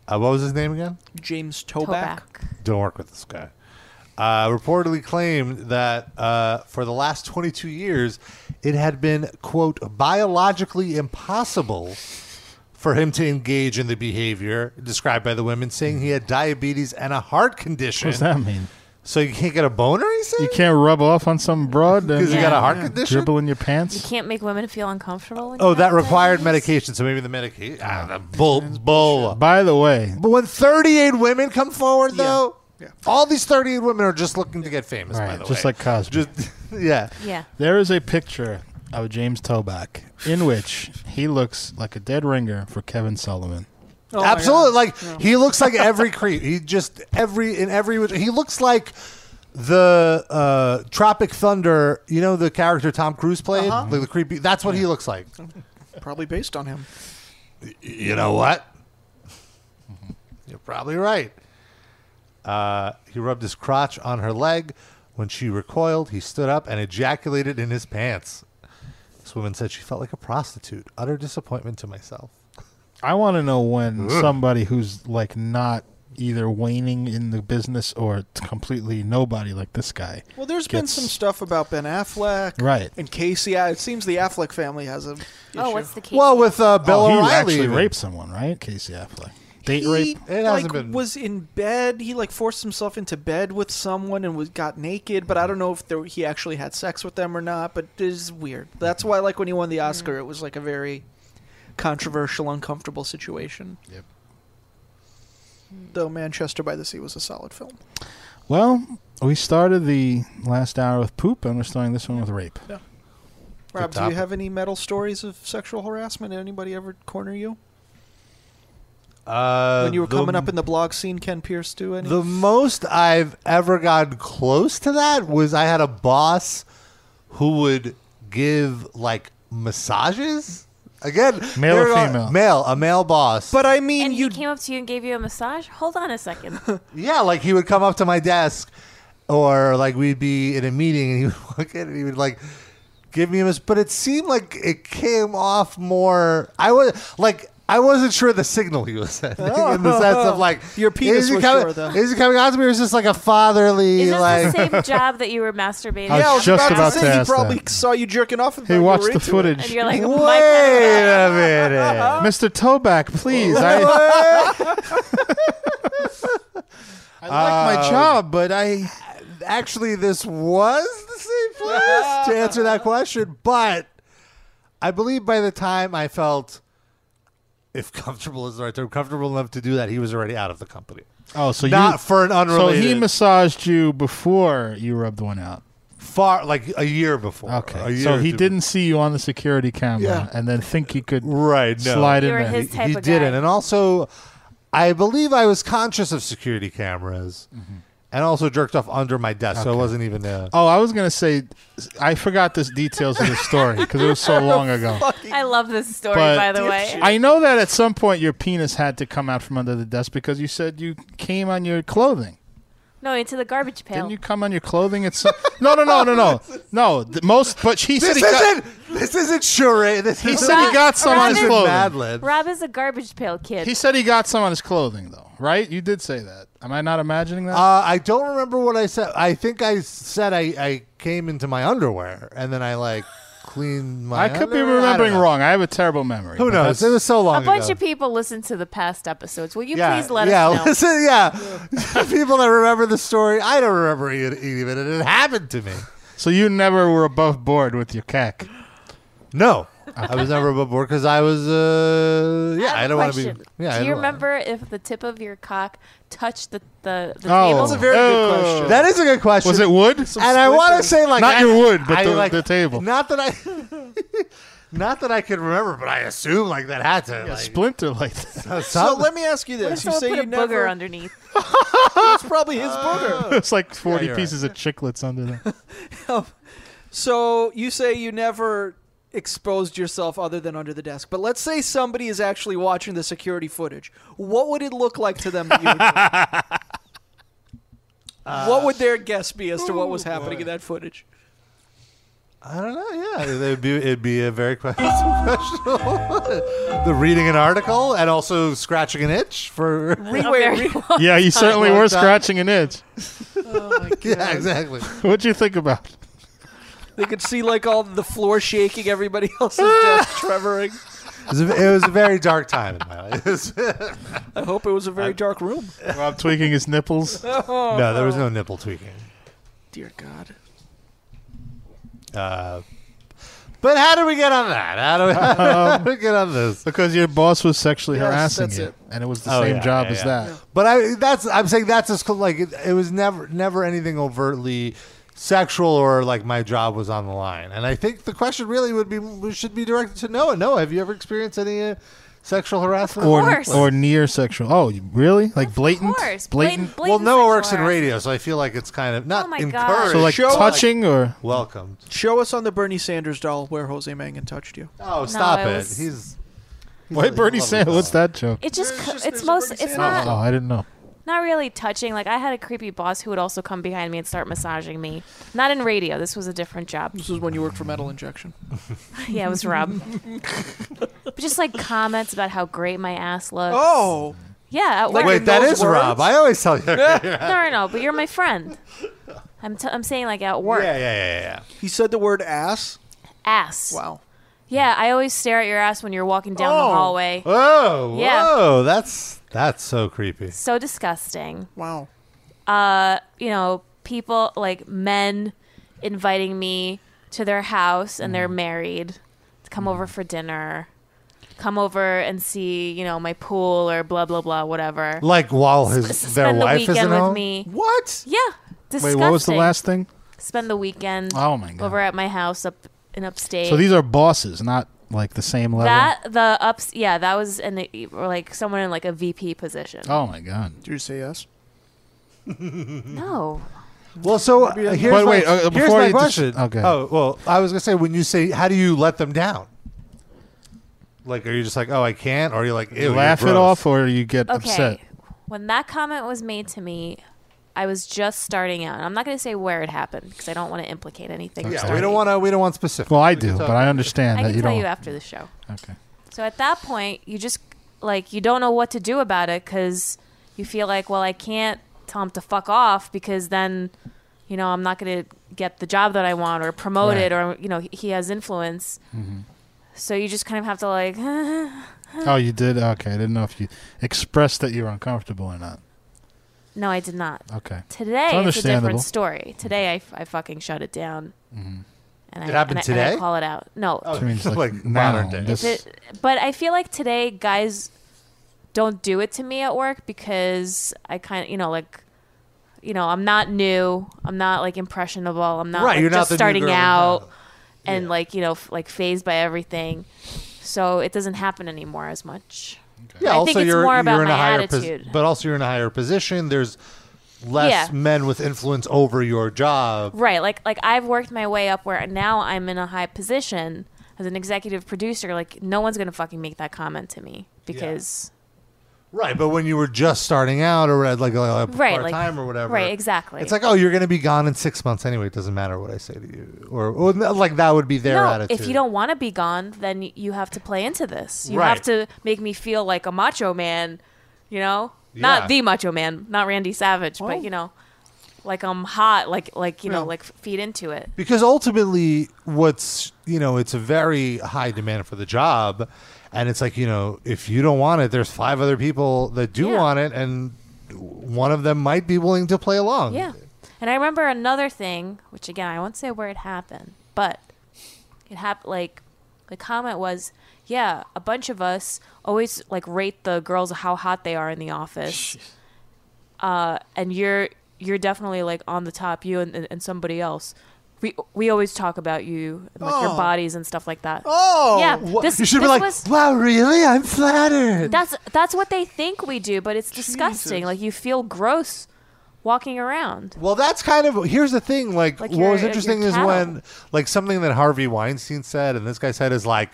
[SPEAKER 3] uh, what was his name again?
[SPEAKER 5] James Toback.
[SPEAKER 3] Don't work with this guy. Uh, reportedly claimed that uh, for the last 22 years, it had been, quote, biologically impossible for him to engage in the behavior described by the women, saying he had diabetes and a heart condition.
[SPEAKER 2] What does that mean?
[SPEAKER 3] So you can't get a boner?
[SPEAKER 2] You can't rub off on some broad
[SPEAKER 3] 'Cause you got a heart condition?
[SPEAKER 2] Dribble in your
[SPEAKER 4] You
[SPEAKER 2] pants.
[SPEAKER 4] can't make women feel uncomfortable.
[SPEAKER 3] Oh, that required medication. So maybe the medication. Ah, the bull, bull.
[SPEAKER 2] By the way,
[SPEAKER 3] But when 38 women come forward, though, all these 38 women are just looking to get famous, by the
[SPEAKER 2] just
[SPEAKER 3] way.
[SPEAKER 2] like Cosby.
[SPEAKER 3] (laughs) yeah.
[SPEAKER 4] Yeah.
[SPEAKER 2] There is a picture of James Toback in which he looks like a dead ringer for Kevin Sullivan.
[SPEAKER 5] Oh my
[SPEAKER 3] Absolutely.
[SPEAKER 5] God.
[SPEAKER 3] Like
[SPEAKER 5] No.
[SPEAKER 3] he looks like every creep. He just every in every which he looks like the uh Tropic Thunder, you know the character Tom Cruise played?
[SPEAKER 5] Uh-huh.
[SPEAKER 3] Like the creepy that's what he looks like.
[SPEAKER 5] Probably based on him.
[SPEAKER 3] You know what? You're probably right. Uh, he rubbed his crotch on her leg. When she recoiled, he stood up and ejaculated in his pants. This woman said she felt like a prostitute. Utter disappointment to myself.
[SPEAKER 2] I want to know when
[SPEAKER 3] Ugh.
[SPEAKER 2] somebody who's like not either waning in the business or t- completely nobody like this guy.
[SPEAKER 5] Well, there's been
[SPEAKER 2] gets-
[SPEAKER 5] some stuff about Ben Affleck.
[SPEAKER 2] Right.
[SPEAKER 5] And Casey. It seems the Affleck family has a.
[SPEAKER 4] Oh, what's the case?
[SPEAKER 3] Well, with uh, Bill
[SPEAKER 2] oh, he
[SPEAKER 3] O'Reilly,
[SPEAKER 2] actually
[SPEAKER 3] even.
[SPEAKER 2] raped someone, right? Casey Affleck. Date
[SPEAKER 5] he,
[SPEAKER 2] rape.
[SPEAKER 3] It
[SPEAKER 5] like,
[SPEAKER 3] hasn't been-
[SPEAKER 5] was in bed. He like forced himself into bed with someone and was got naked, but I don't know if there, he actually had sex with them or not. But it is weird. That's why, like when he won the Oscar, it was like a very controversial, uncomfortable situation.
[SPEAKER 2] Yep.
[SPEAKER 5] Though Manchester by the Sea was a solid film.
[SPEAKER 2] Well, we started the last hour with poop, and we're starting this one with rape.
[SPEAKER 5] Rob, do you
[SPEAKER 3] topic.
[SPEAKER 5] have any metal stories of sexual harassment? Did Anybody ever corner you
[SPEAKER 3] Uh,
[SPEAKER 5] when you were
[SPEAKER 3] the-
[SPEAKER 5] coming up in the blog scene? Ken Pierce do any?
[SPEAKER 3] The most I've ever gotten close to that was I had a boss who would give like massages. Again,
[SPEAKER 2] Male or
[SPEAKER 3] there are-
[SPEAKER 2] female?
[SPEAKER 3] Male, a male boss.
[SPEAKER 5] but I mean,
[SPEAKER 4] and
[SPEAKER 5] you
[SPEAKER 4] he came up to you and gave you a massage. Hold on a
[SPEAKER 2] (laughs)
[SPEAKER 4] second.
[SPEAKER 3] (laughs) yeah, like he would come up to my desk, or like we'd be in a meeting, and he would (laughs) walk in and he would like give me a miss. But it seemed like it came off more. I was like. I wasn't sure the signal he was (laughs) sending in the sense of like
[SPEAKER 5] (laughs) Your penis
[SPEAKER 3] is he
[SPEAKER 5] was
[SPEAKER 3] coming,
[SPEAKER 5] sure, though.
[SPEAKER 3] Is he coming out to me or is this like a fatherly
[SPEAKER 4] Is this
[SPEAKER 3] like
[SPEAKER 4] the same
[SPEAKER 3] (laughs)
[SPEAKER 4] job that you were masturbating?
[SPEAKER 2] (laughs) I was
[SPEAKER 5] yeah, I was
[SPEAKER 2] just
[SPEAKER 5] about,
[SPEAKER 2] about
[SPEAKER 5] to
[SPEAKER 2] to
[SPEAKER 5] say he
[SPEAKER 2] ask
[SPEAKER 5] probably
[SPEAKER 2] that.
[SPEAKER 5] saw you jerking off. and
[SPEAKER 2] Hey,
[SPEAKER 5] thought you
[SPEAKER 2] watch
[SPEAKER 5] were
[SPEAKER 2] the
[SPEAKER 5] into it.
[SPEAKER 2] footage.
[SPEAKER 4] and you're like,
[SPEAKER 2] (laughs)
[SPEAKER 3] Wait
[SPEAKER 4] my bad.
[SPEAKER 3] a
[SPEAKER 4] (laughs)
[SPEAKER 3] minute.
[SPEAKER 2] Mr. Toback, please. I, I like my job, but I.
[SPEAKER 3] Actually, this was the same place to answer that question, but I believe by the time I felt, if comfortable is the right term, comfortable enough to do that, he was already out of the company.
[SPEAKER 2] Oh, so
[SPEAKER 3] Not
[SPEAKER 2] you,
[SPEAKER 3] for an unrelated.
[SPEAKER 2] So he massaged you before you rubbed one out.
[SPEAKER 3] far like a year before.
[SPEAKER 2] Okay.
[SPEAKER 3] a year
[SPEAKER 2] so
[SPEAKER 3] or
[SPEAKER 2] he
[SPEAKER 3] two
[SPEAKER 2] didn't see you on the security camera
[SPEAKER 5] Yeah.
[SPEAKER 2] and then think he could
[SPEAKER 3] before. Right. No.
[SPEAKER 2] slide
[SPEAKER 4] You were
[SPEAKER 2] in there.
[SPEAKER 4] his type
[SPEAKER 3] he
[SPEAKER 4] of guy.
[SPEAKER 3] didn't, and also, I believe I was conscious of security cameras, and also jerked off under my desk, so it wasn't even. Uh,
[SPEAKER 2] Mm-hmm. Oh, I was gonna say, I forgot this details of the story because it was so long ago.
[SPEAKER 4] I love this story,
[SPEAKER 2] But-
[SPEAKER 4] by the way.
[SPEAKER 2] I know that at some point your penis had to come out from under the desk because you said you came on your clothing.
[SPEAKER 4] No, into the garbage pail.
[SPEAKER 2] Didn't you come on your clothing at some? (laughs) No, no, no, no, no,
[SPEAKER 3] (laughs)
[SPEAKER 2] no. th- most, but she said
[SPEAKER 3] this
[SPEAKER 2] he got,
[SPEAKER 3] isn't. This isn't charade. This
[SPEAKER 2] he
[SPEAKER 3] isn't-
[SPEAKER 2] said he got some on his
[SPEAKER 4] Robin-
[SPEAKER 2] clothing.
[SPEAKER 3] Lib.
[SPEAKER 4] Rob is a garbage pail kid.
[SPEAKER 2] He said he got some on his clothing though, right? You did say that. Am I not imagining that?
[SPEAKER 3] (laughs) Uh, I don't remember what I said. I think I said I, I came into my underwear and then I like cleaned my.
[SPEAKER 2] I could be
[SPEAKER 3] underwear. I don't
[SPEAKER 2] remembering
[SPEAKER 3] know.
[SPEAKER 2] wrong. I have a terrible memory.
[SPEAKER 3] Who
[SPEAKER 2] but
[SPEAKER 3] knows? It
[SPEAKER 2] that's-
[SPEAKER 3] was so
[SPEAKER 4] a
[SPEAKER 3] long.
[SPEAKER 4] bunch
[SPEAKER 3] ago.
[SPEAKER 4] of people listen to the past episodes. Will you
[SPEAKER 3] Yeah,
[SPEAKER 4] please let
[SPEAKER 3] yeah,
[SPEAKER 4] us know?
[SPEAKER 3] (laughs) listen, yeah, (laughs) people that remember the story. I don't remember it even, and it happened to me.
[SPEAKER 2] So you never were above board with your cack.
[SPEAKER 3] No, I was never above board because I was. Uh, yeah, I,
[SPEAKER 4] have a
[SPEAKER 3] don't want to
[SPEAKER 4] question.
[SPEAKER 3] be. Yeah, I
[SPEAKER 4] Do you
[SPEAKER 3] don't-
[SPEAKER 4] remember if the tip of your cock touched the the, the
[SPEAKER 2] Oh.
[SPEAKER 4] table?
[SPEAKER 2] That's a
[SPEAKER 5] very good
[SPEAKER 2] Oh.
[SPEAKER 5] question.
[SPEAKER 3] That is a good question.
[SPEAKER 2] Was it wood?
[SPEAKER 3] and I want to say like
[SPEAKER 2] Not
[SPEAKER 3] I-
[SPEAKER 2] your wood, but
[SPEAKER 3] I, (laughs)
[SPEAKER 2] the-
[SPEAKER 3] like,
[SPEAKER 2] the table.
[SPEAKER 3] Not that I. (laughs) Not that I can remember, but I assume like that had to. like,
[SPEAKER 2] splinter
[SPEAKER 3] (laughs)
[SPEAKER 2] like that.
[SPEAKER 11] So let me ask you this: You
[SPEAKER 4] Someone
[SPEAKER 11] say
[SPEAKER 4] put
[SPEAKER 11] you
[SPEAKER 4] a
[SPEAKER 11] never.
[SPEAKER 4] booger
[SPEAKER 5] (laughs)
[SPEAKER 4] underneath.
[SPEAKER 11] That's probably his booger.
[SPEAKER 2] (laughs) it's like forty
[SPEAKER 11] you're right.
[SPEAKER 2] pieces of chiclets under there.
[SPEAKER 5] So you say you never exposed yourself other than under the desk, but let's say somebody is actually watching the security footage. What would it look like to them? That you were doing it? what would their guess be as to what was happening in that footage?
[SPEAKER 3] I don't know. Yeah, it'd be it'd be a very que- (laughs) professional. (laughs) the reading an article and also scratching an itch for.
[SPEAKER 5] Re-
[SPEAKER 3] (laughs)
[SPEAKER 5] wait, re-
[SPEAKER 2] (laughs) yeah, you certainly
[SPEAKER 3] Long
[SPEAKER 2] were
[SPEAKER 3] time.
[SPEAKER 2] scratching an itch.
[SPEAKER 3] yeah, exactly.
[SPEAKER 2] (laughs) What'd you think about?
[SPEAKER 5] They could see like all the floor shaking, everybody (laughs) else's desk tremoring.
[SPEAKER 3] It was, a, it was a very dark time in my life. It was-
[SPEAKER 5] I hope it was a very dark room.
[SPEAKER 2] Rob tweaking his
[SPEAKER 5] (laughs)
[SPEAKER 2] nipples.
[SPEAKER 5] Oh,
[SPEAKER 3] no, there was no nipple tweaking.
[SPEAKER 5] dear God.
[SPEAKER 3] Uh, but how do we get on that? How do we, how (laughs) do we get on this?
[SPEAKER 2] Um, Because your boss was sexually
[SPEAKER 5] Yes,
[SPEAKER 2] harassing
[SPEAKER 5] that's
[SPEAKER 2] you,
[SPEAKER 5] it.
[SPEAKER 2] and it was the
[SPEAKER 3] Oh,
[SPEAKER 2] same
[SPEAKER 3] yeah,
[SPEAKER 2] job
[SPEAKER 3] yeah,
[SPEAKER 2] as
[SPEAKER 3] yeah.
[SPEAKER 2] that.
[SPEAKER 3] But I that's I'm saying that's as cl- like it, it was never never anything overtly sexual or like my job was on the line. And I think the question really would be should be directed to Noah. Noah, have you ever experienced any uh, sexual harassment?
[SPEAKER 2] Or,
[SPEAKER 4] course.
[SPEAKER 2] or near sexual. Oh, you- really? Like blatant?
[SPEAKER 4] course.
[SPEAKER 2] Blatant?
[SPEAKER 4] Blatant-
[SPEAKER 3] well, Noah
[SPEAKER 4] sexual
[SPEAKER 3] works in
[SPEAKER 4] harassment.
[SPEAKER 3] radio, so I feel like it's kind of not
[SPEAKER 4] Oh my God.
[SPEAKER 3] encouraged.
[SPEAKER 2] So like
[SPEAKER 5] Show-
[SPEAKER 2] touching or?
[SPEAKER 3] welcomed.
[SPEAKER 5] Show us on the Bernie Sanders doll where Jose Mangan touched you.
[SPEAKER 3] Oh, stop
[SPEAKER 4] it
[SPEAKER 3] it.
[SPEAKER 4] was-
[SPEAKER 3] He's
[SPEAKER 2] Why
[SPEAKER 3] a
[SPEAKER 2] Bernie
[SPEAKER 3] lovely
[SPEAKER 2] Sanders?
[SPEAKER 3] fellow.
[SPEAKER 2] What's that joke?
[SPEAKER 4] It just,
[SPEAKER 5] There's
[SPEAKER 4] co-
[SPEAKER 5] just-
[SPEAKER 4] it's
[SPEAKER 5] there's
[SPEAKER 4] most,
[SPEAKER 5] already
[SPEAKER 4] it's not,
[SPEAKER 5] sand
[SPEAKER 2] Oh, I didn't know.
[SPEAKER 4] not really touching. Like I had a creepy boss who would also come behind me and start massaging me. Not in radio. This was a different job.
[SPEAKER 5] This was when you worked for Metal Injection.
[SPEAKER 7] Oh
[SPEAKER 4] Yeah, it was Rob. (laughs) but just like comments about how great my ass looks.
[SPEAKER 5] Oh,
[SPEAKER 4] yeah. At work.
[SPEAKER 3] Wait,
[SPEAKER 5] in
[SPEAKER 3] that
[SPEAKER 5] those
[SPEAKER 3] is Rob.
[SPEAKER 5] words?
[SPEAKER 3] I always tell
[SPEAKER 4] (laughs)
[SPEAKER 3] (laughs) you. yeah, yeah,
[SPEAKER 4] No, no, no. But you're my friend. I'm, t- I'm saying like at work,
[SPEAKER 3] yeah, yeah, yeah.
[SPEAKER 5] he said the word ass.
[SPEAKER 4] ass.
[SPEAKER 5] Wow.
[SPEAKER 4] Yeah, I always stare at your ass when you're walking down
[SPEAKER 5] Oh.
[SPEAKER 4] the hallway.
[SPEAKER 3] Oh,
[SPEAKER 4] Yeah.
[SPEAKER 3] whoa, that's that's so creepy.
[SPEAKER 4] So disgusting.
[SPEAKER 5] Wow.
[SPEAKER 4] Uh, you know, people like men inviting me to their house and
[SPEAKER 5] Mm-hmm.
[SPEAKER 4] they're married to come over for dinner. Come over and see, you know, my pool or blah blah blah, whatever.
[SPEAKER 3] Like while his
[SPEAKER 4] S-
[SPEAKER 3] their
[SPEAKER 4] spend the
[SPEAKER 3] wife
[SPEAKER 4] weekend
[SPEAKER 3] isn't
[SPEAKER 4] with
[SPEAKER 3] home.
[SPEAKER 4] me.
[SPEAKER 5] What?
[SPEAKER 4] Yeah. Disgusting.
[SPEAKER 2] Wait, what was the last thing?
[SPEAKER 4] Spend the weekend
[SPEAKER 2] Oh, my God.
[SPEAKER 4] over at my house up in upstate.
[SPEAKER 2] So these are bosses, not like the same level.
[SPEAKER 4] that the ups yeah, that was an or like someone in like a VP position.
[SPEAKER 2] Oh my god!
[SPEAKER 5] Did you say yes?
[SPEAKER 4] No.
[SPEAKER 3] (laughs) Well, so uh, here's
[SPEAKER 2] But
[SPEAKER 3] my,
[SPEAKER 2] wait, uh,
[SPEAKER 3] here's
[SPEAKER 2] before
[SPEAKER 3] my
[SPEAKER 2] you dis-
[SPEAKER 3] question.
[SPEAKER 2] okay.
[SPEAKER 3] Oh, well, I was gonna say when you say how do you let them down? Like, are you just like, oh, I can't, or are you like, Ew,
[SPEAKER 2] You laugh
[SPEAKER 3] you're
[SPEAKER 2] it
[SPEAKER 3] gross?
[SPEAKER 2] off, or you get
[SPEAKER 4] Okay.
[SPEAKER 2] upset.
[SPEAKER 4] When that comment was made to me, I was just starting out. And I'm not going to say where it happened because I don't want to implicate anything.
[SPEAKER 3] Yeah, we
[SPEAKER 4] starting.
[SPEAKER 3] don't want to. We don't want specific.
[SPEAKER 2] Well, I
[SPEAKER 3] We can
[SPEAKER 2] do,
[SPEAKER 3] talk-
[SPEAKER 2] but I understand
[SPEAKER 4] I
[SPEAKER 2] that
[SPEAKER 4] can
[SPEAKER 2] you
[SPEAKER 4] tell
[SPEAKER 2] don't.
[SPEAKER 4] you after the show.
[SPEAKER 2] okay.
[SPEAKER 4] So at that point, you just like you don't know what to do about it because you feel like, well, I can't tell him to fuck off because then, you know, I'm not going to get the job that I want or promoted or you know he- he has influence. So you just kind of have to like, (laughs)
[SPEAKER 2] Oh, you did. Okay, I didn't know if you expressed that you were uncomfortable or not.
[SPEAKER 4] no, I did not.
[SPEAKER 2] Okay.
[SPEAKER 4] Today it's, a
[SPEAKER 2] understandable. Mm-hmm.
[SPEAKER 4] different story. Today I, f- I fucking shut it down. And I,
[SPEAKER 3] It
[SPEAKER 4] and
[SPEAKER 3] happened
[SPEAKER 4] I- and I
[SPEAKER 3] today? Oh,
[SPEAKER 4] call it out. No,
[SPEAKER 2] Which means like,
[SPEAKER 3] (laughs) Like
[SPEAKER 2] now,
[SPEAKER 3] modern day.
[SPEAKER 2] this-
[SPEAKER 4] It- but I feel like today guys don't do it to me at work because I kind of, you know, like, you know, I'm not new. I'm not like impressionable. I'm not
[SPEAKER 3] Right,
[SPEAKER 4] like,
[SPEAKER 3] you're not
[SPEAKER 4] just
[SPEAKER 3] the new
[SPEAKER 4] starting
[SPEAKER 3] girl in
[SPEAKER 4] out
[SPEAKER 3] town.
[SPEAKER 4] and like, you know, f- like phased by everything. So it doesn't happen anymore as much.
[SPEAKER 3] Yeah,
[SPEAKER 4] I
[SPEAKER 3] also
[SPEAKER 4] think it's
[SPEAKER 3] you're
[SPEAKER 4] more about
[SPEAKER 3] you're in a
[SPEAKER 4] my
[SPEAKER 3] higher pos-
[SPEAKER 4] attitude.
[SPEAKER 3] but also you're in a higher position. There's
[SPEAKER 4] Yeah.
[SPEAKER 3] less men with influence over your job.
[SPEAKER 4] Right. Like like I've worked my way up where now I'm in a high position as an executive producer. Like no one's gonna fucking make that comment to me because
[SPEAKER 3] Right, but when you were just starting out or at like a, a
[SPEAKER 4] Right,
[SPEAKER 3] part
[SPEAKER 4] like-
[SPEAKER 3] time or whatever,
[SPEAKER 4] right, exactly.
[SPEAKER 3] It's like, oh, you're going to be gone in six months anyway. It doesn't matter what I say to you, or, or like that would be their
[SPEAKER 4] no,
[SPEAKER 3] attitude.
[SPEAKER 4] if you don't want to be gone, then y- you have to play into this. You have
[SPEAKER 3] Right.
[SPEAKER 4] to make me feel like a macho man. You know,
[SPEAKER 3] Yeah.
[SPEAKER 4] not the macho man, not Randy Savage, but you know, like I'm hot. Like like you know,
[SPEAKER 5] Yeah.
[SPEAKER 4] like feed into it.
[SPEAKER 3] because ultimately what's you know it's a very high demand for the job and it's like you know if you don't want it there's five other people that do
[SPEAKER 4] Yeah.
[SPEAKER 3] want it and one of them might be willing to play
[SPEAKER 11] Oh,
[SPEAKER 3] along
[SPEAKER 4] Yeah. And I remember another thing, which again, I won't say where it happened, but it happened like the comment was, yeah, a bunch of us always like rate the girls how hot they are in the office. Uh, and you're you're definitely like on the top, you and, and, and somebody else. we we always talk about you, and, like
[SPEAKER 11] Oh.
[SPEAKER 4] your bodies and stuff like that.
[SPEAKER 11] Oh,
[SPEAKER 4] yeah.
[SPEAKER 11] wha-
[SPEAKER 4] This,
[SPEAKER 11] You should be
[SPEAKER 4] this
[SPEAKER 11] like,
[SPEAKER 4] was-
[SPEAKER 11] "Wow, really? I'm flattered."
[SPEAKER 4] That's that's what they think we do, but it's disgusting.
[SPEAKER 11] Jesus.
[SPEAKER 4] Like you feel gross walking around.
[SPEAKER 3] Well, that's kind of here's the thing. Like,
[SPEAKER 4] Like
[SPEAKER 3] what was
[SPEAKER 4] your-
[SPEAKER 3] interesting
[SPEAKER 4] your
[SPEAKER 3] is
[SPEAKER 4] cattle.
[SPEAKER 3] when like something that Harvey Weinstein said and this guy said is like,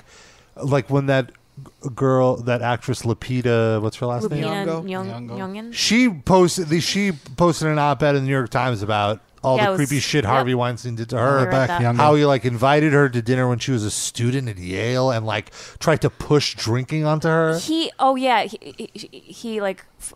[SPEAKER 3] like when that g- girl, that actress Lupita, what's her last name?
[SPEAKER 4] Lupita Nyong- Nyong'o.
[SPEAKER 3] She posted the she posted an op-ed in the New York Times about all
[SPEAKER 4] Yeah,
[SPEAKER 3] the
[SPEAKER 4] it was-
[SPEAKER 3] creepy shit
[SPEAKER 4] yep.
[SPEAKER 3] Harvey Weinstein did to
[SPEAKER 4] I
[SPEAKER 3] her.
[SPEAKER 4] read Back, that. younger.
[SPEAKER 3] How he like invited her to dinner when she was a student at Yale and like tried to push drinking onto her.
[SPEAKER 4] He oh yeah, he he, he like f-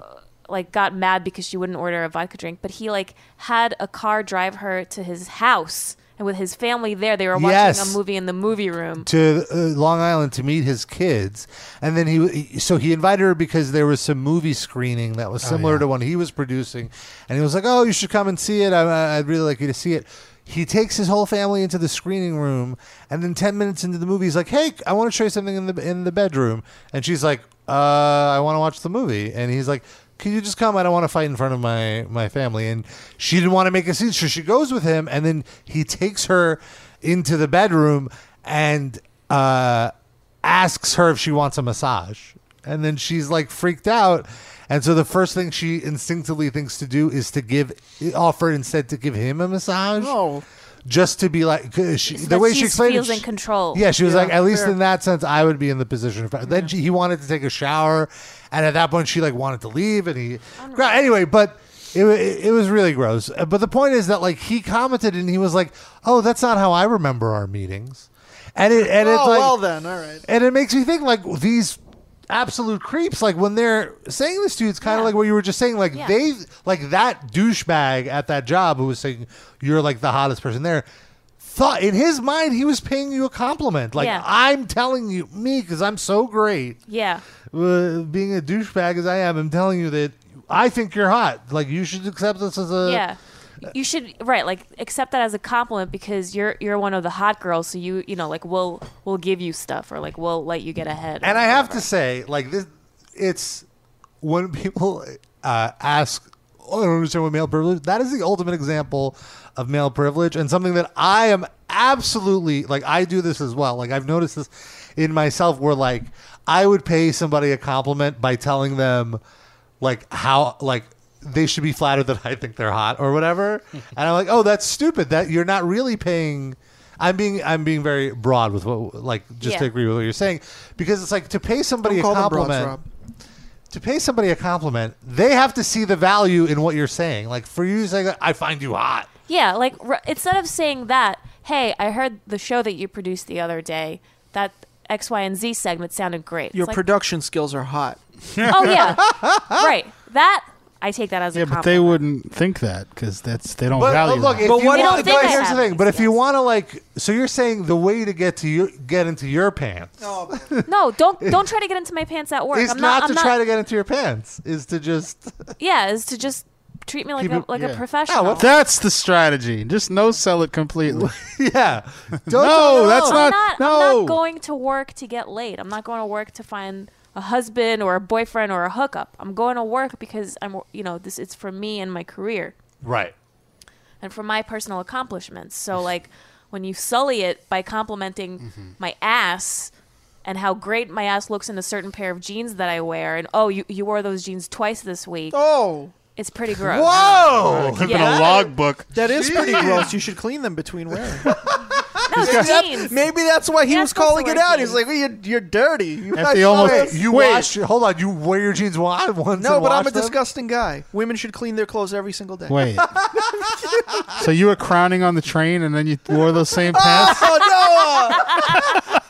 [SPEAKER 4] like got mad because she wouldn't order a vodka drink, but he like had a car drive her to his house and with his family there. They were watching
[SPEAKER 3] Yes.
[SPEAKER 4] a movie in the movie room.
[SPEAKER 3] to uh, Long Island to meet his kids, and then he he- so he invited her because there was some movie screening that was similar to one he was producing, and he was like, "Oh, you should come and see it. I, I'd really like you to see it." He takes his whole family into the screening room, and then ten minutes into the movie, he's like, "Hey, I want to show you something in the in the bedroom," and she's like, "Uh, I want to watch the movie," and he's like. Can you just come? I don't want to fight in front of my my family. And she didn't want to make a scene, so she goes with him. And then he takes her into the bedroom, and uh, asks her if she wants a massage. And then she's like freaked out. And so the first thing she instinctively thinks to do is to give, offer instead to give him a massage. Oh. Just to be like, 'cause she,
[SPEAKER 4] So
[SPEAKER 3] the
[SPEAKER 4] that
[SPEAKER 3] way
[SPEAKER 4] she
[SPEAKER 3] she explained
[SPEAKER 4] feels
[SPEAKER 3] it,
[SPEAKER 4] in control.
[SPEAKER 3] Yeah, she was
[SPEAKER 4] Yeah,
[SPEAKER 3] like, at least
[SPEAKER 4] sure.
[SPEAKER 3] in that sense, I would be in the position. Of, then she, he wanted to take a shower, and at that point, she like wanted to leave, and he. Gra- Anyway, but it, wa- it was really gross. Uh, But the point is that like he commented, and he was like, "Oh, that's not how I remember our meetings," and it and
[SPEAKER 11] oh,
[SPEAKER 3] it's like,
[SPEAKER 11] well then, all right.
[SPEAKER 3] and it makes me think like these absolute creeps like when they're saying this to you it's kind of like what you were just saying like
[SPEAKER 11] Yeah.
[SPEAKER 3] they like that douchebag at that job who was saying you're like the hottest person there thought in his mind he was paying you a compliment like
[SPEAKER 4] Yeah.
[SPEAKER 3] i'm telling you me because i'm so great
[SPEAKER 4] Yeah.
[SPEAKER 3] uh, being a douchebag as i am i'm telling you that i think you're hot like you should accept this as a
[SPEAKER 4] yeah. You should right, like accept that as a compliment because you're you're one of the hot girls, so you you know, like we'll we'll give you stuff or like we'll let you get ahead.
[SPEAKER 3] And I have to say, like this, it's when people uh, ask, "Oh, I don't understand what male privilege." That is the ultimate example of male privilege, and something that I am absolutely like. I do this as well. Like I've noticed this in myself, where like I would pay somebody a compliment by telling them, like how like they should be flattered that I think they're hot or whatever. and I'm like, oh, that's stupid. That you're not really paying. I'm being I'm being very broad with what like just to
[SPEAKER 11] Yeah.
[SPEAKER 3] agree with what you're saying because it's like to pay somebody
[SPEAKER 11] Don't call
[SPEAKER 3] a
[SPEAKER 11] them broads,
[SPEAKER 3] compliment. to pay somebody a compliment, they have to see the value in what you're saying. Like for you to say, "I find you hot,"
[SPEAKER 4] Yeah, like r- instead of saying that, hey, I heard the show that you produced the other day, that X, Y, and Z segment sounded great. It's
[SPEAKER 5] Your
[SPEAKER 4] like,
[SPEAKER 5] production skills are hot.
[SPEAKER 4] Oh
[SPEAKER 5] (laughs)
[SPEAKER 4] yeah, right. That I take that as
[SPEAKER 2] Yeah,
[SPEAKER 4] a
[SPEAKER 2] but
[SPEAKER 4] compliment.
[SPEAKER 2] they wouldn't think that because that's they don't
[SPEAKER 3] But
[SPEAKER 2] value.
[SPEAKER 3] uh, look,
[SPEAKER 2] that.
[SPEAKER 3] if you
[SPEAKER 4] They
[SPEAKER 3] want
[SPEAKER 4] don't
[SPEAKER 3] to
[SPEAKER 4] think
[SPEAKER 3] go,
[SPEAKER 4] that
[SPEAKER 3] here's the
[SPEAKER 4] happens,
[SPEAKER 3] thing. But if you want to like, so you're saying the way to get to your get into your pants
[SPEAKER 4] no, don't don't try to get into my pants at work.
[SPEAKER 3] is
[SPEAKER 4] I'm
[SPEAKER 3] not,
[SPEAKER 4] not,
[SPEAKER 3] to
[SPEAKER 4] I'm
[SPEAKER 3] try
[SPEAKER 4] not,
[SPEAKER 3] to get into your pants, is to just (laughs)
[SPEAKER 4] Yeah, is to just treat me like
[SPEAKER 3] Keep
[SPEAKER 4] a
[SPEAKER 3] it-
[SPEAKER 4] like
[SPEAKER 3] yeah.
[SPEAKER 4] a professional.
[SPEAKER 2] That's the strategy. Just no sell it completely.
[SPEAKER 3] (laughs)
[SPEAKER 2] (laughs)
[SPEAKER 3] yeah.
[SPEAKER 2] no, that's
[SPEAKER 4] I'm
[SPEAKER 2] not,
[SPEAKER 4] not.
[SPEAKER 2] No.
[SPEAKER 4] I'm not going to work to get laid. I'm not going to work to find a husband or a boyfriend or a hookup. I'm going to work because I'm you know this it's for me and my career.
[SPEAKER 3] right.
[SPEAKER 4] and for my personal accomplishments. So like when you sully it by complimenting my ass and how great my ass looks in a certain pair of jeans that I wear and oh you, you wore those jeans twice this week.
[SPEAKER 5] Oh.
[SPEAKER 4] It's pretty gross.
[SPEAKER 5] Whoa!
[SPEAKER 4] Yeah.
[SPEAKER 5] That-
[SPEAKER 2] logbook.
[SPEAKER 5] That is pretty
[SPEAKER 11] Jeez.
[SPEAKER 5] gross. You should clean them between wearing.
[SPEAKER 4] no,
[SPEAKER 11] maybe, that, maybe that's why he was calling it out.
[SPEAKER 5] jeans.
[SPEAKER 11] He's like, well, you're, you're dirty. You're
[SPEAKER 3] At
[SPEAKER 11] not
[SPEAKER 3] the almost-
[SPEAKER 11] clothes."
[SPEAKER 3] you wash. Hold on, you wear your jeans wa- once.
[SPEAKER 5] No,
[SPEAKER 3] and
[SPEAKER 5] but I'm
[SPEAKER 3] wash
[SPEAKER 5] a
[SPEAKER 3] them?
[SPEAKER 5] disgusting guy. Women should clean their clothes every single day. (laughs)
[SPEAKER 2] Wait. (laughs) so you were crowning on the train and then you wore
[SPEAKER 3] (laughs)
[SPEAKER 2] those same pants?
[SPEAKER 4] (laughs)
[SPEAKER 11] oh, (laughs) Noah!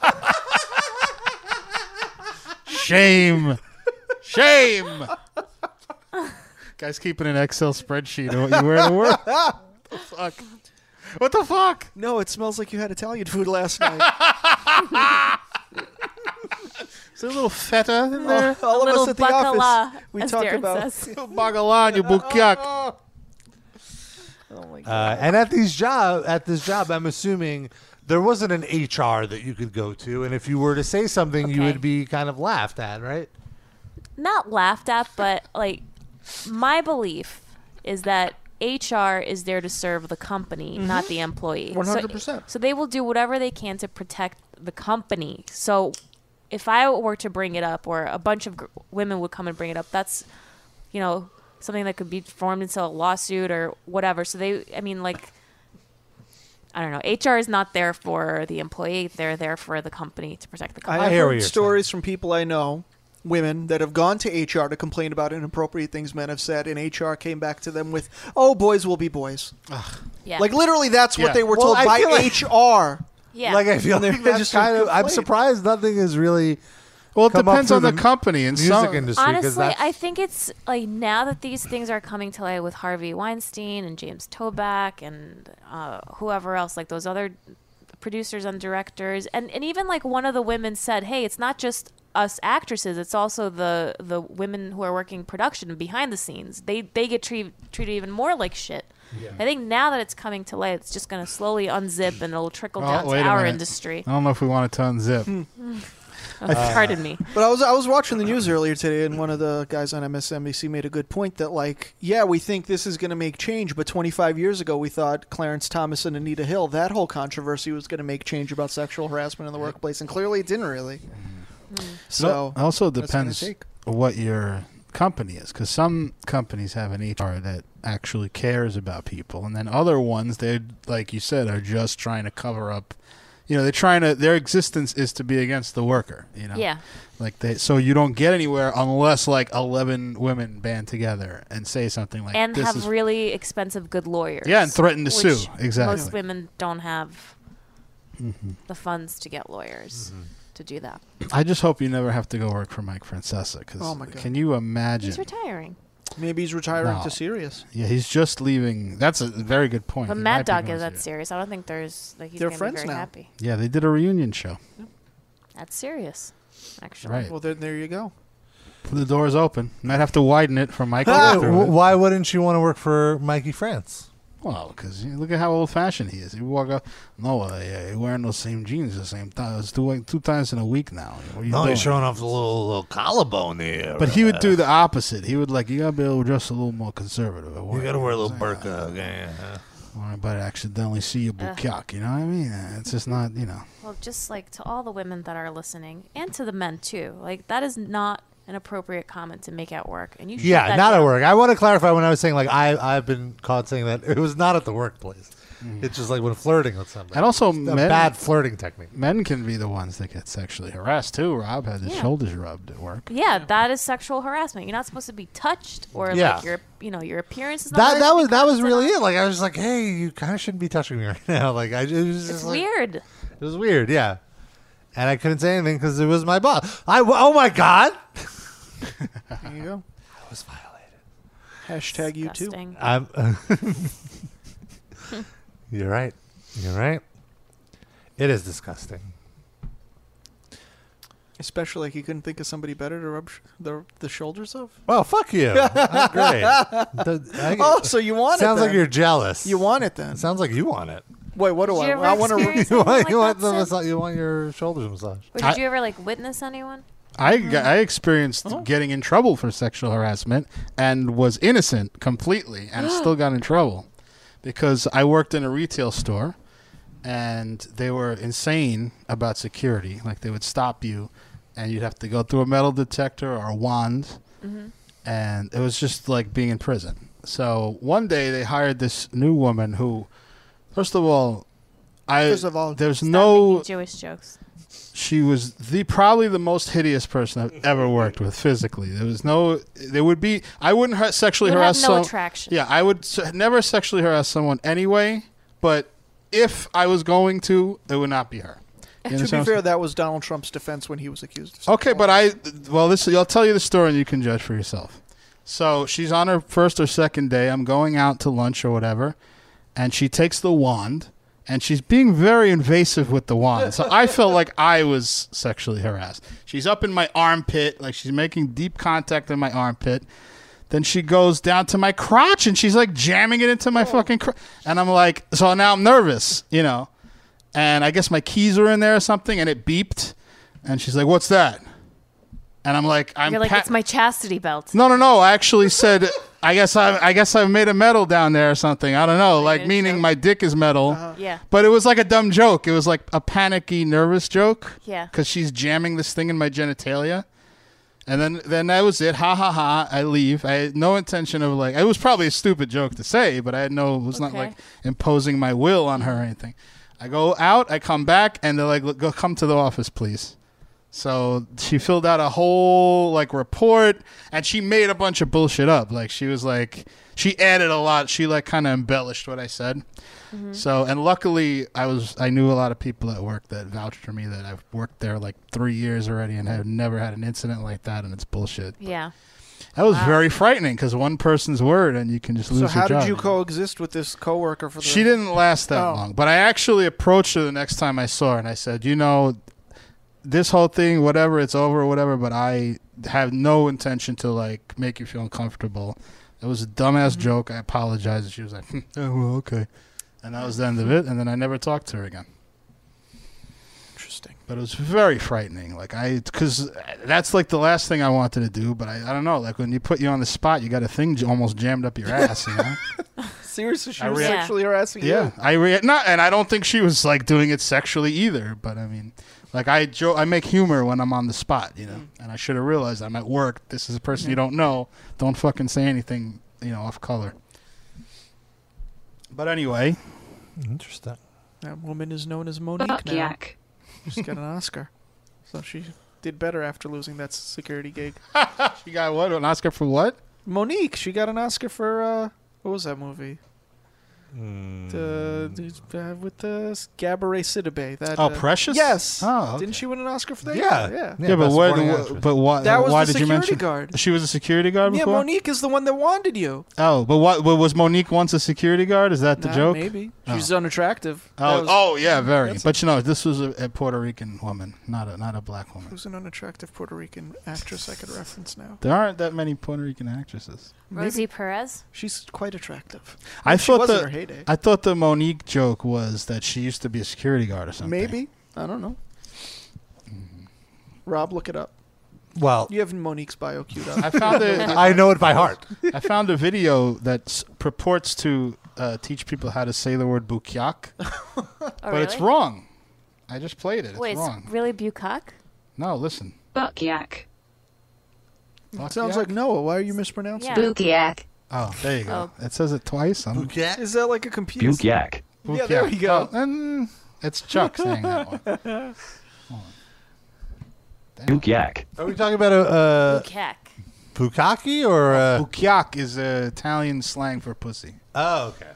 [SPEAKER 2] Shame. Shame. Guys keeping an Excel spreadsheet of what you wear
[SPEAKER 4] (laughs)
[SPEAKER 2] to work. (laughs)
[SPEAKER 5] the
[SPEAKER 2] fuck? What the fuck?
[SPEAKER 5] No, it smells like you had Italian food last night.
[SPEAKER 2] (laughs) Is there a little feta in there?
[SPEAKER 5] Oh, All, of us at the office, we
[SPEAKER 11] as
[SPEAKER 5] talk
[SPEAKER 11] Darren
[SPEAKER 5] about
[SPEAKER 11] says.
[SPEAKER 5] (laughs)
[SPEAKER 2] bagala and your bukyak.
[SPEAKER 3] Uh, and at these job, at this job, I'm assuming there wasn't an HR that you could go to, and if you were to say something, you
[SPEAKER 4] Okay.
[SPEAKER 3] would be kind of laughed at, right?
[SPEAKER 4] Not laughed at, but like my belief is that HR is there to serve the company, not
[SPEAKER 6] Mhm.
[SPEAKER 4] the employee.
[SPEAKER 6] 100%.
[SPEAKER 4] So, so they will do whatever they can to protect the company. So if I were to bring it up, or a bunch of gr- women would come and bring it up, that's, you know, something that could be formed into a lawsuit or whatever. So they, I mean, like, I don't know. HR is not there for the employee; they're there for the company to protect the company.
[SPEAKER 5] I, have heard stories from people I know, women that have gone to HR to complain about inappropriate things men have said, and HR came back to them with, "Oh, boys will be boys."
[SPEAKER 4] Yeah.
[SPEAKER 5] Like literally, that's
[SPEAKER 3] Yeah.
[SPEAKER 5] what they were
[SPEAKER 3] Well,
[SPEAKER 5] told
[SPEAKER 3] I
[SPEAKER 5] by
[SPEAKER 3] feel like-
[SPEAKER 5] HR.
[SPEAKER 4] Yeah.
[SPEAKER 3] Like I feel
[SPEAKER 5] And they-
[SPEAKER 3] like
[SPEAKER 5] they
[SPEAKER 3] that's
[SPEAKER 5] just
[SPEAKER 3] kind of. I'm
[SPEAKER 5] conflate.
[SPEAKER 3] surprised nothing is really.
[SPEAKER 2] Well, it
[SPEAKER 3] come up
[SPEAKER 2] depends
[SPEAKER 3] through
[SPEAKER 2] on the
[SPEAKER 3] mu-
[SPEAKER 2] company and
[SPEAKER 3] music
[SPEAKER 2] some-
[SPEAKER 3] industry. 'cause
[SPEAKER 4] Honestly,
[SPEAKER 3] that's-
[SPEAKER 4] I think it's like now that these things are coming to light with Harvey Weinstein and James Toback and uh, whoever else, like those other producers and directors, and, and even like one of the women said, "Hey, it's not just us actresses; it's also the the women who are working production behind the scenes. They they get treat, treated even more like shit."
[SPEAKER 2] Yeah.
[SPEAKER 4] I think now that it's coming to light, it's just going to slowly unzip and it'll trickle
[SPEAKER 2] Oh,
[SPEAKER 4] down to
[SPEAKER 2] wait a
[SPEAKER 4] our
[SPEAKER 2] minute.
[SPEAKER 4] industry.
[SPEAKER 2] I don't know if we want to unzip.
[SPEAKER 3] Hmm.
[SPEAKER 4] Uh, Pardon me.
[SPEAKER 5] Uh-huh. (laughs) But I was I was watching the news earlier today, and one of the guys on MSNBC made a good point that like, yeah, we think this is going to make change, but 25 years ago we thought Clarence Thomas and Anita Hill, that whole controversy was going to make change about sexual harassment in the workplace, and clearly it didn't really. So
[SPEAKER 2] It also
[SPEAKER 5] that's gonna
[SPEAKER 2] depends
[SPEAKER 5] take-
[SPEAKER 2] what your company is, because some companies have an HR that actually cares about people, and then other ones they, like you said, are just trying to cover up. You know, they're trying to. Their existence is to be against the worker. You know.
[SPEAKER 4] (laughs) Yeah.
[SPEAKER 2] Like they, so you don't get anywhere unless like eleven women band together and say something like
[SPEAKER 4] and
[SPEAKER 2] this
[SPEAKER 4] have
[SPEAKER 2] is
[SPEAKER 4] really expensive good lawyers.
[SPEAKER 2] Yeah, and threaten to
[SPEAKER 4] which
[SPEAKER 2] sue. Exactly.
[SPEAKER 4] Most women don't have
[SPEAKER 2] Mhm.
[SPEAKER 4] the funds to get lawyers
[SPEAKER 2] Mm-hmm.
[SPEAKER 4] to do that.
[SPEAKER 2] I just hope you never have to go work for Mike Francesa because
[SPEAKER 4] Oh my God.
[SPEAKER 2] can you imagine?
[SPEAKER 4] He's retiring.
[SPEAKER 5] maybe he's retiring
[SPEAKER 2] No.
[SPEAKER 5] to serious.
[SPEAKER 2] Yeah, he's just leaving. That's a very good point.
[SPEAKER 4] But
[SPEAKER 2] He
[SPEAKER 4] Mad
[SPEAKER 2] might be
[SPEAKER 4] Dog
[SPEAKER 2] going
[SPEAKER 4] is
[SPEAKER 2] to-
[SPEAKER 4] that serious. I don't think there's like he's
[SPEAKER 5] They're
[SPEAKER 4] gonna
[SPEAKER 5] friends
[SPEAKER 4] be very
[SPEAKER 5] now.
[SPEAKER 4] happy.
[SPEAKER 2] Yeah, they did a reunion show.
[SPEAKER 4] That's serious, actually.
[SPEAKER 2] Right.
[SPEAKER 5] Well, then there you go.
[SPEAKER 2] The door's open. Might have to widen it for Michael.
[SPEAKER 3] Wait,
[SPEAKER 2] Arthur.
[SPEAKER 3] (laughs) wh- (laughs) why wouldn't you want to work for Mikey France?
[SPEAKER 2] Well, because look at how old fashioned he is. You walk up, no, uh, yeah, you're wearing those same jeans the same time. It's two, like, two times in a week now. What are you
[SPEAKER 3] No,
[SPEAKER 2] doing?
[SPEAKER 3] you're showing off the little, little collarbone there.
[SPEAKER 2] But he would do
[SPEAKER 3] that.
[SPEAKER 2] the opposite. He would like, you gotta be able to dress a little more conservative. At work.
[SPEAKER 3] You gotta wear a little burqa. again. huh?
[SPEAKER 2] Or I might accidentally see your
[SPEAKER 4] Ugh.
[SPEAKER 2] bukkake. You know what I mean? Uh, It's just not, you know.
[SPEAKER 4] Well, just like to all the women that are listening, and to the men too. Like that is not an appropriate comment to make at work, and you should
[SPEAKER 3] Yeah,
[SPEAKER 4] that
[SPEAKER 3] not
[SPEAKER 4] down.
[SPEAKER 3] at work. I want to clarify when I was saying like I I've been caught saying that it was not at the workplace. It's just like when flirting with somebody.
[SPEAKER 2] Mm-hmm. And also,
[SPEAKER 3] It's a
[SPEAKER 2] men-
[SPEAKER 3] bad flirting technique.
[SPEAKER 2] Men can be the ones that get sexually harassed too. Rob had his
[SPEAKER 4] Yeah.
[SPEAKER 2] shoulders rubbed at work.
[SPEAKER 4] Yeah, that is sexual harassment. You're not supposed to be touched, or
[SPEAKER 2] Yeah.
[SPEAKER 4] like your, you know, your appearance is not.
[SPEAKER 3] That
[SPEAKER 4] supposed
[SPEAKER 3] that
[SPEAKER 4] to be
[SPEAKER 3] was that was
[SPEAKER 4] commented
[SPEAKER 3] really
[SPEAKER 4] on.
[SPEAKER 3] it. Like I was just like, hey, you kind of shouldn't be touching me right (laughs) now. Like I it was just
[SPEAKER 4] It's
[SPEAKER 3] like-
[SPEAKER 4] weird.
[SPEAKER 3] It was weird, yeah. And I couldn't say anything because it was my boss. I oh my god.
[SPEAKER 5] There you go.
[SPEAKER 3] I was violated.
[SPEAKER 5] Hashtag you too.
[SPEAKER 3] I'm. (laughs) You're right. You're right. It is disgusting.
[SPEAKER 5] Especially like you couldn't think of somebody better to rub sh- the, the shoulders of.
[SPEAKER 3] Well,
[SPEAKER 5] (laughs)
[SPEAKER 3] fuck (laughs) you. I'm great. The- I-
[SPEAKER 5] oh, so you want it?
[SPEAKER 3] Sounds like
[SPEAKER 5] then.
[SPEAKER 3] you're jealous.
[SPEAKER 5] You want it then?
[SPEAKER 3] Sounds like you want it.
[SPEAKER 5] Wait, what do
[SPEAKER 4] Did
[SPEAKER 5] I?
[SPEAKER 4] you ever
[SPEAKER 5] I want to.
[SPEAKER 4] experience
[SPEAKER 3] (laughs) You want, you, want
[SPEAKER 4] that,
[SPEAKER 3] the
[SPEAKER 4] Sid?
[SPEAKER 3] massage, you want your shoulders massaged.
[SPEAKER 4] Or did you ever like witness anyone?
[SPEAKER 2] I, g- I experienced getting in trouble for sexual harassment and was innocent completely and still got in trouble because I worked in a retail store and they were insane about security. Like they would stop you and you'd have to go through a metal detector or a wand. And it was just like being in prison. So one day they hired this new woman who, first of all, I,
[SPEAKER 4] First of all,
[SPEAKER 2] there's no
[SPEAKER 4] Jewish jokes.
[SPEAKER 2] she was the probably the most hideous person I've ever worked with physically. There was no, there would be. I wouldn't har- sexually
[SPEAKER 4] You would have
[SPEAKER 2] harass.
[SPEAKER 4] no
[SPEAKER 2] some-
[SPEAKER 4] attraction.
[SPEAKER 2] Yeah, I would s- never sexually harass someone anyway. But if I was going to, it would not be her. You
[SPEAKER 5] to
[SPEAKER 2] understand
[SPEAKER 5] be
[SPEAKER 2] what
[SPEAKER 5] fair, that was Donald Trump's defense when he was accused.
[SPEAKER 2] I'm saying? okay, but I well, this I'll tell you the story and you can judge for yourself. So she's on her first or second day. I'm going out to lunch or whatever, and she takes the wand. And she's being very invasive with the wand. So I felt like I was sexually harassed. She's up in my armpit, like she's making deep contact in my armpit. Then she goes down to my crotch and she's like jamming it into
[SPEAKER 4] Oh.
[SPEAKER 2] my fucking crotch. And I'm like, so now I'm nervous, you know. And I guess my keys were in there or something and it beeped. And she's like, what's that? And I'm like, I'm
[SPEAKER 4] You're like
[SPEAKER 2] pat-
[SPEAKER 4] it's my chastity belt.
[SPEAKER 2] no, no, no. I actually said, I guess I, I guess I made a medal down there or something. I don't know. Like meaning my dick is metal.
[SPEAKER 4] Yeah.
[SPEAKER 2] But it was like a dumb joke. It was like a panicky, nervous joke.
[SPEAKER 4] Yeah.
[SPEAKER 2] Because she's jamming this thing in my genitalia, and then then that was it. Ha ha ha! I leave. I had no intention of like. It was probably a stupid joke to say, but I had no. It was not
[SPEAKER 11] Okay.
[SPEAKER 2] like imposing my will on her or anything. I go out. I come back, and they're like, "Look, "Go come to the office, please." So she filled out a whole like report and she made a bunch of bullshit up. Like she was like she added a lot. She like kind of embellished what I said.
[SPEAKER 4] Mm-hmm.
[SPEAKER 11] Mhm.
[SPEAKER 2] So and luckily I was I knew a lot of people at work that vouched for me that I've worked there like 3 years already and have never had an incident like that and it's bullshit.
[SPEAKER 4] Yeah.
[SPEAKER 2] That was
[SPEAKER 4] Wow.
[SPEAKER 2] very frightening cuz one person's word and you can just lose
[SPEAKER 5] So
[SPEAKER 2] your
[SPEAKER 5] how
[SPEAKER 2] job.
[SPEAKER 5] did you coexist with this coworker for the?
[SPEAKER 2] She didn't last that
[SPEAKER 5] Oh.
[SPEAKER 2] long, but I actually approached her the next time I saw her and I said, "You know, this whole thing, whatever, it's over, whatever, but I have no intention to like make you feel uncomfortable. It was a
[SPEAKER 5] Mm-hmm.
[SPEAKER 2] dumbass joke. I apologize." And she was like, "Hmm, "Oh, well, okay." And that was the end of it, and then I never talked to her again. Interesting. But it was very frightening. Like I cuz that's like the last thing I wanted to do, but I, I don't know, like when you put you on the spot, you got a thing j- almost jammed up your ass, you know?
[SPEAKER 5] Seriously, she
[SPEAKER 2] I
[SPEAKER 5] was
[SPEAKER 2] rea-
[SPEAKER 5] sexually harassing
[SPEAKER 2] Yeah,
[SPEAKER 5] you.
[SPEAKER 2] I re- not, and I don't think she was like doing it sexually either. But I mean, like I jo- I make humor when I'm on the spot, you know.
[SPEAKER 5] Mm.
[SPEAKER 2] And I should have realized I'm at work. This is a person you don't know. Don't fucking say anything, you know, off color. Eh? But anyway,
[SPEAKER 3] interesting.
[SPEAKER 5] That woman is known as Monique
[SPEAKER 12] Fuck
[SPEAKER 5] now.
[SPEAKER 12] yak.
[SPEAKER 5] She's got an Oscar, so she did better after losing that security gig.
[SPEAKER 2] (laughs) she got what? An Oscar for what?
[SPEAKER 5] Monique. She got an Oscar for uh, what was that movie? Hmm. (laughs) The, the- uh, with the Gabourey Sidibe. That
[SPEAKER 2] Mm. Oh,
[SPEAKER 5] uh,
[SPEAKER 2] Precious?
[SPEAKER 5] Yes.
[SPEAKER 2] Oh,
[SPEAKER 5] Didn't she win an Oscar for that?
[SPEAKER 2] Yeah.
[SPEAKER 5] yeah.
[SPEAKER 2] Yeah, but
[SPEAKER 3] best
[SPEAKER 2] what?
[SPEAKER 3] supporting
[SPEAKER 2] wh-
[SPEAKER 3] actress.
[SPEAKER 2] But why?
[SPEAKER 5] That was
[SPEAKER 2] why
[SPEAKER 5] the
[SPEAKER 2] did you
[SPEAKER 5] security
[SPEAKER 2] mention?
[SPEAKER 5] guard.
[SPEAKER 2] She was a security guard
[SPEAKER 5] Yeah,
[SPEAKER 2] before.
[SPEAKER 5] Monique is the one that wanted you.
[SPEAKER 2] Oh, but what? But was Monique once a security guard? Is that the
[SPEAKER 5] Nah,
[SPEAKER 2] joke?
[SPEAKER 5] Maybe
[SPEAKER 2] Oh.
[SPEAKER 5] she's unattractive. That
[SPEAKER 2] Oh,
[SPEAKER 5] was-
[SPEAKER 2] oh yeah, very.
[SPEAKER 5] That's-
[SPEAKER 2] But you know, this was a, a Puerto Rican woman, not a not a black woman.
[SPEAKER 5] Who's an unattractive Puerto Rican actress I could reference now?
[SPEAKER 2] There aren't that many Puerto Rican actresses.
[SPEAKER 4] Rosie Perez.
[SPEAKER 5] She's quite attractive.
[SPEAKER 2] I
[SPEAKER 5] she
[SPEAKER 2] thought
[SPEAKER 5] was in
[SPEAKER 2] the
[SPEAKER 5] her heyday.
[SPEAKER 2] I thought the Monique joke was that she used to be a security guard or something.
[SPEAKER 5] Maybe I don't know. Rob, look it up.
[SPEAKER 2] Well,
[SPEAKER 5] You have Monique's bio queued up.
[SPEAKER 2] I
[SPEAKER 5] (laughs)
[SPEAKER 3] (laughs)
[SPEAKER 2] found it. I found a video that s- purports to uh, teach people how to say the word bukyak,
[SPEAKER 5] (laughs) Oh,
[SPEAKER 2] but it's
[SPEAKER 4] Oh, really?
[SPEAKER 2] wrong. I just played it. It's
[SPEAKER 4] Wait,
[SPEAKER 2] wrong.
[SPEAKER 4] it's really Bucock?
[SPEAKER 2] No, listen.
[SPEAKER 4] Buck yak.
[SPEAKER 5] It sounds like Noah. Why are you mispronouncing?
[SPEAKER 4] Yeah.
[SPEAKER 5] it?
[SPEAKER 4] Bukyak.
[SPEAKER 2] Oh, there you go. It says it twice. I'm,
[SPEAKER 5] Bukyak? Is that like a computer?
[SPEAKER 2] Bukyak.
[SPEAKER 5] Yeah, there we
[SPEAKER 2] Bukyak.
[SPEAKER 5] go.
[SPEAKER 2] Oh, and it's Chuck saying that one.
[SPEAKER 13] Bukyak.
[SPEAKER 3] Are we talking about a uh,
[SPEAKER 4] Bukyak.
[SPEAKER 3] Bukaki or uh,
[SPEAKER 2] Bukyak is uh, Italian slang for pussy.
[SPEAKER 3] Oh, okay.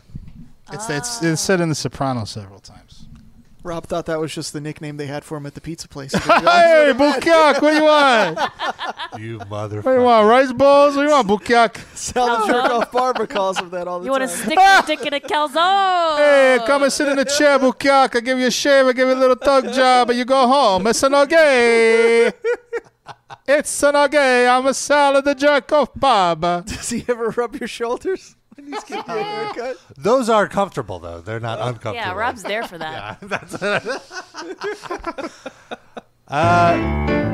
[SPEAKER 2] It's, it's it's said in The Sopranos several times.
[SPEAKER 5] (laughs) Rob thought that was just the nickname they had for him at the pizza
[SPEAKER 2] (laughs)
[SPEAKER 5] place.
[SPEAKER 2] hey, Bukyak,
[SPEAKER 5] (laughs)
[SPEAKER 2] what do you want?
[SPEAKER 3] you motherfucker?
[SPEAKER 2] What do you want? Rice balls? What do you want? Bukyak.
[SPEAKER 5] Sal the jerk off (laughs) Barbara calls him that all the
[SPEAKER 4] You
[SPEAKER 5] time.
[SPEAKER 4] want to stick your dick in a
[SPEAKER 11] Oh.
[SPEAKER 4] calzone?
[SPEAKER 2] Hey, come and sit in the chair, Bukyak. I give you a shave, I give you a little tug job, and you go home. It's an
[SPEAKER 5] (laughs)
[SPEAKER 2] gay. It's an gay. I'm a salad the jerk off Baba.
[SPEAKER 5] Does he
[SPEAKER 11] (laughs)
[SPEAKER 5] ever rub your shoulders when (laughs) he's getting you a
[SPEAKER 3] (laughs)
[SPEAKER 5] haircut?
[SPEAKER 3] Those are comfortable though. They're not uncomfortable.
[SPEAKER 4] Yeah, Rob's there for that.
[SPEAKER 3] yeah, (laughs) that's Uh,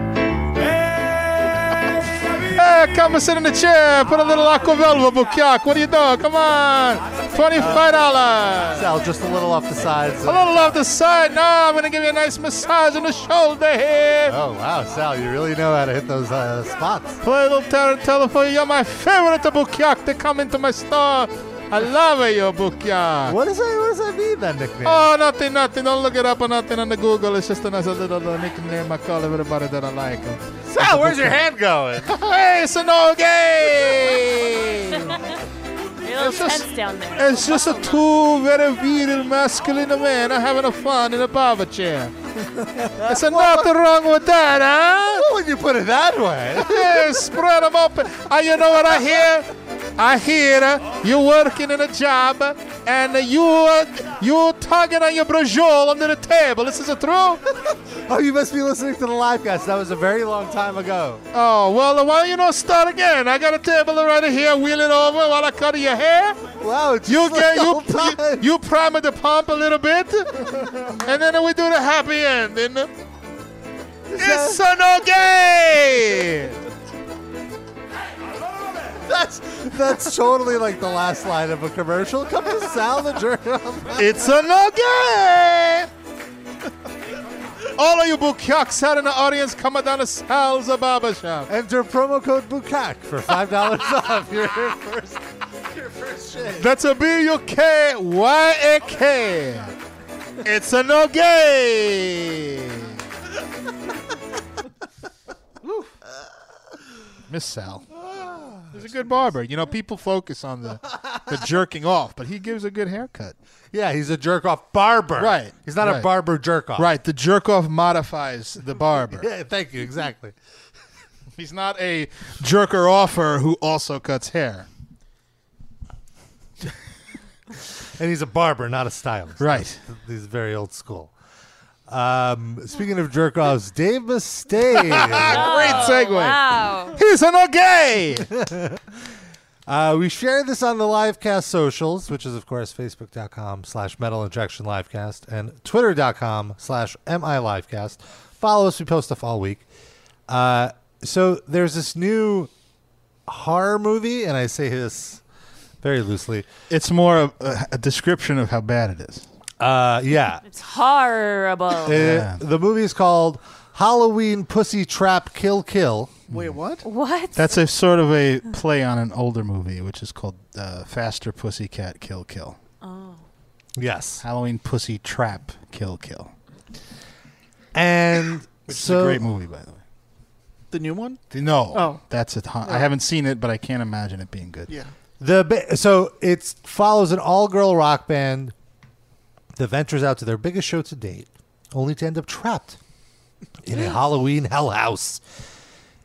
[SPEAKER 2] Hey, come and sit in the chair. Put a little aquavelva, Bukyak. What are you doing? Come on. $25.
[SPEAKER 3] Sal, just a little off the sides.
[SPEAKER 2] A little off the side. Now I'm going to give you a nice massage on the shoulder here.
[SPEAKER 3] Oh wow, Sal, you really know how to hit those uh, spots.
[SPEAKER 2] Play a little tar- telephone. You're my favorite Bukyak to come into my store. I love you, Bukyak.
[SPEAKER 3] What is that? What does that mean? That nickname?
[SPEAKER 2] Oh, nothing, nothing. Don't look it up or nothing on the Google. It's just a nice little uh, nickname I call everybody that I like.
[SPEAKER 3] Sal, where's your hand going?
[SPEAKER 2] (laughs) hey, it's an old game.
[SPEAKER 4] Real
[SPEAKER 2] It's just-
[SPEAKER 4] intense down there.
[SPEAKER 2] It's just a two very virile masculine men are having a fun in a barber chair. There's nothing wrong with that, huh?
[SPEAKER 3] Why would you put it that way?
[SPEAKER 2] yeah, spread them open. Ah, you know what I hear? I hear uh, you working in a job uh, and uh, you uh, you tugging on your brajol under the table. This is it true?
[SPEAKER 3] oh, you must be listening to the live cast. That was a very long time ago.
[SPEAKER 2] Oh, well, why you not start again? I got a table right here, wheel it over while I cut your hair.
[SPEAKER 3] Wow,
[SPEAKER 2] you
[SPEAKER 11] like
[SPEAKER 2] get you,
[SPEAKER 11] old
[SPEAKER 2] you you primer the pump a little bit,
[SPEAKER 3] (laughs)
[SPEAKER 2] and then we do the happy end. And uh, it's so no gay.
[SPEAKER 3] That's that's totally like the last line of a commercial. Come to Sal the Journal.
[SPEAKER 2] It's a nugget! All of you bukkaks out in the audience, come down to Sal's Barber Shop.
[SPEAKER 3] Enter promo code Bukak for $5
[SPEAKER 2] (laughs)
[SPEAKER 3] off your first,
[SPEAKER 7] your first shave.
[SPEAKER 2] That's a B-U-K-Y-A-K. It's a nugget! Miss Sal. Ah. He's a good barber. You know, people focus on the,
[SPEAKER 3] (laughs)
[SPEAKER 2] the jerking off, but he gives a good haircut.
[SPEAKER 3] Yeah, he's a jerk off barber.
[SPEAKER 2] Right.
[SPEAKER 3] He's not a
[SPEAKER 2] right.
[SPEAKER 3] barber jerk off.
[SPEAKER 2] Right. The jerk off modifies the barber.
[SPEAKER 3] (laughs) Yeah, thank you. Exactly.
[SPEAKER 2] (laughs) He's not a jerker offer who also cuts hair.
[SPEAKER 3] And he's a barber, not a stylist.
[SPEAKER 2] Right.
[SPEAKER 3] He's very old school. Um, speaking of jerk offs, Dave (laughs) Mustaine.
[SPEAKER 2] Great segue.
[SPEAKER 4] Oh, Wow.
[SPEAKER 2] He's an gay.
[SPEAKER 3] (laughs) Uh, we shared this on the livecast socials, which is, of course, facebook.com slash metal injection livecast and twitter.com slash mi livecast. Follow us. We post stuff all week. Uh, so there's this new horror movie, and I say this very loosely.
[SPEAKER 2] It's more of a, a description of how bad it is.
[SPEAKER 3] Uh, yeah.
[SPEAKER 4] It's horrible.
[SPEAKER 3] Uh, the movie is called Halloween Pussy Trap Kill Kill.
[SPEAKER 11] Wait, what?
[SPEAKER 4] What?
[SPEAKER 2] That's a sort of a play on an older movie, which is called uh, Faster Pussycat Kill Kill.
[SPEAKER 4] Oh.
[SPEAKER 3] Yes.
[SPEAKER 2] Halloween Pussy Trap Kill Kill.
[SPEAKER 3] And
[SPEAKER 2] (coughs) Which
[SPEAKER 3] so,
[SPEAKER 2] is a great movie, by the way.
[SPEAKER 11] The new one?
[SPEAKER 2] No.
[SPEAKER 11] Oh.
[SPEAKER 2] That's it. I
[SPEAKER 11] No.
[SPEAKER 2] haven't seen it, but I can't imagine it being good.
[SPEAKER 11] Yeah.
[SPEAKER 3] The ba- so it follows an all-girl rock band that ventures out to their biggest show to date, only to end up trapped in a Halloween hell house.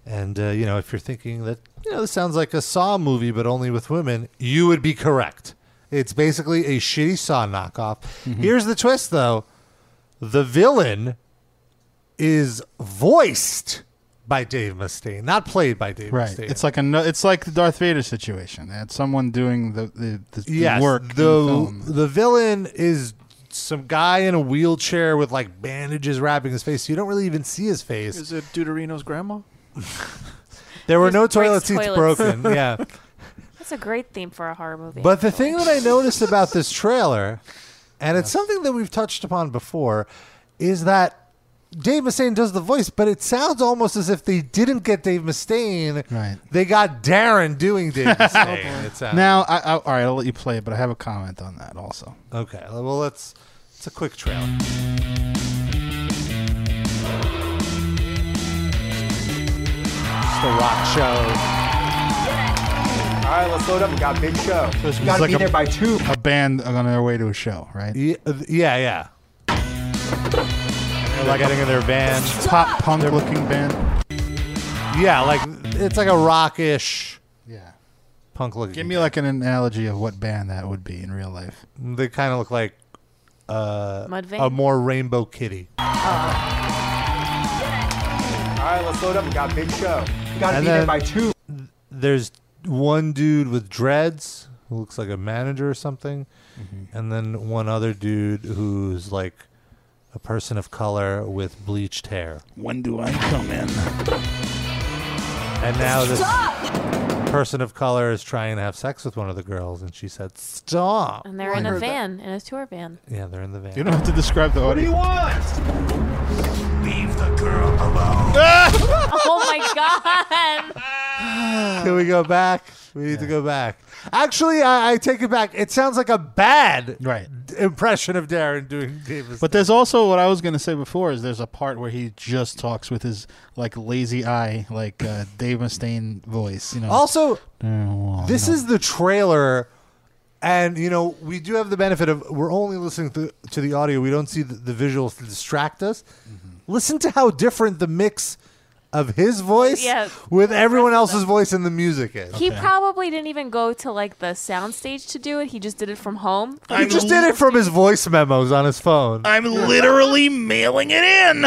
[SPEAKER 3] And uh, you know, if you're thinking that you know this sounds like a Saw movie but only with women, you would be correct. It's basically a shitty Saw knockoff.
[SPEAKER 2] Mm-hmm.
[SPEAKER 3] Here's the twist, though: the villain is voiced by Dave Mustaine, not played by Dave
[SPEAKER 2] Right.
[SPEAKER 3] Mustaine.
[SPEAKER 2] It's like a no- it's like the Darth Vader situation. They had someone doing the the, the, the
[SPEAKER 3] yes,
[SPEAKER 2] work. in
[SPEAKER 3] The
[SPEAKER 2] the film.
[SPEAKER 3] the villain is some guy in a wheelchair with like bandages wrapping his face. So you don't really even see his face.
[SPEAKER 11] Is it Deuterino's grandma?
[SPEAKER 3] There were no
[SPEAKER 4] just breaks
[SPEAKER 3] toilet seats
[SPEAKER 4] toilets. (laughs)
[SPEAKER 3] broken. yeah.
[SPEAKER 4] That's a great theme for a horror movie.
[SPEAKER 3] But the thing that I noticed about this trailer, and it's something that we've touched upon before, is that Dave Mustaine does the voice, but it sounds almost as if they didn't get Dave Mustaine.
[SPEAKER 2] Right. Oh,
[SPEAKER 3] They got Darren doing
[SPEAKER 2] (laughs)
[SPEAKER 3] Dave Mustaine. it sounds.
[SPEAKER 2] Now, I, I, all right, I'll let you play it, but I have a comment on that also.
[SPEAKER 3] Okay. Well, let's. It's a quick trailer. It's the rock show.
[SPEAKER 14] All right, let's load up. We got big show.
[SPEAKER 2] It's
[SPEAKER 14] we got to
[SPEAKER 2] like
[SPEAKER 14] be
[SPEAKER 2] a-
[SPEAKER 14] there by two.
[SPEAKER 2] A band on their way to a show, right?
[SPEAKER 3] Yeah, yeah. They're like getting in their van.
[SPEAKER 2] Pop punk looking band.
[SPEAKER 3] Yeah, like it's like a rockish.
[SPEAKER 2] Yeah.
[SPEAKER 3] Punk looking.
[SPEAKER 2] Give me like an analogy of what band that would be in real life.
[SPEAKER 3] They kind of look like uh,
[SPEAKER 14] Mudvayne?
[SPEAKER 3] a more rainbow kitty.
[SPEAKER 14] All right, let's load up. We got big show. We got to
[SPEAKER 3] And
[SPEAKER 14] be there
[SPEAKER 3] then-
[SPEAKER 14] by two.
[SPEAKER 3] There's one dude with dreads who looks like a manager or something,
[SPEAKER 2] Mm-hmm.
[SPEAKER 3] and then one other dude who's like a person of color with bleached hair.
[SPEAKER 2] When do I come in?
[SPEAKER 3] And now this person of color is trying to have sex with one of the girls, and she said, "Stop."
[SPEAKER 4] and they're in a van, in a tour
[SPEAKER 3] (laughs)
[SPEAKER 4] van.
[SPEAKER 3] Yeah, they're in the van.
[SPEAKER 2] You don't have to describe the audience.
[SPEAKER 14] want? Leave the girl alone.
[SPEAKER 4] oh my god.
[SPEAKER 3] Can we go back? We need to go back. Actually, I, I take it back. It sounds like a bad
[SPEAKER 2] right.
[SPEAKER 3] impression of Darren doing Davis.
[SPEAKER 2] But there's also what I was going to say before is there's a part where he just talks with his like lazy eye, like uh, (laughs) Dave Mustaine voice. You know.
[SPEAKER 3] also,
[SPEAKER 2] Yeah, well,
[SPEAKER 3] this is the trailer, and you know we do have the benefit of we're only listening to, to the audio. We don't see the, the visuals to distract us. Listen to how different the mix of his voice
[SPEAKER 4] Yeah.
[SPEAKER 3] with everyone else's voice and the music is.
[SPEAKER 4] He probably didn't even go to like the soundstage to do it. He just did it from
[SPEAKER 3] (laughs)
[SPEAKER 4] home.
[SPEAKER 3] He just did it from his voice memos on his phone.
[SPEAKER 2] I'm literally mailing it in.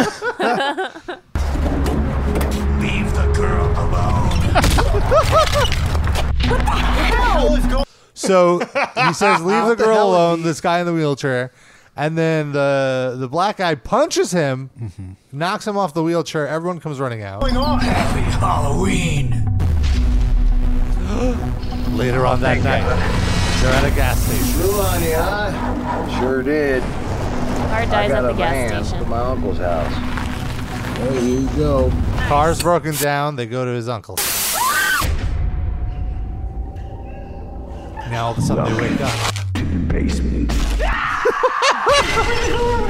[SPEAKER 14] Leave the girl alone. what the hell is going?
[SPEAKER 3] So he (laughs) says, "Leave the
[SPEAKER 14] What the
[SPEAKER 3] girl
[SPEAKER 14] hell,
[SPEAKER 3] alone." This guy in the wheelchair, and then the the black guy punches him, knocks him off the (gasps) wheelchair. Everyone comes running out.
[SPEAKER 14] Happy Halloween.
[SPEAKER 3] Later on that night, they're at a gas station.
[SPEAKER 15] Money, huh? Sure did.
[SPEAKER 4] Car
[SPEAKER 15] I got
[SPEAKER 4] dies at the
[SPEAKER 15] a
[SPEAKER 4] gas
[SPEAKER 15] van
[SPEAKER 4] station.
[SPEAKER 15] From my uncle's house.
[SPEAKER 3] There you go. Car's broken down. They go to his uncle. Now all of a sudden they wake up.
[SPEAKER 16] To the basement.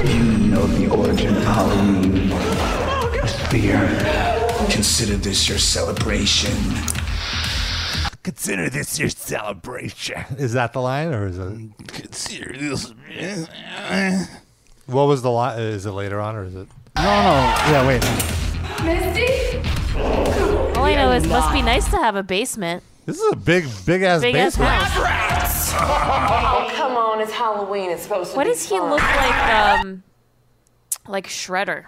[SPEAKER 16] you know the origin of Halloween. Fear. Consider this your celebration.
[SPEAKER 3] Consider this your celebration. Is that the line or is it? Consider this. What was the line? Is it later on or is it?
[SPEAKER 2] No, no. Yeah, wait.
[SPEAKER 4] Misty? (laughs) All I know is must be nice to have a basement.
[SPEAKER 3] This is a big, big ass
[SPEAKER 4] Big ass
[SPEAKER 3] basement.
[SPEAKER 4] house.
[SPEAKER 17] Oh, come on, it's Halloween. It's supposed to
[SPEAKER 4] What
[SPEAKER 17] be
[SPEAKER 4] does he
[SPEAKER 17] fun.
[SPEAKER 4] look like? Um, like Shredder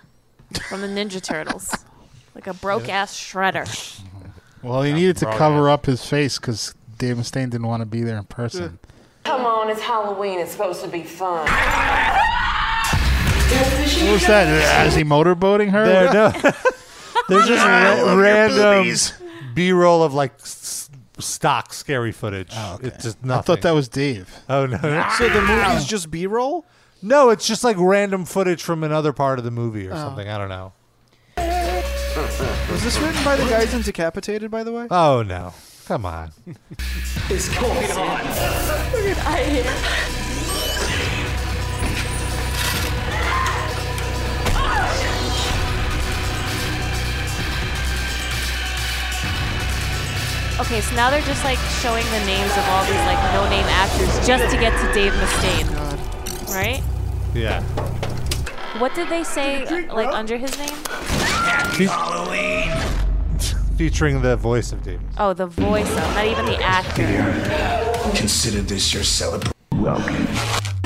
[SPEAKER 4] from the Ninja Turtles, (laughs) like a broke ass Shredder.
[SPEAKER 2] Well, he needed to
[SPEAKER 4] probably
[SPEAKER 2] cover up his face because Dave Mustaine didn't want to be there in person.
[SPEAKER 17] Come on, it's Halloween. It's supposed to be fun.
[SPEAKER 2] What was that? Is he motorboating her?
[SPEAKER 3] There,
[SPEAKER 2] (laughs)
[SPEAKER 3] no. (laughs) There's just ra- random B-roll of like s- stock scary footage. It's just nothing. I thought that
[SPEAKER 2] was Dave.
[SPEAKER 3] Oh no! no.
[SPEAKER 5] So
[SPEAKER 3] (laughs)
[SPEAKER 5] the movie's just B-roll.
[SPEAKER 3] No, it's just like random footage from another part of the movie or
[SPEAKER 5] Oh.
[SPEAKER 3] something. I don't know.
[SPEAKER 5] Was this written by the guys in Decapitated, by the way?
[SPEAKER 3] Oh no! Come on.
[SPEAKER 5] It's cold.
[SPEAKER 17] Look at I
[SPEAKER 4] Okay, so now they're just like showing the names of all these like no name actors just to get to Dave Mustaine, right?
[SPEAKER 3] Yeah.
[SPEAKER 4] What did they say like under his name?
[SPEAKER 3] Halloween. (laughs) Featuring the voice of David.
[SPEAKER 4] Oh, the voice of, not even the actor.
[SPEAKER 16] Consider this your celebration. Welcome.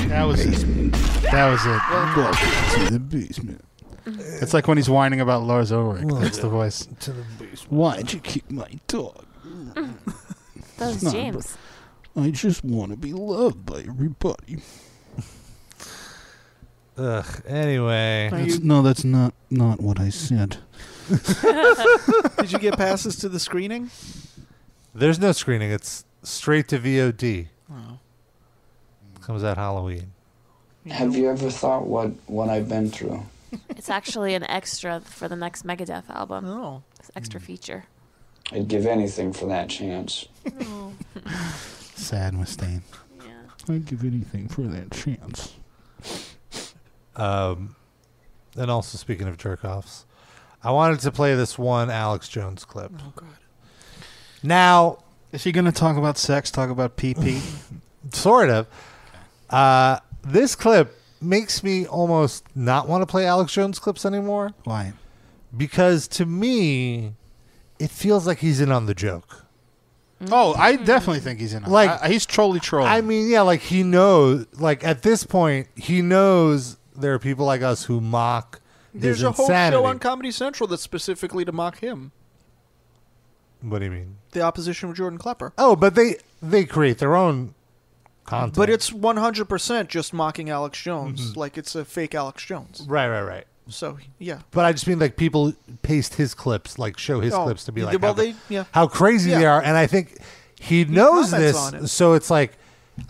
[SPEAKER 2] That was it. That was it. Welcome to the basement. It's like when he's whining about Lars Ulrich. That's the voice.
[SPEAKER 3] To the
[SPEAKER 2] Why'd you keep my dog?
[SPEAKER 4] (laughs) That was
[SPEAKER 2] No,
[SPEAKER 4] James.
[SPEAKER 2] I just want to be loved by everybody.
[SPEAKER 3] Ugh. Anyway.
[SPEAKER 2] That's, no, that's not not what I said.
[SPEAKER 5] (laughs) Did you get passes to the screening?
[SPEAKER 3] There's no screening. It's straight to VOD. Comes out Halloween.
[SPEAKER 18] Have you ever thought what, what I've been
[SPEAKER 5] (laughs)
[SPEAKER 18] through?
[SPEAKER 4] It's actually an extra for the next Megadeth album. Oh, it's
[SPEAKER 3] Hmm.
[SPEAKER 4] extra feature.
[SPEAKER 18] I'd give anything for that chance.
[SPEAKER 2] Sad Mustaine. I'd give anything for that chance.
[SPEAKER 3] Um, and also speaking of jerk offs, I wanted to play this one Alex Jones clip. Oh God. Now,
[SPEAKER 2] is she going to talk about sex? Talk about PP?
[SPEAKER 3] (laughs) sort of. Uh, this clip makes me almost not want to play Alex Jones clips anymore.
[SPEAKER 2] Why?
[SPEAKER 3] Because to me, it feels like he's in on the joke.
[SPEAKER 2] Oh, I definitely think he's in. on it.
[SPEAKER 3] Like-
[SPEAKER 2] I- he's totally trolling.
[SPEAKER 3] I mean, yeah, like he knows. Like at this point, he knows there are people like us who mock.
[SPEAKER 5] There's
[SPEAKER 3] his
[SPEAKER 5] a whole
[SPEAKER 3] insanity.
[SPEAKER 5] show on Comedy Central that's specifically to mock him.
[SPEAKER 3] What do you mean?
[SPEAKER 5] The opposition with Jordan Klepper.
[SPEAKER 3] Oh, but they they create their own content. Mm-hmm.
[SPEAKER 5] But it's 100% just mocking Alex Jones. Like it's a fake Alex Jones.
[SPEAKER 3] Right, right, right.
[SPEAKER 5] So, yeah.
[SPEAKER 3] But I just mean like people paste his clips, like show his
[SPEAKER 5] Oh,
[SPEAKER 3] clips to be
[SPEAKER 5] yeah,
[SPEAKER 3] like
[SPEAKER 5] well,
[SPEAKER 3] how,
[SPEAKER 5] they- yeah.
[SPEAKER 3] how crazy they are, and I think he knows
[SPEAKER 2] comments on
[SPEAKER 3] this, so it's like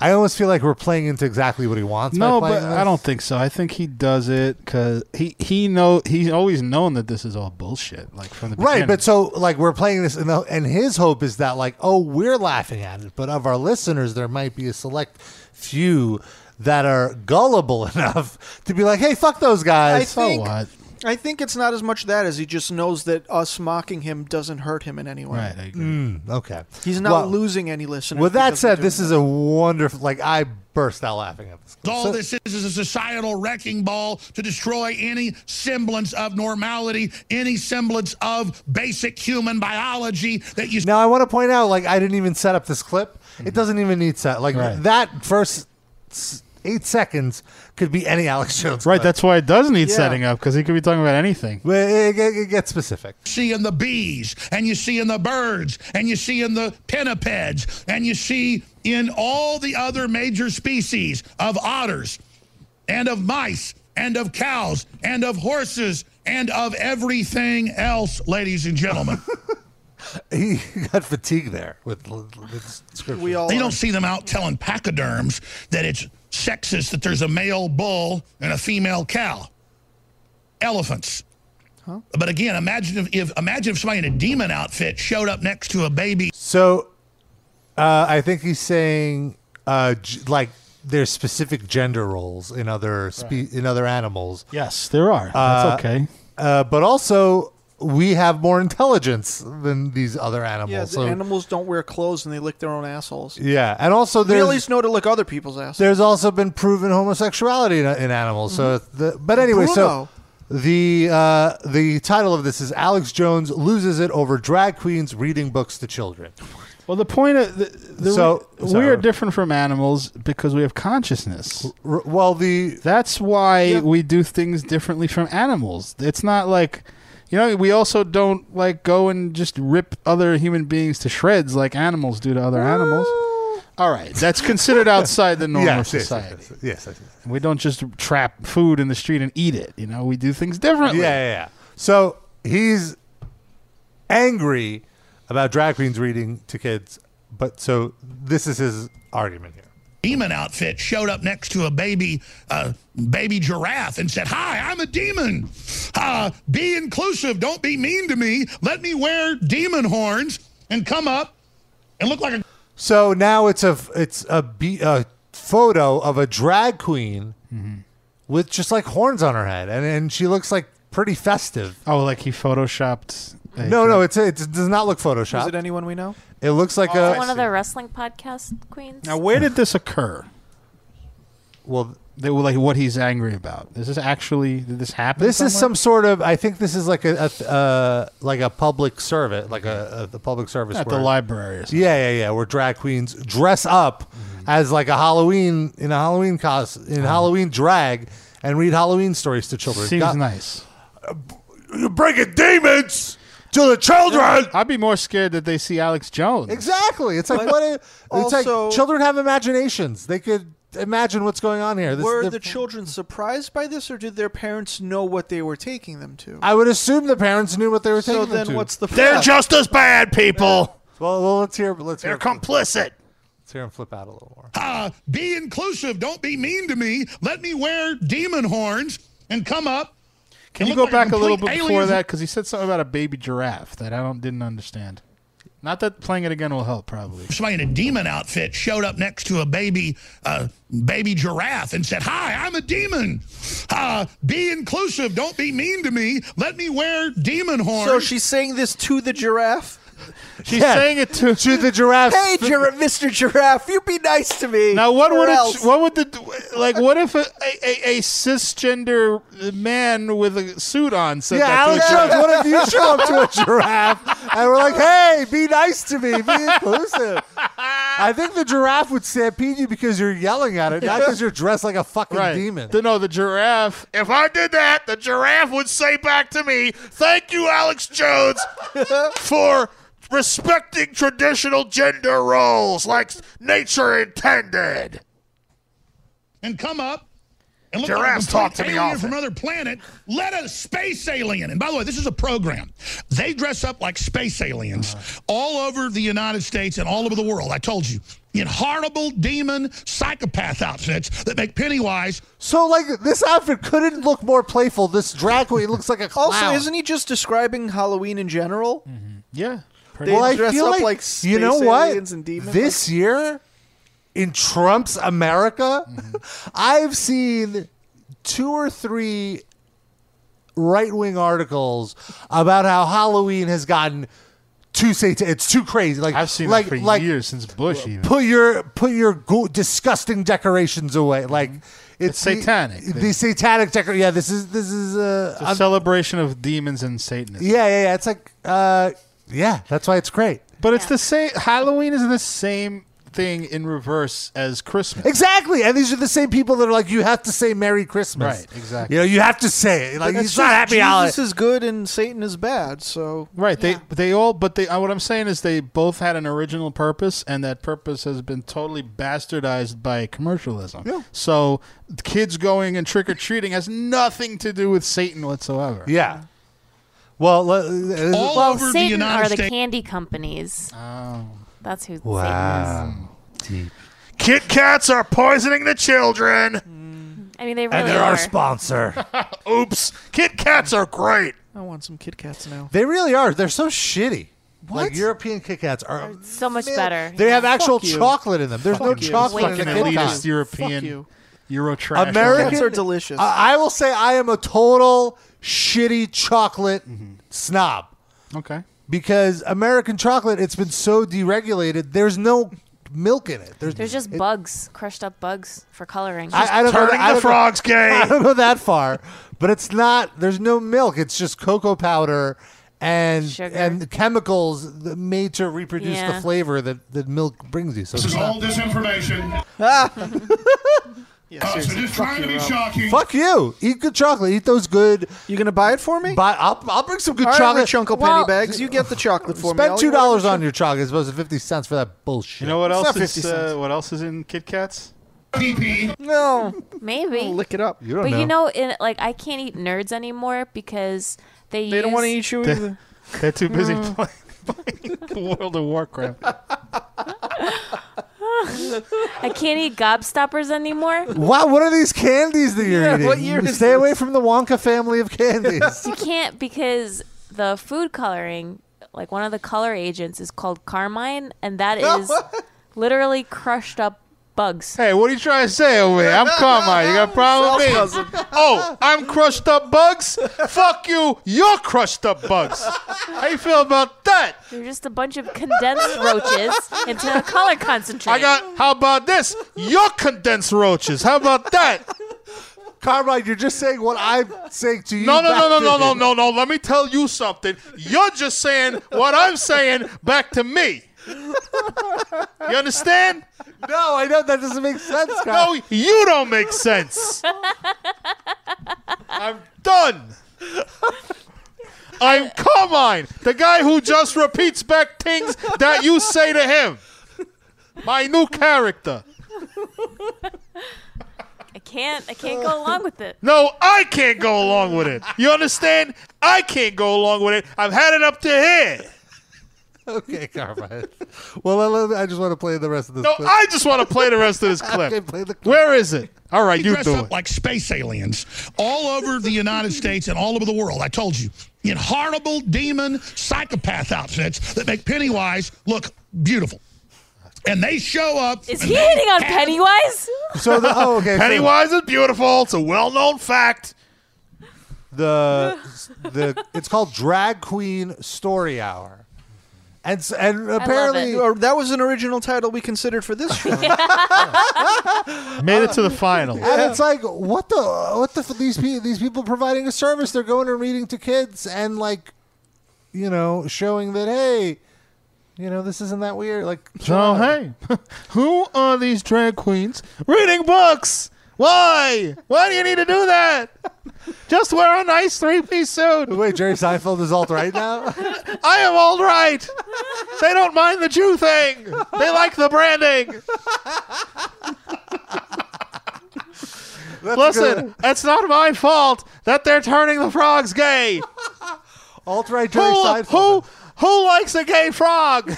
[SPEAKER 3] I almost feel like we're playing into exactly what he wants. by
[SPEAKER 2] No, but
[SPEAKER 3] playing this.
[SPEAKER 2] I don't think so. I think he does it because he he know he's always known that this is all bullshit. Like from the
[SPEAKER 3] Right,
[SPEAKER 2] beginning.
[SPEAKER 3] but so like we're playing this, and, the, and his hope is that like, oh, we're laughing at it, but of our listeners, there might be a select few that are gullible (laughs) enough to be like, hey, fuck those guys.
[SPEAKER 5] I think, I think it's not as much that as he just knows that us mocking him doesn't hurt him in any way.
[SPEAKER 2] Right, I agree.
[SPEAKER 3] Mm, okay,
[SPEAKER 5] He's not
[SPEAKER 3] Well,
[SPEAKER 5] losing any listeners.
[SPEAKER 3] With that
[SPEAKER 5] because we're
[SPEAKER 3] said,
[SPEAKER 5] doing
[SPEAKER 3] this is a wonderful. Like I burst out laughing at this.
[SPEAKER 19] All this is is a societal wrecking ball to destroy any semblance of normality, any semblance of basic human biology that you.
[SPEAKER 3] Now I want to point out, like I didn't even set up this clip. It doesn't even need set. Like
[SPEAKER 2] Mm. Right.
[SPEAKER 3] that first s- eight seconds could be any Alex Jones.
[SPEAKER 2] Right,
[SPEAKER 3] clip.
[SPEAKER 2] that's why it does need
[SPEAKER 3] Yeah.
[SPEAKER 2] setting up because he could be talking about anything.
[SPEAKER 3] Well, it, it, it gets specific.
[SPEAKER 19] See in the bees, and you see in the birds, and you see in the pinnipeds, and you see in all the other major species of otters, and of mice, and of cows, and of horses, and of everything else, ladies and gentlemen.
[SPEAKER 3] (laughs) he got fatigue there with, with scripture.
[SPEAKER 19] they don't see them out telling pachyderms that it's sexist that there's a male bull and a female cow. Elephants. But again, imagine if, if imagine if somebody in a demon outfit showed up next to a baby
[SPEAKER 3] So, uh, I think he's saying uh, g- like there's specific gender roles in other spe- in other animals.
[SPEAKER 2] Yes, there are.
[SPEAKER 3] Uh,
[SPEAKER 2] That's okay.
[SPEAKER 3] Uh, but also, we have more intelligence than these other animals.
[SPEAKER 11] Yeah, the
[SPEAKER 3] so,
[SPEAKER 11] animals don't wear clothes and they lick their own assholes.
[SPEAKER 3] yeah, and also
[SPEAKER 11] they
[SPEAKER 3] there's
[SPEAKER 11] at least know to lick other people's assholes.
[SPEAKER 3] there's also been proven homosexuality in, in animals. So,
[SPEAKER 2] Mm-hmm.
[SPEAKER 3] it's the, but anyway,
[SPEAKER 11] Bruno.
[SPEAKER 3] so. The uh, the title of this is Alex Jones loses it over drag queens reading books to children.
[SPEAKER 2] Well, the point of the, the
[SPEAKER 3] So-
[SPEAKER 2] we,
[SPEAKER 3] sorry.
[SPEAKER 2] we are different from animals because we have consciousness.
[SPEAKER 3] well, the
[SPEAKER 2] that's why we do things differently from animals. It's not like you know we also don't like go and just rip other human beings to shreds like animals do to other animals. All right, that's
[SPEAKER 3] (laughs)
[SPEAKER 2] considered outside the norm
[SPEAKER 3] Yes, yes,
[SPEAKER 2] of
[SPEAKER 3] yes,
[SPEAKER 2] society.
[SPEAKER 3] Yes, yes, yes.
[SPEAKER 2] We don't just trap food in the street and eat it. You know, we do things differently.
[SPEAKER 3] Yeah, yeah, yeah. So he's angry about drag queens reading to kids, but so this is his argument here.
[SPEAKER 19] demon outfit showed up next to a baby uh, baby giraffe and said, "Hi, I'm a demon. Uh, be inclusive. Don't be mean to me. Let me wear demon horns and come up and look like a
[SPEAKER 3] So now it's a it's a, be, a photo of a drag queen
[SPEAKER 2] Mm-hmm.
[SPEAKER 3] with just like horns on her head, and and she looks like pretty festive.
[SPEAKER 2] Oh, like he photoshopped. uh, a
[SPEAKER 3] no,
[SPEAKER 2] drag-
[SPEAKER 3] no, it's it does not look photoshopped.
[SPEAKER 11] Is it anyone we know?
[SPEAKER 3] It looks like
[SPEAKER 5] uh,
[SPEAKER 4] Is it
[SPEAKER 3] a
[SPEAKER 4] one of the wrestling podcast queens.
[SPEAKER 2] Now, where did this occur?
[SPEAKER 3] Well,
[SPEAKER 2] they were like what he's angry about. Is this actually did this happen?
[SPEAKER 3] This is
[SPEAKER 2] somewhere?
[SPEAKER 3] some sort of. I think this is like a, a uh, like a public service, like a, a the public service
[SPEAKER 2] At the
[SPEAKER 3] where-
[SPEAKER 2] library or Mm-hmm.
[SPEAKER 3] Yeah, yeah, yeah. Where drag queens dress up as like a Halloween in a Halloween cos in Halloween drag and read Halloween stories to children.
[SPEAKER 2] Uh-huh. Seems
[SPEAKER 3] God-
[SPEAKER 2] nice.
[SPEAKER 3] You're bringing demons to the children.
[SPEAKER 2] I'd be more scared that they see Alex Jones.
[SPEAKER 3] Exactly. It's like what? It, it's
[SPEAKER 11] Also-
[SPEAKER 3] like children have imaginations. They could imagine what's going on here. This-
[SPEAKER 11] were
[SPEAKER 3] the-
[SPEAKER 11] the children surprised by this, or did their parents know what they were taking them to?
[SPEAKER 3] I would assume the parents knew what they were taking.
[SPEAKER 11] So
[SPEAKER 3] them
[SPEAKER 11] then
[SPEAKER 3] to.
[SPEAKER 11] what's the
[SPEAKER 19] They're just as bad people.
[SPEAKER 3] Well, well let's hear. Let's
[SPEAKER 19] They're
[SPEAKER 3] hear.
[SPEAKER 19] complicit.
[SPEAKER 3] Let's hear him flip out a little more.
[SPEAKER 19] Uh, be inclusive. Don't be mean to me. Let me wear demon horns and come up."
[SPEAKER 2] Can
[SPEAKER 19] and
[SPEAKER 2] you go
[SPEAKER 19] look like
[SPEAKER 2] back a little bit
[SPEAKER 19] complete
[SPEAKER 2] before
[SPEAKER 19] alien."
[SPEAKER 2] that because he said something about a baby giraffe that I don't didn't understand. Not that playing it again will help, probably.
[SPEAKER 19] somebody in a demon outfit showed up next to a baby uh, baby giraffe and said, "Hi, I'm a demon. Uh, be inclusive. Don't be mean to me. Let me wear demon horns."
[SPEAKER 11] So she's saying this to the giraffe.
[SPEAKER 2] She's saying it to
[SPEAKER 3] to the giraffe.
[SPEAKER 11] Hey, Gir- Mr. Giraffe, you be nice to me.
[SPEAKER 2] Now, what
[SPEAKER 11] or
[SPEAKER 2] would
[SPEAKER 11] else.
[SPEAKER 2] it, what would the like? What if a, a, a cisgender man with a suit on said
[SPEAKER 3] Yeah,
[SPEAKER 2] that to a
[SPEAKER 3] Alex
[SPEAKER 2] giraffe?
[SPEAKER 3] Jones, what if you (laughs) show up to a giraffe (laughs) and we're like, hey, be nice to me, be inclusive? I think the giraffe would stampede you because you're yelling at it, not because you're dressed like a fucking
[SPEAKER 2] Right.
[SPEAKER 3] demon.
[SPEAKER 2] The- no, the giraffe.
[SPEAKER 19] if I did that, the giraffe would say back to me, "Thank you, Alex (laughs) Jones, for respecting traditional gender roles like nature intended." And come up and look
[SPEAKER 16] Giraffes
[SPEAKER 19] like
[SPEAKER 16] talk
[SPEAKER 19] a
[SPEAKER 16] to me
[SPEAKER 19] complete alien
[SPEAKER 16] often.
[SPEAKER 19] from another planet. Let a space alien. And by the way, this is a program. They dress up like space aliens all over the United States and all over the world. I told you. In horrible demon psychopath outfits that make Pennywise
[SPEAKER 3] So, like, this outfit couldn't look more playful. This drag queen looks like a clown. Mm-hmm.
[SPEAKER 11] Also, isn't he just describing Halloween in general?
[SPEAKER 2] Yeah.
[SPEAKER 11] They dress up like, space
[SPEAKER 3] you know what?
[SPEAKER 11] aliens and demons.
[SPEAKER 3] This year in Trump's America,
[SPEAKER 11] Mm-hmm.
[SPEAKER 3] I've seen two or three right wing articles about how Halloween has gotten too satan. It's too crazy. Like
[SPEAKER 2] I've seen
[SPEAKER 3] like
[SPEAKER 2] it for
[SPEAKER 3] like
[SPEAKER 2] years sinse Bush. Even.
[SPEAKER 3] put your put your go- disgusting decorations away. Like it's, the-
[SPEAKER 2] Mm-hmm. satanic.
[SPEAKER 3] The, satanic decor. Yeah, this is this is uh,
[SPEAKER 2] It's a
[SPEAKER 3] I'm-
[SPEAKER 2] celebration of demons and Satanism.
[SPEAKER 3] yeah yeah yeah. It's like uh, yeah. That's why it's great.
[SPEAKER 2] But it's the same. Halloween is the same thing in reverse as Christmas.
[SPEAKER 3] Exactly. And these are the same people that are like, you have to say Merry Christmas.
[SPEAKER 2] Right, exactly.
[SPEAKER 3] You know, you have to say it. Like,
[SPEAKER 11] That's
[SPEAKER 3] it's not
[SPEAKER 11] just
[SPEAKER 3] happy
[SPEAKER 11] Jesus
[SPEAKER 3] holiday.
[SPEAKER 11] is good and Satan is bad. So
[SPEAKER 2] Right. They they all. But they. Uh, what I'm saying is they both had an original purpose, and that purpose has been totally bastardized by commercialism. Yeah. So kids going and trick or treating has nothing to do with Satan whatsoever.
[SPEAKER 3] Yeah. Well, le-
[SPEAKER 4] well, Satan are the candy companies. Oh. That's who
[SPEAKER 3] Wow. Deep.
[SPEAKER 11] Kit Kats are poisoning the children.
[SPEAKER 4] Satan is. I mean, they really
[SPEAKER 3] and they're
[SPEAKER 4] are.
[SPEAKER 3] our
[SPEAKER 11] (laughs)
[SPEAKER 3] sponsor.
[SPEAKER 11] (laughs) Oops. Kit Kats are great.
[SPEAKER 20] I want some Kit Kats
[SPEAKER 11] (laughs)
[SPEAKER 20] now.
[SPEAKER 3] they really are. They're so shitty. Like European Kit Kats are.
[SPEAKER 4] So much better.
[SPEAKER 3] They have actual
[SPEAKER 20] Fuck you.
[SPEAKER 3] chocolate in them. There's no
[SPEAKER 2] Fuck you.
[SPEAKER 3] chocolate
[SPEAKER 2] Fucking
[SPEAKER 3] in the Kit
[SPEAKER 2] elitist
[SPEAKER 3] Kats.
[SPEAKER 2] European Euro trash.
[SPEAKER 3] Americans
[SPEAKER 20] are delicious.
[SPEAKER 3] I, I will say I am a total shitty chocolate snob
[SPEAKER 2] Okay.
[SPEAKER 3] because American chocolate it's been so deregulated. There's no milk in it. There's,
[SPEAKER 4] There's just
[SPEAKER 3] it-
[SPEAKER 4] bugs, crushed up bugs for coloring.
[SPEAKER 3] I, I don't know, that- I don't know- (laughs) I don't know that far, but it's not. There's no milk. It's just cocoa powder and and chemicals that made to reproduce
[SPEAKER 11] Yeah.
[SPEAKER 3] the flavor that, that milk brings you. So it's not-
[SPEAKER 11] disinformation.
[SPEAKER 2] (laughs)
[SPEAKER 20] yeah, seriously.
[SPEAKER 11] trying to be shocking.
[SPEAKER 3] Fuck you! Eat good chocolate. Eat those good.
[SPEAKER 5] You gonna buy it for me?
[SPEAKER 3] Buy, I'll, I'll bring some good
[SPEAKER 5] All right,
[SPEAKER 3] chocolate.
[SPEAKER 5] rich Uncle
[SPEAKER 3] Well,
[SPEAKER 5] Pennybags, you get the chocolate for me.
[SPEAKER 3] Spend
[SPEAKER 5] I'll
[SPEAKER 3] two
[SPEAKER 5] eat
[SPEAKER 3] dollars
[SPEAKER 5] whatever
[SPEAKER 3] on your chocolate as opposed to fifty cents for that bullshit.
[SPEAKER 2] You know what
[SPEAKER 3] It's
[SPEAKER 2] else
[SPEAKER 3] not
[SPEAKER 2] is uh, what else is in Kit Kats?
[SPEAKER 5] (laughs) No.
[SPEAKER 4] Maybe.
[SPEAKER 5] lick it up.
[SPEAKER 2] You
[SPEAKER 4] but you know, in, like I can't eat nerds anymore because they
[SPEAKER 5] They don't
[SPEAKER 4] want
[SPEAKER 5] wanna eat you
[SPEAKER 2] They're,
[SPEAKER 5] either.
[SPEAKER 2] they're too busy
[SPEAKER 4] Mm.
[SPEAKER 2] (laughs) playing, playing (laughs) World of Warcraft.
[SPEAKER 4] I can't eat gobstoppers anymore.
[SPEAKER 2] (laughs)
[SPEAKER 3] Wow, what are these candies that you're
[SPEAKER 4] Yeah,
[SPEAKER 3] eating?
[SPEAKER 4] what year is
[SPEAKER 3] Stay away from the Wonka family
[SPEAKER 5] (laughs)
[SPEAKER 3] of candies.
[SPEAKER 4] you can't because the food coloring, like one of the color agents, is called carmine, and that is literally crushed up bugs.
[SPEAKER 2] Hey, what are you trying to say over here? I'm Carmine. You got a problem with me? Oh, I'm crushed up bugs? Fuck you. You're crushed up bugs. How you feel about that?
[SPEAKER 4] They're just a bunch of
[SPEAKER 2] (laughs)
[SPEAKER 4] condensed roaches into a color concentrate. (laughs)
[SPEAKER 2] I got, how about this? You're condensed roaches. How about that?
[SPEAKER 3] Carmine, you're just saying what I'm saying to you.
[SPEAKER 11] No, no,
[SPEAKER 3] back
[SPEAKER 11] no, no,
[SPEAKER 3] to
[SPEAKER 11] no,
[SPEAKER 3] me.
[SPEAKER 11] no, no, no. Let me tell you something. You're just saying what I'm saying back to me. You understand?
[SPEAKER 3] No, I know that doesn't make sense.
[SPEAKER 11] No, you don't make sense. I'm done. I'm Carmine, the guy who just repeats back things that you say to him. My new character.
[SPEAKER 4] I can't. I can't go along with
[SPEAKER 2] (laughs)
[SPEAKER 4] it.
[SPEAKER 11] No, I can't go along with it. You understand? I can't go along with it. I've had it up to here.
[SPEAKER 5] (laughs)
[SPEAKER 3] Okay, Carmine. Well, I, love- I just want to play the rest of this.
[SPEAKER 11] No,
[SPEAKER 3] clip.
[SPEAKER 11] I just want to play the
[SPEAKER 3] (laughs)
[SPEAKER 11] rest of this clip. Where is it? All right, you
[SPEAKER 19] dress
[SPEAKER 11] do
[SPEAKER 19] up
[SPEAKER 11] it.
[SPEAKER 19] like space aliens all over the United States and all over the world. I told you. In horrible demon psychopath outfits that make Pennywise look beautiful. And they show up.
[SPEAKER 4] Is he hitting on Pennywise?
[SPEAKER 3] So the, oh, okay. so
[SPEAKER 11] Pennywise is beautiful. It's a well-known fact.
[SPEAKER 3] the the it's called Drag Queen Story Hour, and s- and apparently
[SPEAKER 5] Or that was an original title we considered for this show.
[SPEAKER 11] Made it to the
[SPEAKER 3] (laughs)
[SPEAKER 11] final.
[SPEAKER 3] And it's like, what the, what the, f- these people, these people providing a service, they're going and reading to kids and like, you know, showing that hey, you know, this isn't that weird. Like,
[SPEAKER 11] So Oh, hey, (laughs) who are these drag queens reading books? Why? Why do you need to do that? Just wear a nice three-piece suit.
[SPEAKER 3] wait, Jerry Seinfeld is all right now.
[SPEAKER 11] (laughs) I am all right. They don't mind the Jew thing. They like
[SPEAKER 19] (laughs)
[SPEAKER 11] the branding. Listen,
[SPEAKER 3] good.
[SPEAKER 11] it's not my fault that they're turning the frogs gay.
[SPEAKER 3] alt right Jerry
[SPEAKER 11] (laughs) Who,
[SPEAKER 3] Seinfeld.
[SPEAKER 11] who, who likes a gay frog?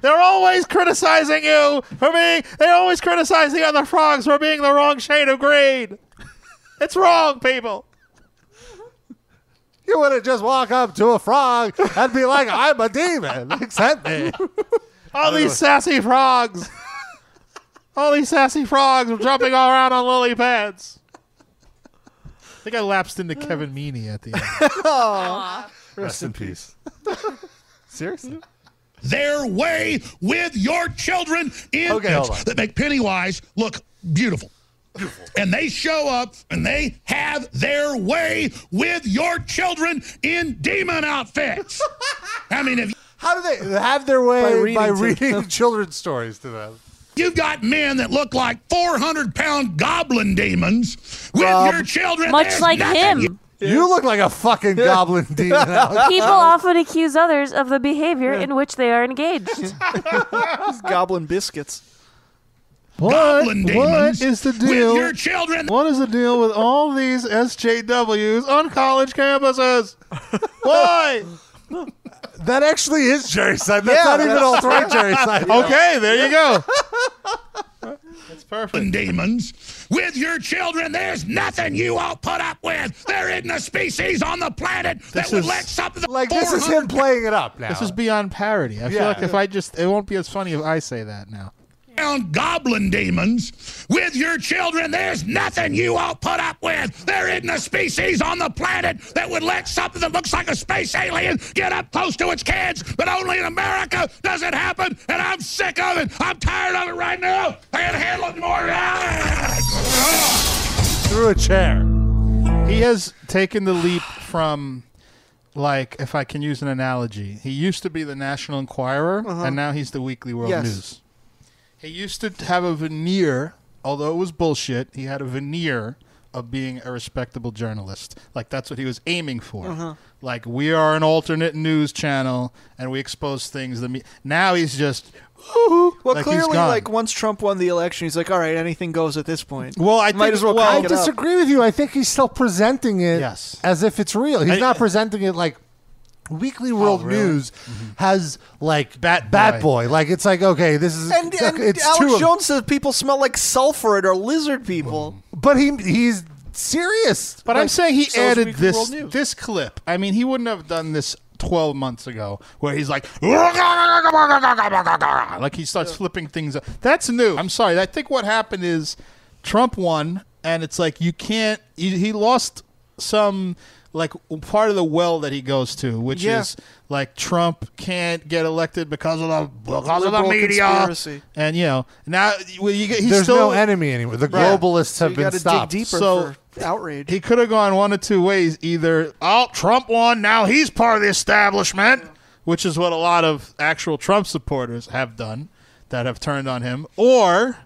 [SPEAKER 11] They're always criticizing you for being. They're always criticizing other frogs for being the wrong shade of green. It's wrong, people.
[SPEAKER 3] You wouldn't just walk up to a frog and be like, "I'm a demon." (laughs) Accept me.
[SPEAKER 11] All these sassy
[SPEAKER 2] (laughs)
[SPEAKER 11] frogs. all these sassy frogs were jumping all around on lily pads. I think I lapsed into Kevin Meaney at the end.
[SPEAKER 3] Rest in peace. (laughs) Seriously.
[SPEAKER 19] their way with your children in
[SPEAKER 3] Okay,
[SPEAKER 19] pits
[SPEAKER 3] hold on.
[SPEAKER 19] that make Pennywise look beautiful. And they show up and they have their way with your children in
[SPEAKER 3] (laughs)
[SPEAKER 19] demon outfits. I mean, if
[SPEAKER 3] How do they have their way
[SPEAKER 19] By
[SPEAKER 3] by
[SPEAKER 19] reading
[SPEAKER 3] reading, (laughs)
[SPEAKER 19] to them.
[SPEAKER 3] children's stories to them?
[SPEAKER 19] you've got men that look like 400 pound goblin demons with your children,
[SPEAKER 4] Much
[SPEAKER 19] there's
[SPEAKER 4] like
[SPEAKER 19] nothing
[SPEAKER 4] him,
[SPEAKER 3] Um, You look like a fucking goblin
[SPEAKER 4] (laughs)
[SPEAKER 3] demon. Alex.
[SPEAKER 2] (laughs)
[SPEAKER 4] people often accuse others of
[SPEAKER 2] (laughs)
[SPEAKER 4] the behavior in which they are engaged.
[SPEAKER 5] Goblin biscuits.
[SPEAKER 16] goblin demons.
[SPEAKER 2] What is the deal?
[SPEAKER 16] With your children.
[SPEAKER 2] What is the deal with all these SJWs on college
[SPEAKER 11] (laughs)
[SPEAKER 2] campuses? Why?
[SPEAKER 19] That actually
[SPEAKER 3] (laughs)
[SPEAKER 19] is Jerry Seinfeld. That's not even all
[SPEAKER 4] (laughs)
[SPEAKER 19] right, Jerry Seinfeld.
[SPEAKER 2] Okay, there you go.
[SPEAKER 16] That's perfect. Demons. With your children, there's nothing you won't put up with. There isn't a species on the planet that would
[SPEAKER 2] is-
[SPEAKER 16] let something
[SPEAKER 19] like this is him playing it up now.
[SPEAKER 2] This is beyond parody. I feel
[SPEAKER 16] Yeah.
[SPEAKER 2] like if I just, it won't be as funny if I say that now.
[SPEAKER 16] down goblin demons with your children. There's nothing you won't put up with. There isn't a species on the planet that would let something that looks like a space alien get up close to its kids, but only in America does it happen, and I'm sick of it. I'm tired of it right now. I can't handle it more. Ah!
[SPEAKER 19] Through a chair.
[SPEAKER 2] He has taken the leap from, like, if I can use an analogy, he used to be the National Enquirer,
[SPEAKER 5] Uh-huh.
[SPEAKER 2] and now he's the Weekly World
[SPEAKER 5] Yes.
[SPEAKER 2] News. He used to have a veneer, although it was bullshit, he had a veneer of being a respectable journalist. Like, that's what he was aiming for.
[SPEAKER 5] Uh-huh.
[SPEAKER 2] Like, we are an alternate news channel, and we expose things. The me- now he's just.
[SPEAKER 5] Well,
[SPEAKER 2] Like, he's
[SPEAKER 5] clearly,
[SPEAKER 2] gone.
[SPEAKER 5] like once Trump won the election, he's like, "All right, anything goes at this point."
[SPEAKER 2] Well, I
[SPEAKER 5] might
[SPEAKER 2] think-
[SPEAKER 5] as well.
[SPEAKER 2] well,
[SPEAKER 5] crank
[SPEAKER 3] I
[SPEAKER 5] it up.
[SPEAKER 3] disagree with you. I think he's still presenting it as if it's real. He's
[SPEAKER 5] I-
[SPEAKER 3] not presenting it like Weekly
[SPEAKER 2] Oh,
[SPEAKER 3] World News
[SPEAKER 2] Mm-hmm.
[SPEAKER 3] has like Bat Bat Boy. Like it's like okay, this is
[SPEAKER 5] And, and
[SPEAKER 3] it's
[SPEAKER 5] Alex
[SPEAKER 3] too.
[SPEAKER 5] Jones says people smell like sulfur and are lizard people.
[SPEAKER 3] But he he's serious.
[SPEAKER 2] But I'm saying he added this
[SPEAKER 5] News.
[SPEAKER 2] this clip. I mean, he wouldn't have done this 12 months ago, where he's like, ah!" like he starts flipping things. Up. That's new. I'm sorry. I think what happened is Trump won, and it's like you can't. He, he lost some like part of the well that he goes to, which
[SPEAKER 5] Yeah.
[SPEAKER 2] is like Trump can't get elected because of the because of the
[SPEAKER 5] Liberal
[SPEAKER 2] media.
[SPEAKER 5] conspiracy.
[SPEAKER 2] And you know now well, you get, he's
[SPEAKER 3] There's
[SPEAKER 2] still
[SPEAKER 3] no enemy anymore. The
[SPEAKER 2] Right.
[SPEAKER 3] globalists
[SPEAKER 5] So
[SPEAKER 3] have
[SPEAKER 5] you
[SPEAKER 3] been
[SPEAKER 5] gotta dig
[SPEAKER 3] stopped.
[SPEAKER 5] deeper for outrage.
[SPEAKER 2] He could have gone one of two ways. Either, oh, Trump won, now he's part of the establishment, which is what a lot of actual Trump supporters have done that have turned on him, or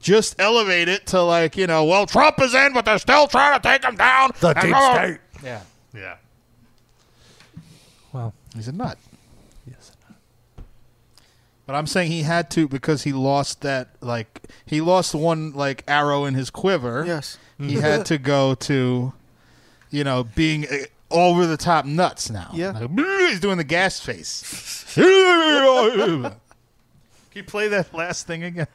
[SPEAKER 2] just elevate it to like, you know, well, Trump is in, but they're still trying to take him down.
[SPEAKER 3] The
[SPEAKER 2] And-
[SPEAKER 3] deep
[SPEAKER 2] oh.
[SPEAKER 3] state.
[SPEAKER 2] Yeah.
[SPEAKER 19] Yeah.
[SPEAKER 2] Well, he's a nut. Yes. But I'm saying he had to because he lost that like he lost one like arrow in his quiver. Yes. He had to go to you know, being uh, over the top nuts now. Yeah. (laughs) he's doing the gas (laughs) face. Can you play that last thing again?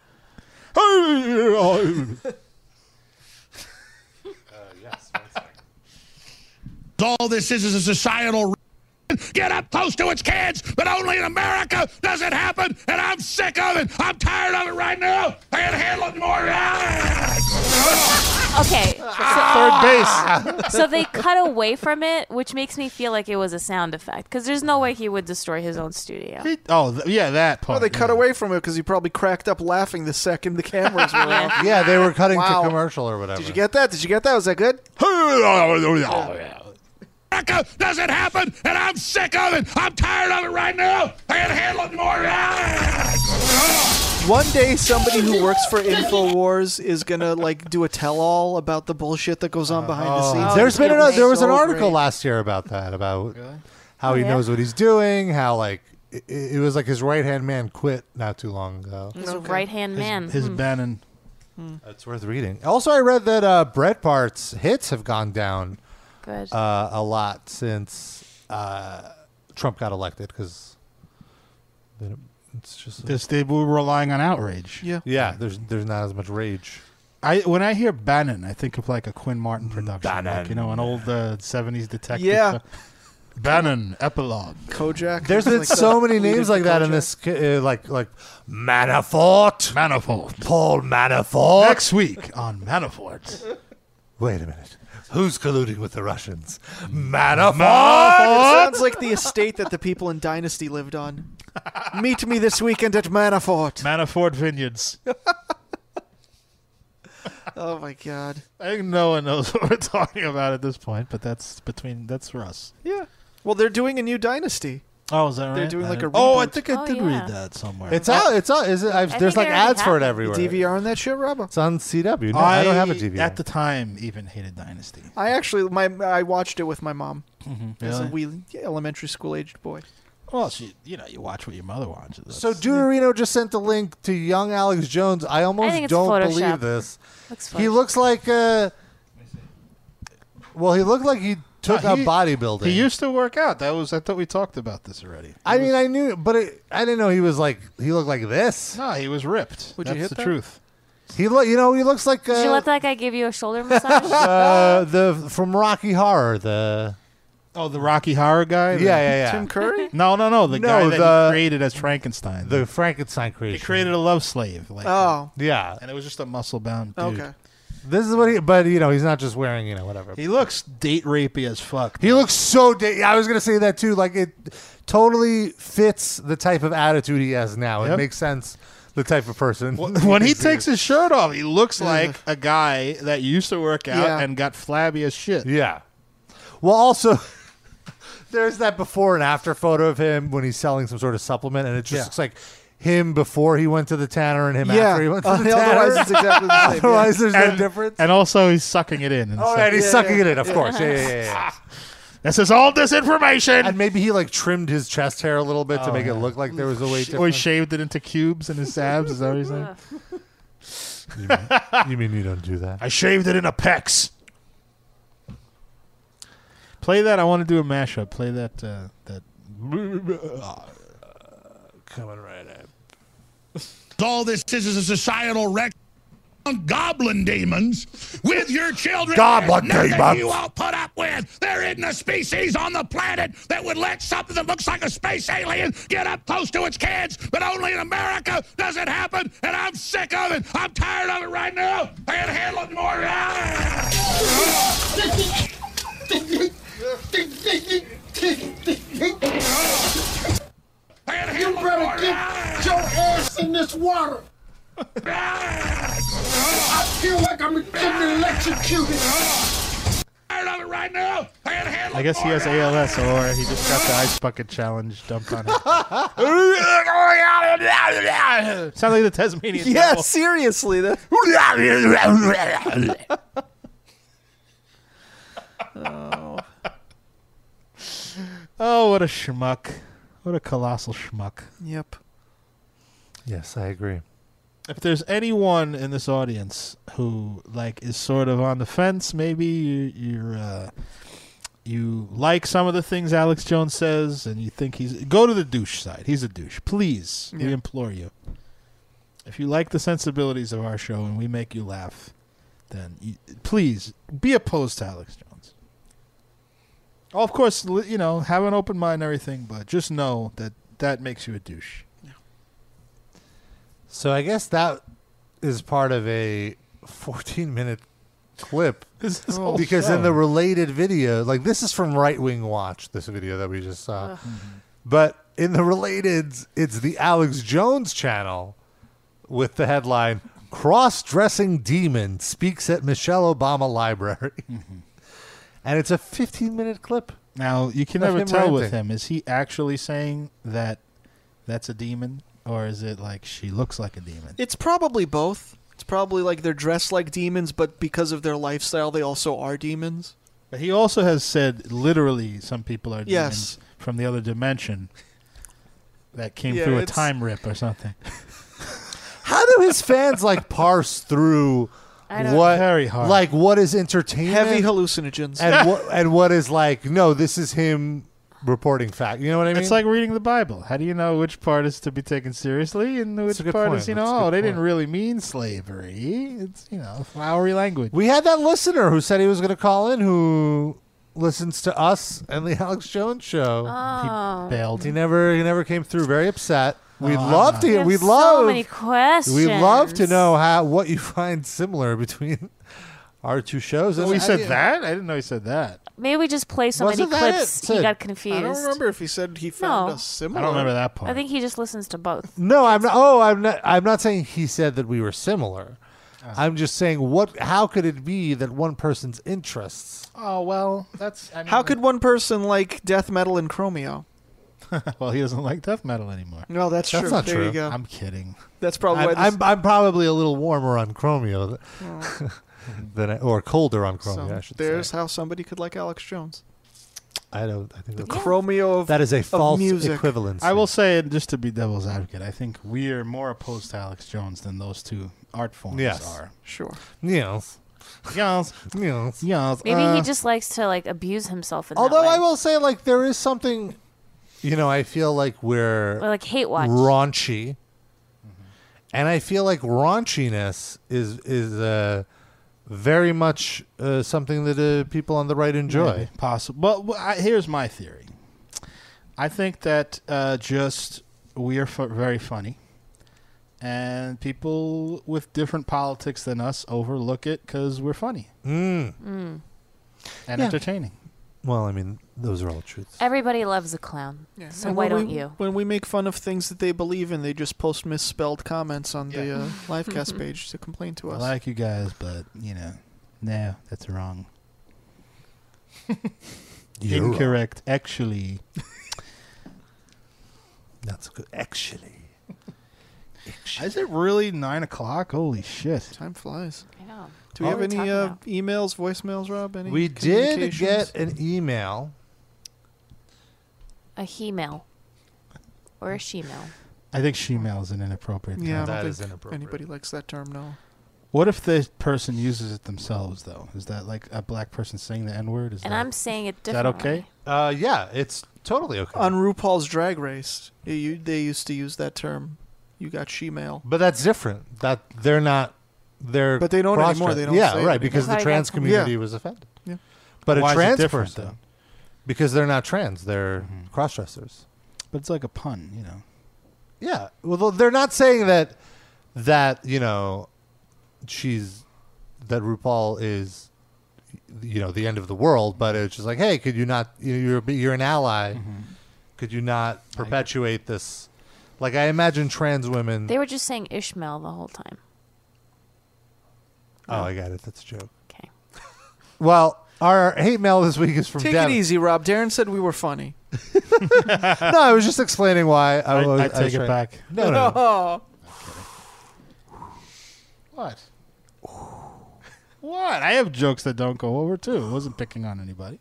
[SPEAKER 16] All this is is a societal re- get up close to its kids, but only in America does it happen, and I'm sick of it. I'm tired of it right now. I can't handle it more.
[SPEAKER 4] Okay.
[SPEAKER 16] Third
[SPEAKER 4] (laughs)
[SPEAKER 16] base.
[SPEAKER 4] so they cut away from it, which makes me feel like it was a sound effect because there's no way he would destroy his own studio.
[SPEAKER 2] Oh, th- yeah, that part.
[SPEAKER 5] Well, they cut away from it because he probably cracked up laughing the second the cameras
[SPEAKER 2] (laughs)
[SPEAKER 5] were off.
[SPEAKER 3] (laughs) Yeah, they were cutting
[SPEAKER 5] Wow.
[SPEAKER 3] to commercial or whatever.
[SPEAKER 5] Did you get that? Did you get that? Was that good?
[SPEAKER 2] Oh,
[SPEAKER 16] America does it happen, and I'm sick of it. I'm tired of it right now. I can't handle it more.
[SPEAKER 5] One day, somebody who works for Infowars is gonna like do a tell-all about the bullshit that goes on behind the scenes.
[SPEAKER 3] Oh. There's been
[SPEAKER 5] It's
[SPEAKER 3] another, there was
[SPEAKER 5] so
[SPEAKER 3] an article
[SPEAKER 5] great.
[SPEAKER 3] last year about that about how
[SPEAKER 5] Oh,
[SPEAKER 3] he
[SPEAKER 5] yeah?
[SPEAKER 3] knows what he's doing, how like it, it was like his right hand man quit not too long ago.
[SPEAKER 4] He's a right hand man. Hmm.
[SPEAKER 2] Bannon. Hmm.
[SPEAKER 3] It's worth reading. Also, I read that uh, Brett Bart's hits have gone down
[SPEAKER 4] Good.
[SPEAKER 3] uh, a lot since uh, Trump got elected because it's just
[SPEAKER 2] This they were relying on outrage.
[SPEAKER 5] Yeah.
[SPEAKER 3] yeah. There's there's not as
[SPEAKER 5] (laughs)
[SPEAKER 3] much rage.
[SPEAKER 2] I when I hear Bannon, I think of like a Quinn Martin production, like, you know, an old uh, '70s detective.
[SPEAKER 3] Mm, Yeah.
[SPEAKER 2] Uh, Bannon epilogue.
[SPEAKER 5] Kojak.
[SPEAKER 3] There's been so many names like that in this, uh, like like Manafort,
[SPEAKER 2] Manafort,
[SPEAKER 3] Paul Manafort.
[SPEAKER 2] Next week
[SPEAKER 5] (laughs)
[SPEAKER 2] on Manafort.
[SPEAKER 3] Wait a minute, who's colluding with the Russians? Manafort.
[SPEAKER 5] Manafort! It sounds like the estate that the people in Dynasty lived
[SPEAKER 2] (laughs)
[SPEAKER 5] on. Meet me this weekend at Manafort.
[SPEAKER 2] Manafort Vineyards.
[SPEAKER 5] (laughs) Oh my god.
[SPEAKER 2] I think no one knows (laughs) what we're talking about at this point, but that's between that's for us.
[SPEAKER 5] Yeah. Well, they're doing a new dynasty.
[SPEAKER 2] Oh, is that right?
[SPEAKER 5] They're doing like a
[SPEAKER 2] didn't- oh, I
[SPEAKER 5] reboot.
[SPEAKER 2] think I
[SPEAKER 5] Oh,
[SPEAKER 2] did
[SPEAKER 5] yeah.
[SPEAKER 2] read that somewhere.
[SPEAKER 3] It's out. It's out. Is it? I've,
[SPEAKER 5] I
[SPEAKER 3] there's
[SPEAKER 5] think
[SPEAKER 3] like
[SPEAKER 5] it already
[SPEAKER 3] ads for it
[SPEAKER 5] happened.
[SPEAKER 3] everywhere.
[SPEAKER 5] DVR on that shit, Robbo.
[SPEAKER 3] It's on CW. No, I, don't have a DVR.
[SPEAKER 2] At the time, even hated Dynasty.
[SPEAKER 5] I actually, my I watched it with my mom
[SPEAKER 2] Mhm.
[SPEAKER 5] as a
[SPEAKER 2] Really?
[SPEAKER 5] wee elementary school aged boy.
[SPEAKER 2] Well, she, you know, you watch what your mother watches. That's-
[SPEAKER 3] So Duderino just sent the link to young Alex Jones. I almost
[SPEAKER 4] I think it's
[SPEAKER 3] don't
[SPEAKER 4] Photoshop.
[SPEAKER 3] believe this.
[SPEAKER 4] Looks
[SPEAKER 3] he
[SPEAKER 4] Photoshop.
[SPEAKER 3] looks like uh Well, he looked like he took
[SPEAKER 2] No,
[SPEAKER 3] up
[SPEAKER 2] he-
[SPEAKER 3] bodybuilding.
[SPEAKER 2] He used to work out. That was I thought we talked about this already.
[SPEAKER 3] I mean, I knew, but it, I didn't know he was like he looked like this.
[SPEAKER 2] No, he was ripped.
[SPEAKER 3] Would
[SPEAKER 2] you That's hit the that? truth.
[SPEAKER 3] He look, you know, he looks like
[SPEAKER 4] Should you
[SPEAKER 3] uh,
[SPEAKER 4] let that guy give you a shoulder massage?
[SPEAKER 3] (laughs) uh, the from Rocky Horror. The
[SPEAKER 2] Oh, the Rocky Horror guy.
[SPEAKER 3] Yeah, yeah, yeah.
[SPEAKER 4] (laughs)
[SPEAKER 3] Tim
[SPEAKER 21] Curry?
[SPEAKER 2] No, no, no. The
[SPEAKER 3] No,
[SPEAKER 2] guy that
[SPEAKER 3] the-
[SPEAKER 2] he created as Frankenstein.
[SPEAKER 3] The Frankenstein creation.
[SPEAKER 2] He created a love slave. Like,
[SPEAKER 21] Oh.
[SPEAKER 3] Yeah.
[SPEAKER 2] And it was just a muscle bound dude.
[SPEAKER 21] Okay.
[SPEAKER 3] This is what he, but you know, he's not just wearing you know whatever.
[SPEAKER 2] He looks date rapey as fuck.
[SPEAKER 3] He looks so. Da- I was gonna say that too. Like it totally fits the type of attitude he has now. It
[SPEAKER 2] Yep.
[SPEAKER 3] makes sense. The type of person (laughs)
[SPEAKER 2] (laughs) When he takes his shirt off, he looks like a guy that used to work out
[SPEAKER 3] Yeah.
[SPEAKER 2] and got flabby as shit.
[SPEAKER 3] Yeah. Well, also, (laughs) there's that before and after photo of him when he's selling some sort of supplement, and it just
[SPEAKER 2] Yeah.
[SPEAKER 3] looks like him before he went to the tanner and him after he went to
[SPEAKER 2] Uh,
[SPEAKER 3] the
[SPEAKER 2] (laughs)
[SPEAKER 3] tanner. (laughs) Otherwise, there's no
[SPEAKER 2] and,
[SPEAKER 3] difference.
[SPEAKER 2] And also, he's sucking it in.
[SPEAKER 3] All right, Oh, he's sucking it in, of course. Yeah, yeah, yeah. yeah.
[SPEAKER 2] (laughs) This is all disinformation.
[SPEAKER 3] And maybe he like trimmed his chest hair a little bit to
[SPEAKER 2] Oh,
[SPEAKER 3] make
[SPEAKER 2] yeah.
[SPEAKER 3] it look like there was a
[SPEAKER 2] Or
[SPEAKER 3] way.
[SPEAKER 2] he shaved it into cubes in his abs. Is that what he's saying?
[SPEAKER 3] you mean you don't do that?
[SPEAKER 2] I shaved it in a E pecs. Play that. I want to do a mashup. Play that. Uh, that.
[SPEAKER 16] Coming right up. All this is is a societal wreck. Goblin demons with your children.
[SPEAKER 3] Goblin
[SPEAKER 16] There's nothing
[SPEAKER 3] demons.
[SPEAKER 16] You won't put up with. There isn't a species on the planet that would let something that looks like a space alien get up close to its kids. But only in America does it happen. And I'm sick of it. I'm tired of it right now. I can't handle it more. (laughs)
[SPEAKER 7] You better get your ass in this water. I feel like I'm getting electrocuted.
[SPEAKER 2] I guess he has ALS, or he just got the ice bucket challenge dumped (laughs) on him. Sound like the Tasmanian.
[SPEAKER 5] Yeah,
[SPEAKER 2] devil.
[SPEAKER 5] seriously.
[SPEAKER 2] (laughs)
[SPEAKER 5] That-
[SPEAKER 2] oh. oh, what a schmuck! What a colossal schmuck!
[SPEAKER 5] Yep.
[SPEAKER 3] Yes, I agree.
[SPEAKER 2] If there's anyone in this audience who like is sort of on the fence, maybe you you're uh, you like some of the things Alex Jones says, and you think he's go to the douche side. He's a douche. Please, we implore you. If you like the sensibilities of our show and we make you laugh, then you, please be opposed to Alex Jones. Oh, of course, li- you know, have an open mind and everything, but just know that that makes you a douche.
[SPEAKER 3] So I guess that is part of a 14 minute clip.
[SPEAKER 2] (laughs) This is whole
[SPEAKER 3] because
[SPEAKER 2] show.
[SPEAKER 3] in the related video, like this is from Right Wing Watch, this video that we just saw.
[SPEAKER 2] Ugh.
[SPEAKER 3] But in the related, it's the Alex Jones channel with the headline Cross Dressing Demon Speaks at Michelle Obama Library. And it's a 15 minute clip.
[SPEAKER 2] Mm-hmm. Now you can
[SPEAKER 3] Of
[SPEAKER 2] never
[SPEAKER 3] him
[SPEAKER 2] tell with
[SPEAKER 3] ranting.
[SPEAKER 2] him. Is he actually saying that that's a demon, or is it like she looks like a demon?
[SPEAKER 5] It's probably both. It's probably like they're dressed like demons, but because of their lifestyle, they also are demons.
[SPEAKER 2] But he also has said literally some people are
[SPEAKER 5] Yes.
[SPEAKER 2] demons from the other dimension that came
[SPEAKER 5] Yeah,
[SPEAKER 2] through a
[SPEAKER 5] it's-
[SPEAKER 2] time rip or something.
[SPEAKER 3] How do his fans like (laughs) parse through
[SPEAKER 2] I don't-
[SPEAKER 3] what
[SPEAKER 2] Very hard.
[SPEAKER 3] like what is entertainment
[SPEAKER 5] Heavy hallucinogens. (laughs)
[SPEAKER 3] and what and what is like no this is him reporting fact you know what I mean
[SPEAKER 2] It's like reading the Bible. How do you know which part is to be taken seriously and
[SPEAKER 3] That's
[SPEAKER 2] which
[SPEAKER 3] a good
[SPEAKER 2] part
[SPEAKER 3] point.
[SPEAKER 2] is you know?
[SPEAKER 3] That's a good
[SPEAKER 2] Oh, they didn't
[SPEAKER 3] point.
[SPEAKER 2] really mean slavery. It's you know flowery language.
[SPEAKER 3] we had that listener who said he was going to call in who listens to us and the (laughs) Alex Jones show
[SPEAKER 4] Oh.
[SPEAKER 3] he bailed he never he never came through very upset
[SPEAKER 2] Oh,
[SPEAKER 3] we'd love to
[SPEAKER 4] We
[SPEAKER 3] hear
[SPEAKER 4] have
[SPEAKER 3] we'd
[SPEAKER 4] so
[SPEAKER 3] love
[SPEAKER 4] many questions.
[SPEAKER 3] we'd love to know how what you (laughs) find similar between (laughs) our two shows
[SPEAKER 2] Oh, he said that? I didn't know he said that.
[SPEAKER 4] Maybe we just play so
[SPEAKER 3] Wasn't
[SPEAKER 4] many
[SPEAKER 3] that
[SPEAKER 4] clips.
[SPEAKER 3] it,
[SPEAKER 4] He
[SPEAKER 3] Sid?
[SPEAKER 4] got confused.
[SPEAKER 5] I don't remember if he said he found
[SPEAKER 4] No.
[SPEAKER 5] us similar.
[SPEAKER 2] I don't remember that part.
[SPEAKER 4] I think he just listens to both.
[SPEAKER 3] No, I'm not. Oh, I'm not. I'm not saying he said that we were similar.
[SPEAKER 2] Ah.
[SPEAKER 3] I'm just saying what. How could it be that one person's interests?
[SPEAKER 2] Oh well, that's I mean,
[SPEAKER 5] How could one person like death metal and Chromeo?
[SPEAKER 2] (laughs) well, he doesn't like death metal anymore.
[SPEAKER 5] No, that's,
[SPEAKER 3] That's
[SPEAKER 5] true.
[SPEAKER 3] not
[SPEAKER 5] there
[SPEAKER 3] true.
[SPEAKER 5] you go.
[SPEAKER 2] I'm kidding.
[SPEAKER 5] That's probably why
[SPEAKER 3] I'm,
[SPEAKER 5] this
[SPEAKER 3] I'm, I'm probably a little warmer on Chromio th- (laughs) than I, or colder on Chromio.
[SPEAKER 5] so
[SPEAKER 3] I should
[SPEAKER 5] there's how somebody could like Alex Jones.
[SPEAKER 3] say. I don't. I think
[SPEAKER 5] The
[SPEAKER 3] that's
[SPEAKER 5] chromio of
[SPEAKER 3] that is a
[SPEAKER 5] of
[SPEAKER 3] false
[SPEAKER 5] music.
[SPEAKER 3] equivalence.
[SPEAKER 2] I will say, and just to be devil's advocate, I think we are more opposed to Alex Jones than those two art forms
[SPEAKER 3] Yes.
[SPEAKER 2] are.
[SPEAKER 5] Sure.
[SPEAKER 3] Yes.
[SPEAKER 2] Yes.
[SPEAKER 3] Yes.
[SPEAKER 2] Yes.
[SPEAKER 4] Maybe
[SPEAKER 3] Uh,
[SPEAKER 4] he just likes to like abuse himself in
[SPEAKER 22] Although
[SPEAKER 4] that way.
[SPEAKER 22] I will say, like, there is something.
[SPEAKER 3] You know, I feel like we're
[SPEAKER 4] Or, like, hate watch.
[SPEAKER 3] raunchy,
[SPEAKER 2] Mm-hmm.
[SPEAKER 3] and I feel like raunchiness is is uh, very much uh, something that uh, people on the right enjoy.
[SPEAKER 2] Maybe. Possible. But w- I, here's my theory. I think that uh, just we are f- very funny, and people with different politics than us overlook it because we're funny
[SPEAKER 3] Mm.
[SPEAKER 4] Mm.
[SPEAKER 2] and
[SPEAKER 4] Yeah.
[SPEAKER 2] entertaining.
[SPEAKER 3] Well, I mean, those are all truths.
[SPEAKER 4] Everybody loves a clown. So
[SPEAKER 11] And
[SPEAKER 4] why
[SPEAKER 11] when
[SPEAKER 4] don't
[SPEAKER 11] we,
[SPEAKER 4] you?
[SPEAKER 11] When we make fun of things that they believe in, they just post misspelled comments on the
[SPEAKER 4] (laughs)
[SPEAKER 11] uh, livecast page to complain to
[SPEAKER 2] I
[SPEAKER 11] us.
[SPEAKER 2] like you guys, but you know, no, that's wrong.
[SPEAKER 3] (laughs) You're wrong.
[SPEAKER 2] Incorrect.
[SPEAKER 3] (laughs)
[SPEAKER 2] Actually,
[SPEAKER 3] That's good. Actually,
[SPEAKER 2] is it really nine o'clock? Holy shit!
[SPEAKER 11] Time flies.
[SPEAKER 4] I know.
[SPEAKER 11] Do we have any uh, emails, voicemails, Rob? Any
[SPEAKER 3] we did
[SPEAKER 11] communications?
[SPEAKER 3] get an email.
[SPEAKER 4] A he male or a she male.
[SPEAKER 2] I think shemale is an inappropriate.
[SPEAKER 11] Yeah, I
[SPEAKER 2] term.
[SPEAKER 11] don't think Anybody likes that term? No.
[SPEAKER 2] What if the person uses it themselves though? Is that like a black person saying the N word? Is
[SPEAKER 4] And
[SPEAKER 2] that,
[SPEAKER 4] I'm saying it
[SPEAKER 2] is that
[SPEAKER 4] differently.
[SPEAKER 2] okay?
[SPEAKER 3] Uh, yeah, it's totally okay.
[SPEAKER 11] On RuPaul's Drag Race, they u- they used to use that term. You got she-mail.
[SPEAKER 3] But that's different. That they're not. They're
[SPEAKER 11] But they don't
[SPEAKER 3] cross-
[SPEAKER 11] anymore. They don't
[SPEAKER 3] Yeah,
[SPEAKER 11] say it
[SPEAKER 3] right.
[SPEAKER 11] anymore.
[SPEAKER 3] Because the
[SPEAKER 11] Probably
[SPEAKER 3] trans
[SPEAKER 11] got some-
[SPEAKER 3] community
[SPEAKER 11] Yeah.
[SPEAKER 3] was offended.
[SPEAKER 11] Yeah.
[SPEAKER 3] But
[SPEAKER 2] Why
[SPEAKER 3] a
[SPEAKER 2] is it
[SPEAKER 3] trans
[SPEAKER 2] different, Mm-hmm.
[SPEAKER 3] person, because they're not trans. They're cross-dressers.
[SPEAKER 2] But it's like a pun, you know.
[SPEAKER 3] Yeah. Well, though they're not saying that. That you know, she's that RuPaul is, you know, the end of the world. But it's just like, hey, could you not? You know, you're you're an ally. Could you not perpetuate this? Like I imagine trans women.
[SPEAKER 4] They were just saying Ishmael the whole time.
[SPEAKER 3] Oh, I got it. That's a joke. Okay. well, our hate mail this week is from
[SPEAKER 11] Take
[SPEAKER 3] Devin.
[SPEAKER 11] it easy, Rob. Darren said we were funny.
[SPEAKER 3] no, I was just explaining why I,
[SPEAKER 2] I-
[SPEAKER 3] was.
[SPEAKER 2] I
[SPEAKER 3] was
[SPEAKER 2] take it
[SPEAKER 3] trying- (laughs)
[SPEAKER 2] back.
[SPEAKER 3] No, no, no.
[SPEAKER 2] What? (laughs) what? I have jokes that don't go over too. I wasn't picking on anybody.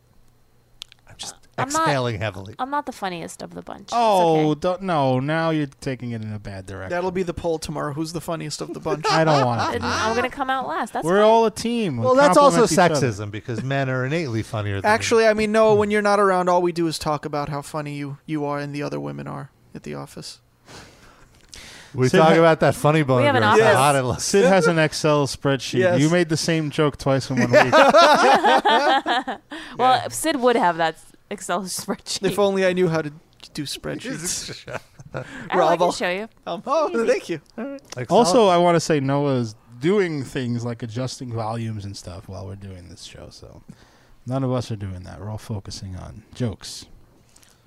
[SPEAKER 3] I'm just
[SPEAKER 4] I'm not-
[SPEAKER 3] exhaling heavily.
[SPEAKER 4] I'm not the funniest of the bunch.
[SPEAKER 2] Oh, don't, no! Now you're taking it in a bad direction.
[SPEAKER 11] That'll be the poll tomorrow. Who's the funniest of the
[SPEAKER 3] (laughs)
[SPEAKER 11] bunch?
[SPEAKER 2] I don't want
[SPEAKER 4] Then I'm gonna come out last. That's
[SPEAKER 2] We're
[SPEAKER 4] fine.
[SPEAKER 2] all a team.
[SPEAKER 3] Well, that's also sexism because men are innately funnier. Than
[SPEAKER 11] Actually, I mean, no. When you're not around, all we do is talk about how funny you you are and the other women are at the office.
[SPEAKER 3] we
[SPEAKER 2] Sid
[SPEAKER 3] talk
[SPEAKER 2] ha-
[SPEAKER 3] about that funny bone.
[SPEAKER 11] have an
[SPEAKER 3] girl, it's
[SPEAKER 11] office.
[SPEAKER 3] hot and-
[SPEAKER 2] Sid has an Excel spreadsheet.
[SPEAKER 11] Yes.
[SPEAKER 2] You made the same joke twice
[SPEAKER 3] (laughs)
[SPEAKER 2] in (laughs) one
[SPEAKER 4] (laughs)
[SPEAKER 2] week.
[SPEAKER 4] well, Sid would have that Excel spreadsheet.
[SPEAKER 11] If only I knew how to
[SPEAKER 3] (laughs)
[SPEAKER 11] do (laughs) spreadsheets.
[SPEAKER 4] Oh, I, I can show you.
[SPEAKER 11] Um, oh, thank you.
[SPEAKER 2] Also, I want to say Noah's doing things like adjusting volumes and stuff while we're doing this show. So none of us are doing that. We're all focusing on jokes.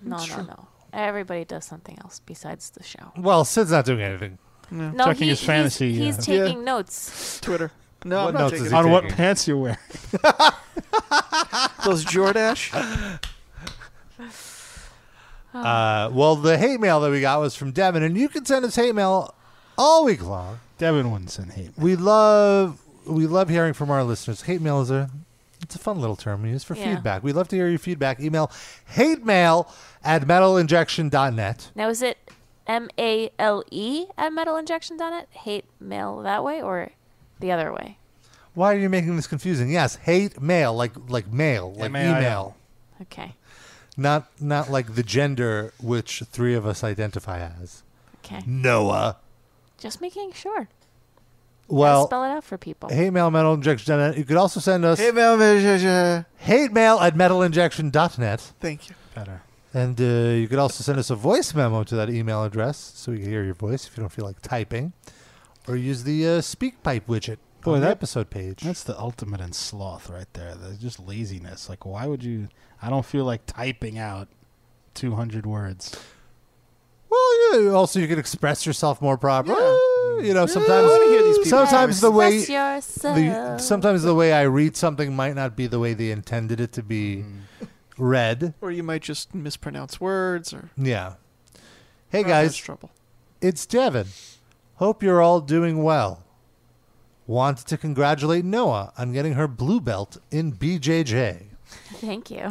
[SPEAKER 4] No,
[SPEAKER 11] It's
[SPEAKER 4] no,
[SPEAKER 11] true.
[SPEAKER 4] no. Everybody does something else besides the show.
[SPEAKER 3] well, Sid's not doing anything.
[SPEAKER 4] No,
[SPEAKER 2] Checking
[SPEAKER 4] he-
[SPEAKER 2] his fantasy,
[SPEAKER 4] He's,
[SPEAKER 2] uh,
[SPEAKER 4] he's
[SPEAKER 2] Yeah.
[SPEAKER 4] taking notes.
[SPEAKER 11] (laughs) Twitter. No,
[SPEAKER 3] What
[SPEAKER 11] I'm not
[SPEAKER 3] notes
[SPEAKER 11] taking
[SPEAKER 3] is
[SPEAKER 11] it.
[SPEAKER 3] he
[SPEAKER 2] on what
[SPEAKER 3] taking?
[SPEAKER 2] pants you wear?
[SPEAKER 11] those Jordash.
[SPEAKER 3] (laughs) Uh, well, the hate mail that we got was from Devin, and you can send us hate mail all week long.
[SPEAKER 2] Devin wouldn't send hate.
[SPEAKER 3] We love we love hearing from our listeners. Hate mail is a it's a fun little term we use for
[SPEAKER 4] Yeah.
[SPEAKER 3] feedback. We love to hear your feedback. Email hate mail at metalinjection.net.
[SPEAKER 4] Now, is it M A L E at metalinjection.net? Hate mail that way or the other way?
[SPEAKER 3] Why are you making this confusing? Yes, hate mail, like like mail, like
[SPEAKER 2] M-A-I-L.
[SPEAKER 3] email.
[SPEAKER 4] Okay.
[SPEAKER 3] Not not like the gender which three of us identify as.
[SPEAKER 4] Okay.
[SPEAKER 3] Noah.
[SPEAKER 4] Just making sure.
[SPEAKER 3] Well,
[SPEAKER 4] spell it out for people.
[SPEAKER 3] Hate mail metalinjection.net. You could also send us hate mail, hate mail at metalinjection.net.
[SPEAKER 11] Thank you.
[SPEAKER 2] Better.
[SPEAKER 3] And uh, you could also send us a voice memo to that email address so we can hear your voice if you don't feel like typing. Or use the uh, SpeakPipe widget
[SPEAKER 2] Boy,
[SPEAKER 3] on the
[SPEAKER 2] that-
[SPEAKER 3] episode page.
[SPEAKER 2] That's the ultimate in sloth right there. That's just laziness. Like, why would you? I don't feel like typing out 200 words.
[SPEAKER 3] Well, yeah, also you could express yourself more properly. You know, sometimes
[SPEAKER 11] I wanna hear these people.
[SPEAKER 3] sometimes the way
[SPEAKER 4] Express
[SPEAKER 3] the,
[SPEAKER 4] yourself.
[SPEAKER 3] sometimes the way I read something might not be the way they intended it to be read.
[SPEAKER 11] (laughs) Or you might just mispronounce words or
[SPEAKER 3] Yeah. Hey
[SPEAKER 11] Rob
[SPEAKER 3] guys,
[SPEAKER 11] has trouble.
[SPEAKER 3] It's Devin. Hope you're all doing well. Wanted to congratulate Noah on getting her blue belt in BJJ.
[SPEAKER 4] Thank you.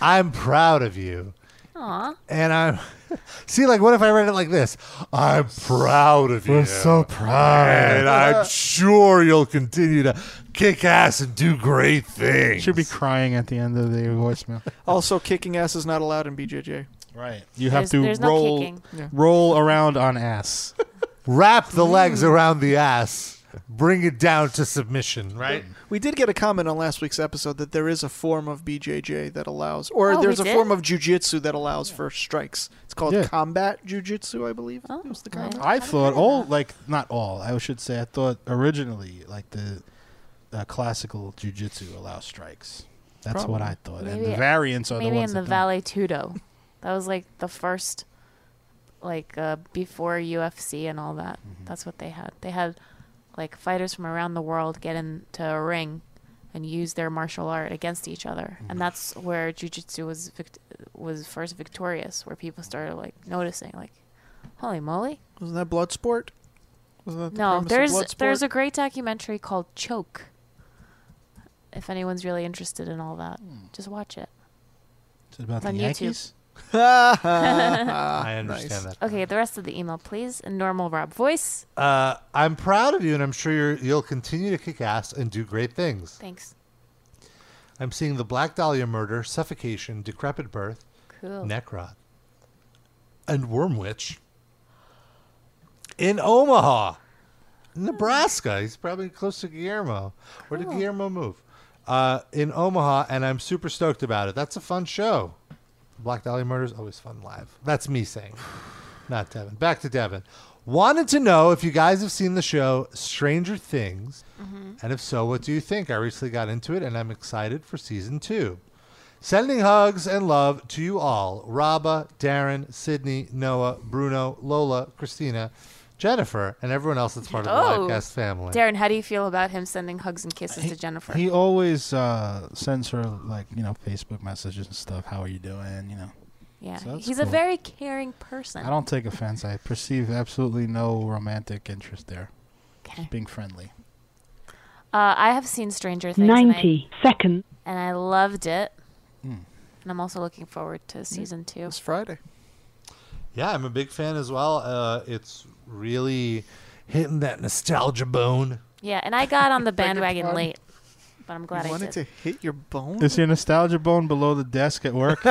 [SPEAKER 3] I'm proud of you.
[SPEAKER 4] Aw.
[SPEAKER 3] And I'm (laughs) see, like, what if I read it like this? I'm proud of you.
[SPEAKER 2] We're so proud.
[SPEAKER 3] and I'm sure you'll continue to kick ass and do great things.
[SPEAKER 2] Should be crying at the end of the voicemail.
[SPEAKER 5] Also, kicking ass is not allowed in BJJ.
[SPEAKER 2] Right. You have to roll
[SPEAKER 5] Yeah.
[SPEAKER 2] roll around on ass.
[SPEAKER 3] Wrap the legs around the ass. Bring it down to submission, right?
[SPEAKER 5] We did get a comment on last week's episode that there is a form of BJJ that allows, or
[SPEAKER 23] Oh, we
[SPEAKER 5] there's a
[SPEAKER 23] did?
[SPEAKER 5] form of jujitsu that allows for strikes. It's called
[SPEAKER 2] Yeah.
[SPEAKER 5] combat jujitsu, I believe. Oh, was the comment.
[SPEAKER 2] I thought all like not all. I should say I thought originally like the uh, classical jujitsu allows strikes. That's what I thought. and the variants are
[SPEAKER 4] maybe
[SPEAKER 2] the ones
[SPEAKER 4] in the
[SPEAKER 2] that
[SPEAKER 4] Valley Tudo. That was like the first, like uh, before UFC and all that.
[SPEAKER 2] Mm-hmm.
[SPEAKER 4] That's what they had. They had like fighters from around the world get into a ring and use their martial art against each other,
[SPEAKER 2] Mm-hmm.
[SPEAKER 4] and that's where jujitsu was vict- was first victorious, where people started like noticing, like, holy moly.
[SPEAKER 5] Wasn't that blood sport? Wasn't that the
[SPEAKER 4] No,
[SPEAKER 5] premise of
[SPEAKER 4] there's
[SPEAKER 5] blood
[SPEAKER 4] there's a
[SPEAKER 5] sport?
[SPEAKER 4] great documentary called Choke. If anyone's really interested in all that,
[SPEAKER 2] Hmm.
[SPEAKER 4] just watch it.
[SPEAKER 2] Is it about
[SPEAKER 4] on
[SPEAKER 2] the
[SPEAKER 4] YouTube.
[SPEAKER 5] (laughs)
[SPEAKER 2] Yankees? Uh-huh.
[SPEAKER 3] (laughs) I understand that.
[SPEAKER 4] Okay, the rest of the email, please, in normal Rob voice.
[SPEAKER 3] Uh, I'm proud of you, and I'm sure you're, you'll continue to kick ass and do great things.
[SPEAKER 4] Thanks.
[SPEAKER 3] I'm seeing the Black Dahlia murder, suffocation, decrepit birth,
[SPEAKER 4] Cool.
[SPEAKER 3] necrot, and worm witch in Omaha, Nebraska. He's probably close to Guillermo. Where did
[SPEAKER 24] Cool.
[SPEAKER 3] Guillermo move? Uh, in Omaha, and I'm super stoked about it. That's a fun show. Black Dahlia Murders always fun live. That's me saying, not Devin. Back to Devin. Wanted to know if you guys have seen the show Stranger Things,
[SPEAKER 2] Mm-hmm.
[SPEAKER 3] and if so, what do you think? I recently got into it, and I'm excited for season two. Sending hugs and love to you all Raba, Darren, Sydney, Noah, Bruno, Lola, Christina, Jennifer, and everyone else that's part of
[SPEAKER 4] Oh.
[SPEAKER 3] the podcast family.
[SPEAKER 4] Darren, how do you feel about him sending hugs and kisses to Jennifer?
[SPEAKER 2] He always uh, sends her like you know Facebook messages and stuff. How are you doing? You know.
[SPEAKER 4] yeah,
[SPEAKER 2] So that's
[SPEAKER 4] he's a
[SPEAKER 2] cool.
[SPEAKER 4] very caring person.
[SPEAKER 2] I don't take offense. I perceive absolutely no romantic interest there.
[SPEAKER 4] Okay.
[SPEAKER 2] Being friendly.
[SPEAKER 4] Uh, I have seen Stranger Things.
[SPEAKER 2] Ninety
[SPEAKER 4] second. And I loved it.
[SPEAKER 2] Hmm.
[SPEAKER 3] Mm.
[SPEAKER 4] And I'm also looking forward to season two. It's
[SPEAKER 5] Friday.
[SPEAKER 3] Yeah, I'm a big fan as well. Uh, it's really hitting that nostalgia bone.
[SPEAKER 4] Yeah, and I got
[SPEAKER 2] (laughs)
[SPEAKER 4] on the
[SPEAKER 5] your
[SPEAKER 4] bandwagon
[SPEAKER 5] pardon?
[SPEAKER 4] late, but I'm glad
[SPEAKER 5] You
[SPEAKER 4] I
[SPEAKER 5] wanted
[SPEAKER 4] did.
[SPEAKER 5] to hit your bone.
[SPEAKER 2] Is your nostalgia bone below the desk
[SPEAKER 4] (laughs)
[SPEAKER 2] at work?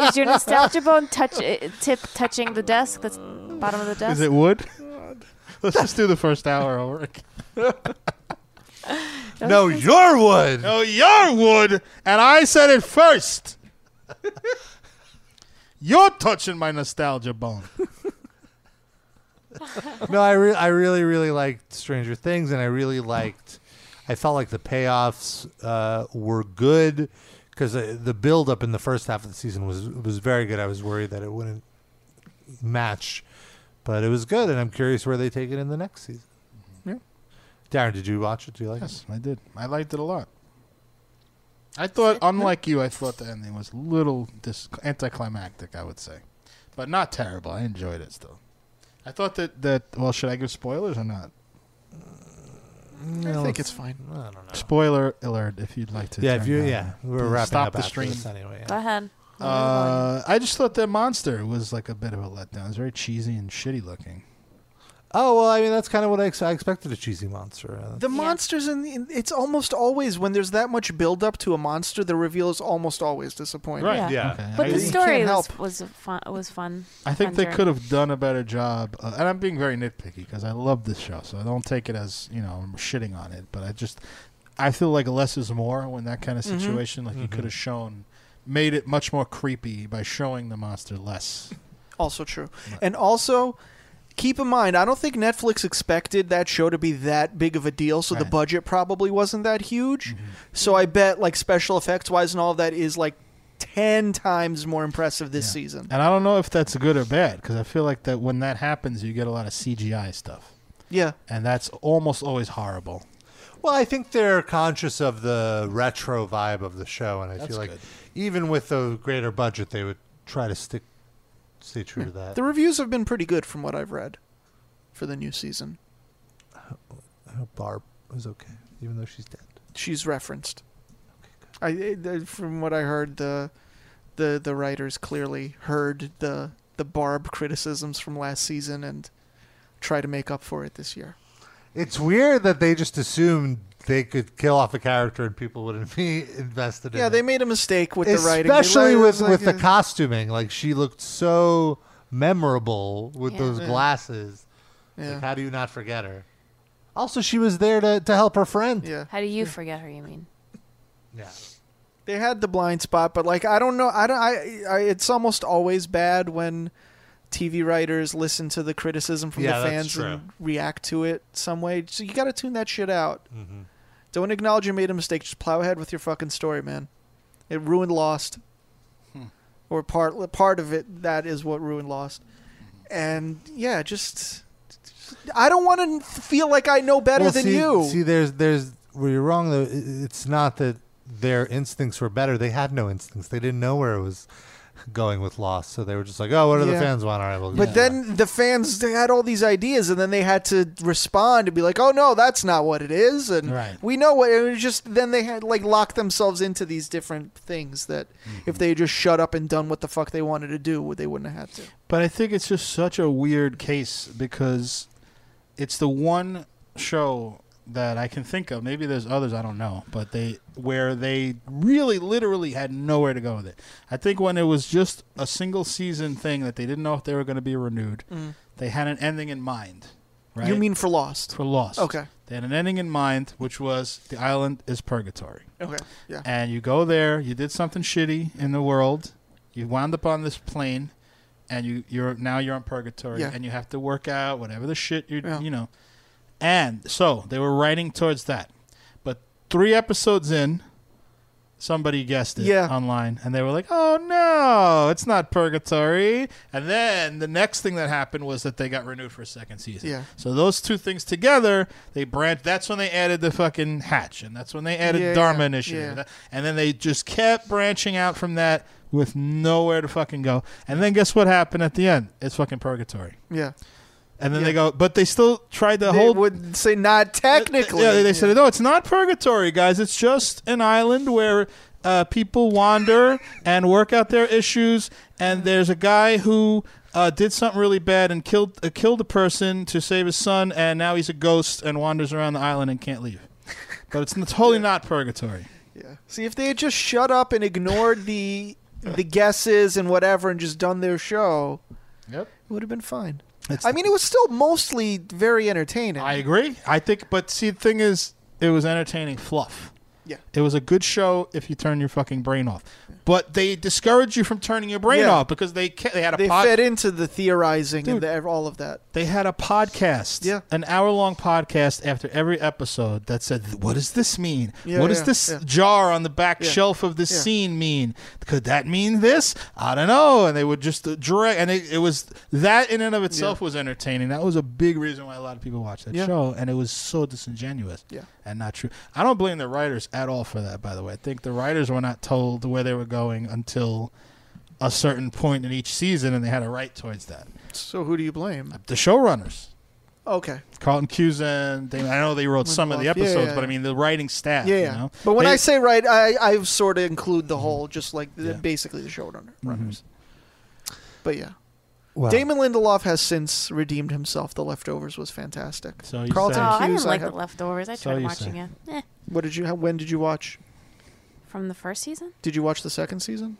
[SPEAKER 4] Is
[SPEAKER 2] (laughs)
[SPEAKER 4] your nostalgia bone touch uh, tip touching the desk? That's bottom of the desk.
[SPEAKER 2] Is it wood? (laughs) Let's just do the first hour over.
[SPEAKER 3] no, your wood.
[SPEAKER 2] No, your wood. And I said it (laughs) first. You're touching my nostalgia bone.
[SPEAKER 3] (laughs) no, I, re- I really, really liked Stranger Things, and I really liked. I felt like the payoffs uh, were good because the, the build up in the first half of the season was was very good. I was worried that it wouldn't match, but it was good, and I'm curious where they take it in the next season.
[SPEAKER 2] Yeah.
[SPEAKER 3] Darren, did you watch it? Do you like
[SPEAKER 2] Yes, I did. I liked it a lot. I thought, unlike you, I thought the ending was a little dis- anticlimactic, I would say. But not terrible. I enjoyed it still. I thought that, that well, should I give spoilers or not?
[SPEAKER 5] I think it's fine.
[SPEAKER 3] I don't
[SPEAKER 2] Spoiler alert if you'd like to.
[SPEAKER 3] Yeah, if
[SPEAKER 2] turn
[SPEAKER 3] you-
[SPEAKER 2] down.
[SPEAKER 3] yeah, we're
[SPEAKER 2] Please
[SPEAKER 3] wrapping
[SPEAKER 2] Stop
[SPEAKER 3] up
[SPEAKER 2] the
[SPEAKER 3] after
[SPEAKER 2] stream.
[SPEAKER 3] this anyway,
[SPEAKER 4] Go ahead.
[SPEAKER 2] Uh, I just thought that monster was like a bit of a letdown. It was very cheesy and shitty looking.
[SPEAKER 3] Oh well, I mean that's kind of what I, ex- I expected a cheesy monster. Uh,
[SPEAKER 5] The monsters in, in it's almost always when there's that much build up to a monster, the reveal is almost always disappointing.
[SPEAKER 4] But the
[SPEAKER 5] You
[SPEAKER 4] story
[SPEAKER 5] can't
[SPEAKER 4] was
[SPEAKER 5] help.
[SPEAKER 4] was fun. Was fun.
[SPEAKER 2] I think
[SPEAKER 4] fun
[SPEAKER 2] they
[SPEAKER 4] journey.
[SPEAKER 2] could have done a better job. Uh, and I'm being very nitpicky because I love this show, so I don't take it as you know I'm shitting on it. But I just I feel like less is more when that kind of
[SPEAKER 3] Mhm.
[SPEAKER 2] situation. Like you
[SPEAKER 3] Mhm.
[SPEAKER 2] could have shown, made it much more creepy by showing the monster less.
[SPEAKER 5] Also true. And also, keep in mind, I don't think Netflix expected that show to be that big of a deal, so the budget probably wasn't that huge. So I bet, like, special effects wise and all of that is like 10 times more impressive this season.
[SPEAKER 2] And I don't know if that's good or bad because I feel like that when that happens, you get a lot of CGI stuff,
[SPEAKER 5] Yeah.
[SPEAKER 2] and that's almost always horrible.
[SPEAKER 3] Well, I think they're conscious of the retro vibe of the show, and I
[SPEAKER 2] That's
[SPEAKER 3] feel like
[SPEAKER 2] good.
[SPEAKER 3] even with the greater budget, they would try to stick stay true to that.
[SPEAKER 5] The reviews have been pretty good from what I've read for the new season.
[SPEAKER 3] I hope Barb is okay, even though she's dead.
[SPEAKER 5] eh, She's referenced. I, I- from what I heard, the the the writers clearly heard the the Barb criticisms from last season and try to make up for it this year.
[SPEAKER 3] It's weird that they just assumed they could kill off a character and people wouldn't be (laughs) invested in
[SPEAKER 5] Yeah,
[SPEAKER 3] it.
[SPEAKER 5] they made a mistake with the writing. They let-
[SPEAKER 3] Especially
[SPEAKER 5] it
[SPEAKER 3] with,
[SPEAKER 5] was
[SPEAKER 3] with
[SPEAKER 5] like, uh,
[SPEAKER 3] the costuming. Like, she looked so memorable with
[SPEAKER 5] Yeah.
[SPEAKER 3] those
[SPEAKER 5] Yeah.
[SPEAKER 3] glasses.
[SPEAKER 5] Yeah.
[SPEAKER 3] Like, how do you not forget her? Also, she was there to, to help her friend.
[SPEAKER 5] Yeah.
[SPEAKER 4] How do you forget her? You mean?
[SPEAKER 3] Yeah.
[SPEAKER 5] They had the blind spot, but like I don't know, I don't. I, I it's almost always bad when TV writers listen to the criticism from
[SPEAKER 3] Yeah,
[SPEAKER 5] the
[SPEAKER 3] that's
[SPEAKER 5] fans
[SPEAKER 3] true.
[SPEAKER 5] and react to it some way. So you got to tune that shit out.
[SPEAKER 3] Mhm.
[SPEAKER 5] Don't acknowledge you made a mistake. Just plow ahead with your fucking story, man. It ruined Lost, or part part of it. That is what ruined Lost, and yeah, just I don't want to feel like I know better
[SPEAKER 3] Well,
[SPEAKER 5] than
[SPEAKER 3] see,
[SPEAKER 5] you.
[SPEAKER 3] See, there's, there's, where you're wrong though. i- It's not that their instincts were better. They had no instincts. They didn't know where it was (laughs) going with Lost. So they were just like, oh, what do the
[SPEAKER 5] Yeah.
[SPEAKER 3] fans want? All right, we'll
[SPEAKER 5] But
[SPEAKER 3] do that.
[SPEAKER 5] then the fans they had all these ideas, and then they had to respond and be like, "Oh no, that's not what it is," and
[SPEAKER 3] Right.
[SPEAKER 5] we know what. It was just then they had like locked themselves into these different things that
[SPEAKER 3] Mm-hmm.
[SPEAKER 5] if they had just shut up and done what the fuck they wanted to do, they wouldn't have had to.
[SPEAKER 2] But I think it's just such a weird case because it's the one show that I can think of. Maybe there's others I don't know, but they where they really literally had nowhere to go with it. I think when it was just a single season thing that they didn't know if they were going to be renewed,
[SPEAKER 5] Mm.
[SPEAKER 2] they had an ending in mind. Right?
[SPEAKER 5] You mean for Lost?
[SPEAKER 2] For Lost.
[SPEAKER 5] Okay.
[SPEAKER 2] They had an ending in mind, which was the island is purgatory.
[SPEAKER 5] Okay. Yeah.
[SPEAKER 2] And you go there, you did something shitty in the world, you wound up on this plane, and you, you're now you're on purgatory,
[SPEAKER 5] Yeah.
[SPEAKER 2] and you have to work out whatever the shit you
[SPEAKER 5] Yeah.
[SPEAKER 2] you know. And so they were writing towards that, but three episodes in, somebody guessed it
[SPEAKER 5] Yeah.
[SPEAKER 2] online, and they were like, "Oh no, it's not purgatory." And then the next thing that happened was that they got renewed for a second season.
[SPEAKER 5] Yeah.
[SPEAKER 2] So those two things together, they branched. That's when they added the fucking hatch, and that's when they added
[SPEAKER 5] Yeah,
[SPEAKER 2] Dharma
[SPEAKER 5] yeah,
[SPEAKER 2] Initiative,
[SPEAKER 5] yeah.
[SPEAKER 2] and then they just kept branching out from that with nowhere to fucking go. And then guess what happened at the end? It's fucking purgatory.
[SPEAKER 5] Yeah.
[SPEAKER 2] And then they go, but they still tried to hold.
[SPEAKER 5] would say not technically.
[SPEAKER 2] Yeah, they, they said no. It's not purgatory, guys. It's just an island where uh, people wander (laughs) and work out their issues. And there's a guy who uh, did something really bad and killed uh, killed a person to save his son, and now he's a ghost and wanders around the island and can't leave. But it's n- totally not purgatory.
[SPEAKER 5] See if they had just shut up and ignored the the guesses and whatever, and just done their show.
[SPEAKER 2] Yep.
[SPEAKER 5] It would have been fine.
[SPEAKER 2] It's-
[SPEAKER 5] I mean, it was still mostly very entertaining.
[SPEAKER 2] I agree. I think, but see, the thing is, it was entertaining fluff.
[SPEAKER 5] Yeah.
[SPEAKER 2] It was a good show if you turn your fucking brain off. But they discourage you from turning your brain
[SPEAKER 5] Yeah.
[SPEAKER 2] off because they ca- they had a
[SPEAKER 5] they
[SPEAKER 2] pod-
[SPEAKER 5] fed into the theorizing
[SPEAKER 2] Dude.
[SPEAKER 5] and the, all of that.
[SPEAKER 2] they had a podcast, yeah. an hour long podcast after every episode that said, "What does this mean?
[SPEAKER 5] Yeah,
[SPEAKER 2] what does
[SPEAKER 5] yeah,
[SPEAKER 2] this
[SPEAKER 5] yeah.
[SPEAKER 2] jar on the back
[SPEAKER 5] Yeah.
[SPEAKER 2] shelf of this
[SPEAKER 5] Yeah.
[SPEAKER 2] scene mean? Could that mean this? I don't know." And they would just uh, direct, and it, it was that in and of itself was entertaining. That was a big reason why a lot of people watched that
[SPEAKER 5] Yeah.
[SPEAKER 2] show, and it was so disingenuous
[SPEAKER 5] Yeah.
[SPEAKER 2] and not true. I don't blame the writers at all for that. By the way, I think the writers were not told where they were going until a certain point in each season, and they had a right towards that.
[SPEAKER 5] So who do you blame?
[SPEAKER 2] The showrunners.
[SPEAKER 5] Okay.
[SPEAKER 2] Carlton Cusin. They, I know they wrote some of the
[SPEAKER 5] Lindelof, yeah,
[SPEAKER 2] episodes,
[SPEAKER 5] yeah,
[SPEAKER 2] but I
[SPEAKER 5] yeah.
[SPEAKER 2] mean the writing staff.
[SPEAKER 5] yeah,
[SPEAKER 2] you
[SPEAKER 5] yeah.
[SPEAKER 2] know?
[SPEAKER 5] But when
[SPEAKER 2] They- Mm-hmm.
[SPEAKER 5] I say right, I I sort of include the whole, just like the, basically the showrunner. runners. But yeah.
[SPEAKER 2] Wow.
[SPEAKER 5] Damon Lindelof has since redeemed himself. The Leftovers was fantastic.
[SPEAKER 2] So
[SPEAKER 4] you say. Oh, I didn't like The Leftovers. I So tried you watching say. it. Eh.
[SPEAKER 5] What did you? how- When did you watch?
[SPEAKER 4] From the first season?
[SPEAKER 5] Did you watch the second season?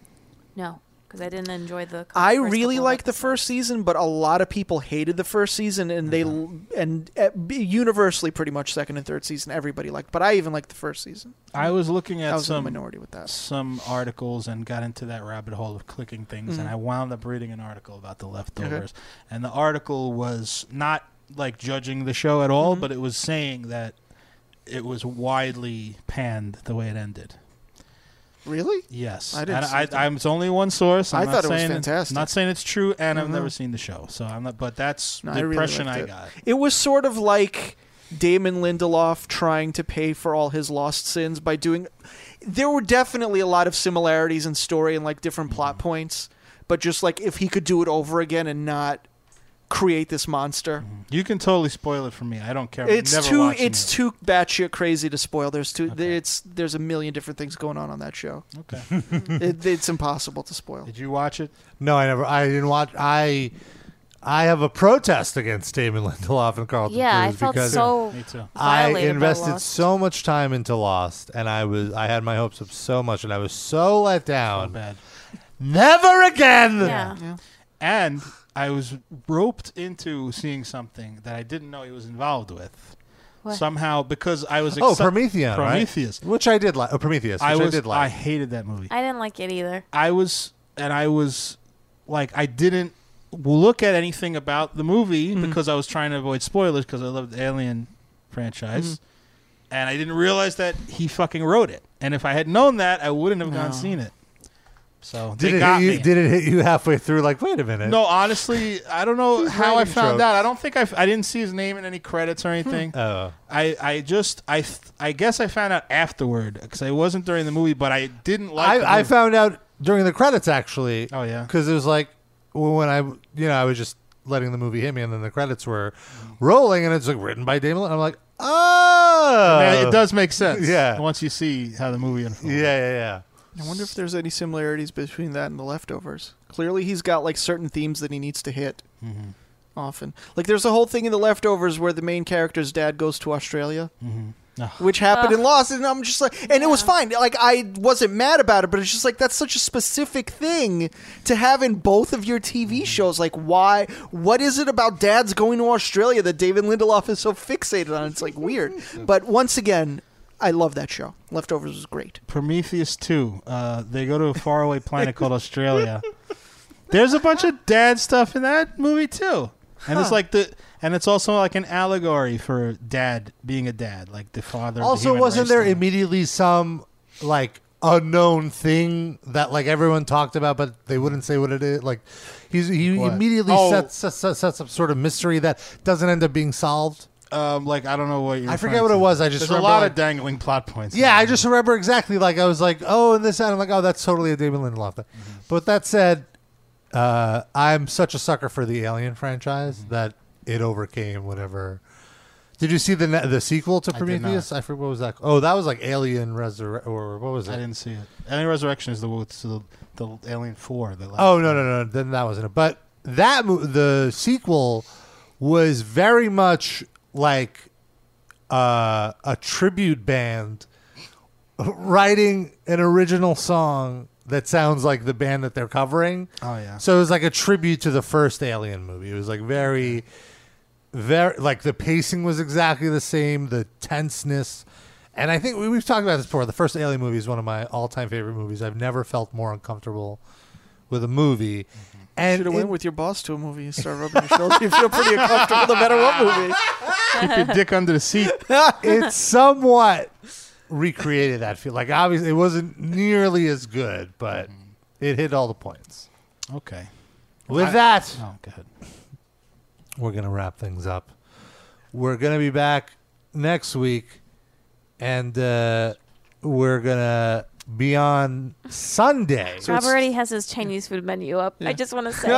[SPEAKER 4] No, because I didn't enjoy the. co-
[SPEAKER 5] I
[SPEAKER 4] first
[SPEAKER 5] really
[SPEAKER 4] couple
[SPEAKER 5] liked the first season, but a lot of people hated the first season, and they l
[SPEAKER 2] Mm-hmm.
[SPEAKER 5] and uh, b- universally pretty much second and third season everybody liked. But I even liked the first season.
[SPEAKER 2] I was looking at
[SPEAKER 5] I was in the
[SPEAKER 2] some
[SPEAKER 5] minority with that.
[SPEAKER 2] some articles and got into that rabbit hole of clicking things, and
[SPEAKER 5] Mhm.
[SPEAKER 2] I wound up reading an article about the leftovers, and the article was not like judging the show at
[SPEAKER 5] Mm-hmm.
[SPEAKER 2] all, but it was saying that it was widely panned the way it ended.
[SPEAKER 5] Really?
[SPEAKER 2] Yes,
[SPEAKER 5] I didn't.
[SPEAKER 2] And
[SPEAKER 5] see
[SPEAKER 2] I,
[SPEAKER 5] that.
[SPEAKER 2] I, am it's only one source. I'm
[SPEAKER 5] I
[SPEAKER 2] not
[SPEAKER 5] thought it was
[SPEAKER 2] saying
[SPEAKER 5] fantastic.
[SPEAKER 2] Not saying it's true, and I've
[SPEAKER 5] Mhm.
[SPEAKER 2] never seen the show, so I'm not. But that's
[SPEAKER 5] No,
[SPEAKER 2] the
[SPEAKER 5] really
[SPEAKER 2] impression
[SPEAKER 5] liked
[SPEAKER 2] I
[SPEAKER 5] it.
[SPEAKER 2] got.
[SPEAKER 5] It was sort of like Damon Lindelof trying to pay for all his lost sins by doing. There were definitely a lot of similarities
[SPEAKER 2] Mm-hmm.
[SPEAKER 5] in story and like different plot points, but just like if he could do it over again and not create this monster.
[SPEAKER 2] You can totally spoil it for me. I don't care.
[SPEAKER 5] It's
[SPEAKER 2] Never
[SPEAKER 5] too
[SPEAKER 2] watching
[SPEAKER 5] it's too batshit crazy to spoil. There's too it's there's a million different things going on on that show.
[SPEAKER 2] Okay,
[SPEAKER 5] (laughs) it, it's impossible to spoil.
[SPEAKER 2] Did you watch it?
[SPEAKER 3] No, I never. I didn't watch. I I have a protest against Damon Lindelof and Carlton
[SPEAKER 4] Yeah, I
[SPEAKER 3] Cruz
[SPEAKER 4] felt
[SPEAKER 3] because
[SPEAKER 4] so Me too.
[SPEAKER 3] I
[SPEAKER 4] violated by
[SPEAKER 3] invested
[SPEAKER 4] Lost.
[SPEAKER 3] so much time into Lost, and I was I had my hopes up so much, and I was so let down.
[SPEAKER 2] bad.
[SPEAKER 3] Never again.
[SPEAKER 2] And I was roped into seeing something that I didn't know he was involved with.
[SPEAKER 3] What?
[SPEAKER 2] Somehow, because I was
[SPEAKER 3] oh,
[SPEAKER 2] accept-
[SPEAKER 3] Prometheus.
[SPEAKER 2] Prometheus.
[SPEAKER 3] Right? Which I did like. Oh, Prometheus. Which I,
[SPEAKER 2] I was.
[SPEAKER 3] did like.
[SPEAKER 2] hated that movie.
[SPEAKER 4] I didn't like it either.
[SPEAKER 2] I was, and I was like, I didn't look at anything about the movie
[SPEAKER 3] Mm-hmm.
[SPEAKER 2] because I was trying to avoid spoilers because I loved the Alien franchise,
[SPEAKER 3] Mm-hmm.
[SPEAKER 5] Mhm.
[SPEAKER 2] and I didn't realize that he fucking wrote it. And if I had known that, I wouldn't have gone and
[SPEAKER 5] No.
[SPEAKER 2] seen it. So
[SPEAKER 3] Did
[SPEAKER 2] they
[SPEAKER 3] it
[SPEAKER 2] got
[SPEAKER 3] hit you?
[SPEAKER 2] me.
[SPEAKER 3] Did it hit you halfway through? Like, wait a minute.
[SPEAKER 2] No, honestly, I don't know
[SPEAKER 3] Who's
[SPEAKER 2] how I
[SPEAKER 3] writing
[SPEAKER 2] found
[SPEAKER 3] tropes?
[SPEAKER 2] out. I don't think I, f- I didn't see his name in any credits or anything.
[SPEAKER 3] Oh.
[SPEAKER 2] I, I just I th- I guess I found out afterward because I wasn't during the movie, but I didn't like. the
[SPEAKER 3] I, I
[SPEAKER 2] movie.
[SPEAKER 3] found out during the credits actually.
[SPEAKER 2] Oh yeah,
[SPEAKER 3] because it was like when I you know I was just letting the movie hit me, and then the credits were rolling, and it's like written by Damon. Lindelof. I'm like, oh,
[SPEAKER 2] I mean, it does make sense.
[SPEAKER 3] Yeah,
[SPEAKER 2] once you see how the movie unfolds.
[SPEAKER 3] Yeah, yeah, yeah.
[SPEAKER 5] I wonder if there's any similarities between that and The Leftovers. Clearly, he's got like certain themes that he needs to hit.
[SPEAKER 2] Mhm.
[SPEAKER 5] Often, like there's a whole thing in The Leftovers where the main character's dad goes to Australia,
[SPEAKER 2] Mhm.
[SPEAKER 5] which happened in
[SPEAKER 8] Ugh.
[SPEAKER 5] Lost, and I'm just like, and it was fine. Like I wasn't mad about it, but it's just like that's such a specific thing to have in both of your TV shows. Like, why? What is it about dads going to Australia that David Lindelof is so fixated on? It's like weird. but once again, I love that show. Leftovers was great.
[SPEAKER 2] Prometheus two. Uh, they go to a faraway planet
[SPEAKER 3] (laughs)
[SPEAKER 2] called Australia. There's a bunch of dad stuff in that movie too, and it's
[SPEAKER 5] Huh.
[SPEAKER 2] like the and it's also like an allegory for dad being a dad, like the father. of the
[SPEAKER 3] Also,
[SPEAKER 2] human
[SPEAKER 3] wasn't
[SPEAKER 2] race
[SPEAKER 3] there immediately some like unknown thing that like everyone talked about, but they wouldn't say what it is? Like he's, he
[SPEAKER 2] What?
[SPEAKER 3] immediately
[SPEAKER 2] Oh.
[SPEAKER 3] sets, sets sets up sort of mystery that doesn't end up being solved.
[SPEAKER 2] Um, like I don't know what you're
[SPEAKER 3] I forget
[SPEAKER 2] referring
[SPEAKER 3] what it
[SPEAKER 2] to.
[SPEAKER 3] was. I just
[SPEAKER 2] There's a
[SPEAKER 3] remember,
[SPEAKER 2] lot
[SPEAKER 3] like-
[SPEAKER 2] of dangling plot points.
[SPEAKER 3] Yeah, I just remember exactly. Like I was like, oh, and this, and I'm like, oh, that's totally a David Lindelof thing.
[SPEAKER 2] Mm-hmm.
[SPEAKER 3] But that said, uh, I'm such a sucker for the Alien franchise
[SPEAKER 2] Mm-hmm.
[SPEAKER 3] that it overcame whatever. Did you see the ne- the sequel to
[SPEAKER 2] I did not.
[SPEAKER 3] Prometheus? I, forget what was that. Oh, that was like Alien Resurrect, or what was it?
[SPEAKER 2] I didn't see it. Alien Resurrection is the it's the, the Alien Four. The last
[SPEAKER 3] Oh no no no! Then that wasn't it. But that mo- the sequel was very much like uh, a tribute band writing an original song that sounds like the band that they're covering.
[SPEAKER 2] Oh yeah.
[SPEAKER 3] So it was like a tribute to the first Alien movie. It was like very, very like the pacing was exactly the same, the tenseness, and I think we, we've talked about this before. The first Alien movie is one of my all-time favorite movies. I've never felt more uncomfortable with a movie. And
[SPEAKER 5] Should have went
[SPEAKER 3] it-
[SPEAKER 5] with your boss to a movie. You start rubbing your shoulder. You feel pretty uncomfortable no matter what
[SPEAKER 3] (laughs)
[SPEAKER 5] movie.
[SPEAKER 2] Keep your dick under the seat.
[SPEAKER 3] it somewhat recreated that feel. Like obviously, it wasn't nearly as good, but
[SPEAKER 2] Mm-hmm.
[SPEAKER 3] it hit all the points.
[SPEAKER 2] Okay.
[SPEAKER 3] With
[SPEAKER 2] I-
[SPEAKER 3] that,
[SPEAKER 2] Oh, go ahead.
[SPEAKER 3] we're going to wrap things up. We're going to be back next week, and uh, we're going to be on Sunday.
[SPEAKER 4] Rob
[SPEAKER 5] (laughs)
[SPEAKER 4] already has his Chinese food menu up. I just
[SPEAKER 3] (laughs)
[SPEAKER 4] want to say.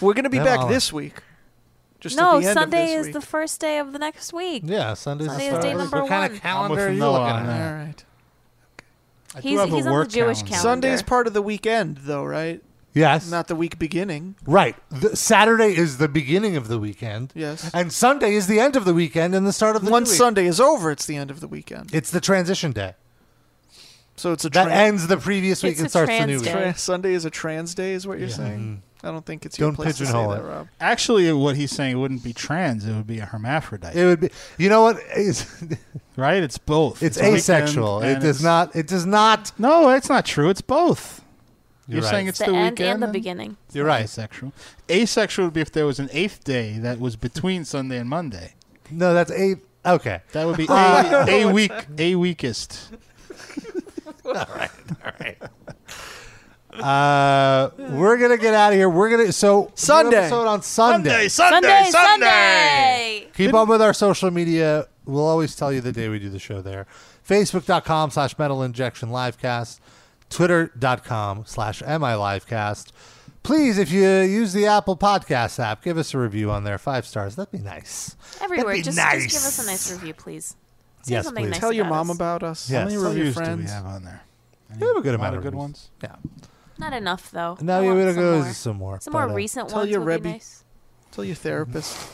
[SPEAKER 5] We're gonna be
[SPEAKER 3] Them
[SPEAKER 5] back
[SPEAKER 3] all.
[SPEAKER 5] this week. Just
[SPEAKER 4] no,
[SPEAKER 5] at the end
[SPEAKER 4] Sunday
[SPEAKER 5] of this
[SPEAKER 4] is
[SPEAKER 5] week.
[SPEAKER 4] the first day of the next week.
[SPEAKER 3] yeah, Sunday's
[SPEAKER 4] Sunday is
[SPEAKER 3] the
[SPEAKER 4] day
[SPEAKER 3] start.
[SPEAKER 4] number
[SPEAKER 3] what
[SPEAKER 4] one.
[SPEAKER 3] kind of calendar
[SPEAKER 2] with
[SPEAKER 3] are you
[SPEAKER 2] Noah
[SPEAKER 3] looking
[SPEAKER 2] on
[SPEAKER 3] at?
[SPEAKER 2] that.
[SPEAKER 5] All right.
[SPEAKER 2] I do
[SPEAKER 4] He's,
[SPEAKER 2] have a
[SPEAKER 4] he's on the
[SPEAKER 2] work
[SPEAKER 4] Jewish calendar.
[SPEAKER 2] calendar.
[SPEAKER 5] Sunday's part of the weekend, though, right?
[SPEAKER 3] Yes.
[SPEAKER 5] Not the week beginning.
[SPEAKER 3] Right. The, Saturday is the beginning of the weekend.
[SPEAKER 5] Yes.
[SPEAKER 3] And Sunday is the end of the weekend and the start of the
[SPEAKER 5] Once
[SPEAKER 3] new week.
[SPEAKER 5] Sunday is over, it's the end of the weekend.
[SPEAKER 3] It's the transition day.
[SPEAKER 5] So it's a
[SPEAKER 3] that
[SPEAKER 5] tran-
[SPEAKER 3] ends the previous week
[SPEAKER 5] It's
[SPEAKER 3] and
[SPEAKER 5] a
[SPEAKER 3] starts the new
[SPEAKER 5] trans
[SPEAKER 3] week. Mm-hmm.
[SPEAKER 5] day. Tra- Sunday is a trans day, is what you're saying. I don't think it's your
[SPEAKER 3] Don't
[SPEAKER 5] place to say
[SPEAKER 3] pigeonhole
[SPEAKER 5] that,
[SPEAKER 3] it.
[SPEAKER 5] Rob.
[SPEAKER 2] Actually, what he's saying wouldn't be trans. It would be a hermaphrodite.
[SPEAKER 3] It would be. You know what? It's,
[SPEAKER 2] (laughs) right. It's both.
[SPEAKER 3] It's,
[SPEAKER 2] a weekend
[SPEAKER 3] asexual. It
[SPEAKER 2] and
[SPEAKER 3] does
[SPEAKER 2] it's-
[SPEAKER 3] not. It does not.
[SPEAKER 2] No, it's not true. It's both. You're,
[SPEAKER 3] You're right.
[SPEAKER 2] saying it's
[SPEAKER 4] the,
[SPEAKER 2] the,
[SPEAKER 4] end
[SPEAKER 2] weekend.
[SPEAKER 4] and the beginning.
[SPEAKER 3] You're right.
[SPEAKER 2] Asexual. Asexual would be if there was an eighth day that was between Sunday and Monday.
[SPEAKER 3] No, that's eight. Okay. (laughs)
[SPEAKER 2] That would be
[SPEAKER 3] Uh,
[SPEAKER 2] a, a week, a weakest.
[SPEAKER 3] all right. All right. Uh, we're gonna get out of here. We're gonna so new
[SPEAKER 2] Sunday.
[SPEAKER 3] episode on Sunday.
[SPEAKER 4] Sunday, Sunday.
[SPEAKER 3] Keep up with our social media. We'll always tell you the day we do the show there. Facebook.com slash metal injection livecast. twitter.com slash MILivecast. Please, if you use the Apple Podcast app, give us a review on there. Five stars. That'd be nice.
[SPEAKER 4] Everywhere.
[SPEAKER 3] That'd be
[SPEAKER 4] Just,
[SPEAKER 3] nice.
[SPEAKER 4] just give us a nice review, please. Say
[SPEAKER 3] Yes,
[SPEAKER 4] something
[SPEAKER 3] please.
[SPEAKER 4] nice
[SPEAKER 3] Tell
[SPEAKER 5] your
[SPEAKER 4] about
[SPEAKER 5] mom
[SPEAKER 4] us.
[SPEAKER 5] about us.
[SPEAKER 3] Yes.
[SPEAKER 5] Tell your
[SPEAKER 3] How many
[SPEAKER 5] friends.
[SPEAKER 3] reviews do we have
[SPEAKER 2] on there?
[SPEAKER 3] we have a good
[SPEAKER 2] lot
[SPEAKER 3] amount
[SPEAKER 2] of
[SPEAKER 3] of
[SPEAKER 2] good
[SPEAKER 3] reviews.
[SPEAKER 2] ones?
[SPEAKER 3] Yeah.
[SPEAKER 4] Not enough, though.
[SPEAKER 3] No,
[SPEAKER 4] I
[SPEAKER 3] yeah,
[SPEAKER 4] want
[SPEAKER 3] we gotta
[SPEAKER 4] some
[SPEAKER 3] go
[SPEAKER 4] more.
[SPEAKER 3] some more.
[SPEAKER 4] Some more
[SPEAKER 3] but, uh,
[SPEAKER 4] recent
[SPEAKER 5] tell
[SPEAKER 4] ones
[SPEAKER 5] your
[SPEAKER 4] would be
[SPEAKER 5] Rebbe.
[SPEAKER 4] nice.
[SPEAKER 5] Tell your therapist.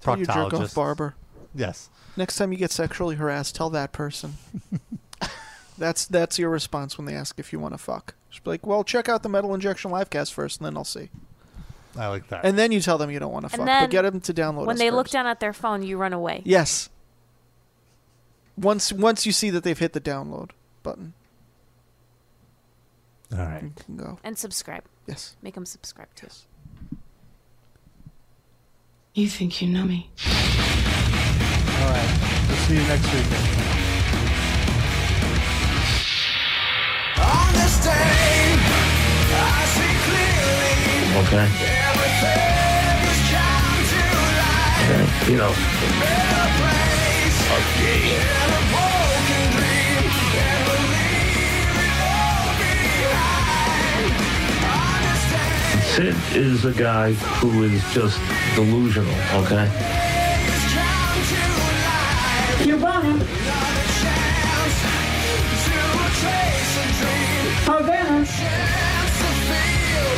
[SPEAKER 5] tell your jerk
[SPEAKER 3] Proctologist.
[SPEAKER 5] off barber.
[SPEAKER 3] Yes.
[SPEAKER 5] Next time you get sexually harassed, tell that
[SPEAKER 3] (laughs)
[SPEAKER 5] person. that's that's your response when they ask if you want to fuck. Just be like, well, check out the metal injection livecast first, and then I'll see.
[SPEAKER 3] I like that.
[SPEAKER 5] And then you tell them you don't want to fuck,
[SPEAKER 4] then
[SPEAKER 5] but get them to download.
[SPEAKER 4] When
[SPEAKER 5] us
[SPEAKER 4] they
[SPEAKER 5] first.
[SPEAKER 4] look down at their phone, you run away.
[SPEAKER 5] Yes. Once once you see that they've hit the download button.
[SPEAKER 3] All right. You
[SPEAKER 5] can go.
[SPEAKER 4] And subscribe.
[SPEAKER 5] Yes.
[SPEAKER 4] Make them subscribe to us.
[SPEAKER 25] You think you know me?
[SPEAKER 2] All right. We'll see you next weekend.
[SPEAKER 26] On this day, I see clearly
[SPEAKER 9] Okay.
[SPEAKER 26] everything is come to life.
[SPEAKER 9] You know.
[SPEAKER 26] And a broken dream can believe it all behind. On this day,
[SPEAKER 9] Sid is a guy who is just delusional, okay?
[SPEAKER 26] it's come to life. You're welcome. Not a chance to trace a dream. Chance to feel,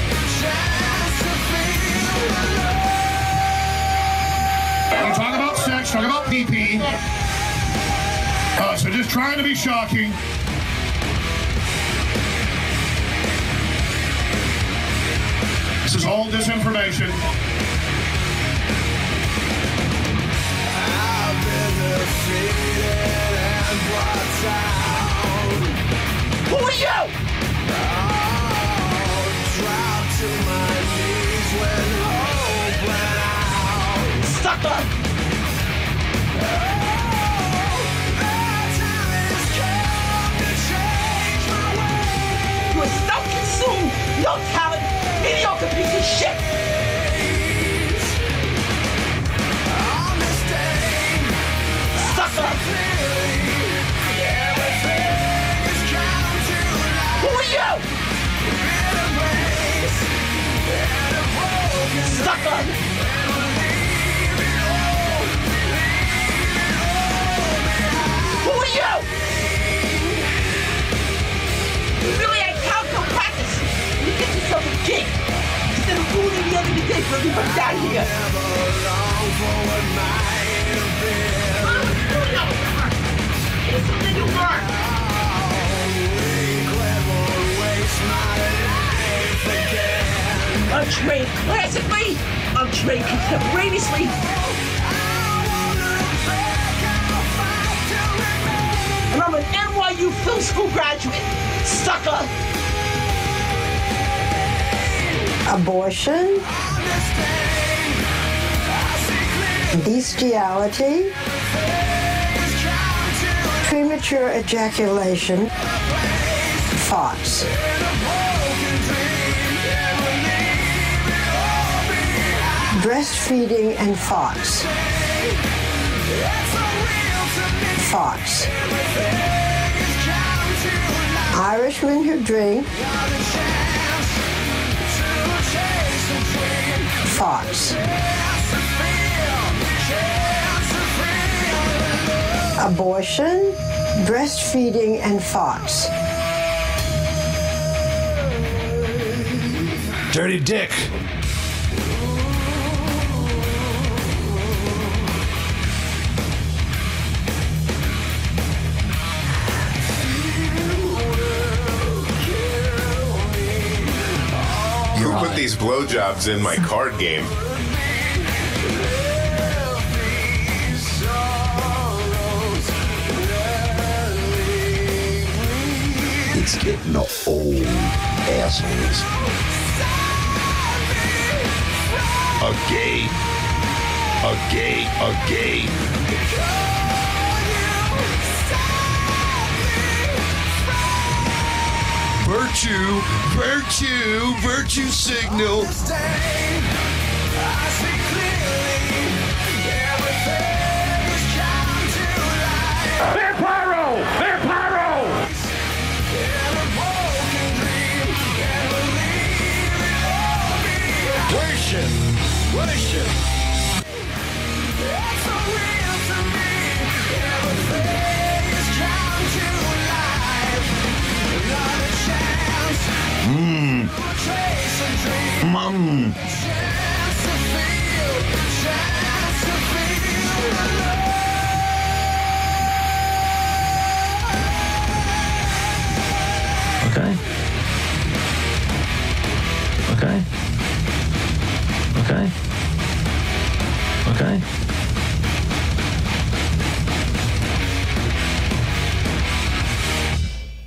[SPEAKER 26] chance to feel alone.
[SPEAKER 19] You talk about sex, talk about pee pee. Uh, so just trying to be shocking. This is all disinformation.
[SPEAKER 26] I've been defeated and brought down. Who are you? Oh, dropped to my knees when hope went out. Sucker!
[SPEAKER 7] You are so consumed, no talent, mediocre piece of shit. Sucker. Who are you? Sucker. Who are you? You really ain't count no practice. You get yourself a gig. Instead of ruining the other day for everybody out here. I'm trained classically. I'm trained contemporaneously. And I'm an NYU film school graduate. Sucker.
[SPEAKER 27] abortion, bestiality, premature ejaculation, thoughts. Breastfeeding and thoughts. Thoughts. Irishmen who drink. Thoughts. Abortion, breastfeeding, and thoughts.
[SPEAKER 26] Dirty dick.
[SPEAKER 28] Who put these blowjobs in my card game?
[SPEAKER 26] It's getting old, assholes.
[SPEAKER 28] A gay. A gay. A gay.
[SPEAKER 26] Virtue, virtue, virtue signal. Vampiro! Vampiro!
[SPEAKER 29] finish it. It's so real to me. Everything is come to life. Not a chance.
[SPEAKER 30] Mmm.
[SPEAKER 29] We're chasing dreams.
[SPEAKER 30] Mmm.
[SPEAKER 29] Chance to feel. Chance to feel alive.
[SPEAKER 1] Okay. Okay. Okay. Okay.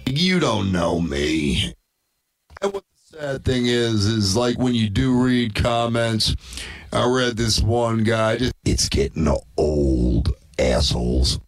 [SPEAKER 7] You don't know me. And what the sad thing is, is like when you do read comments, I read this one guy, just, it's getting old, assholes.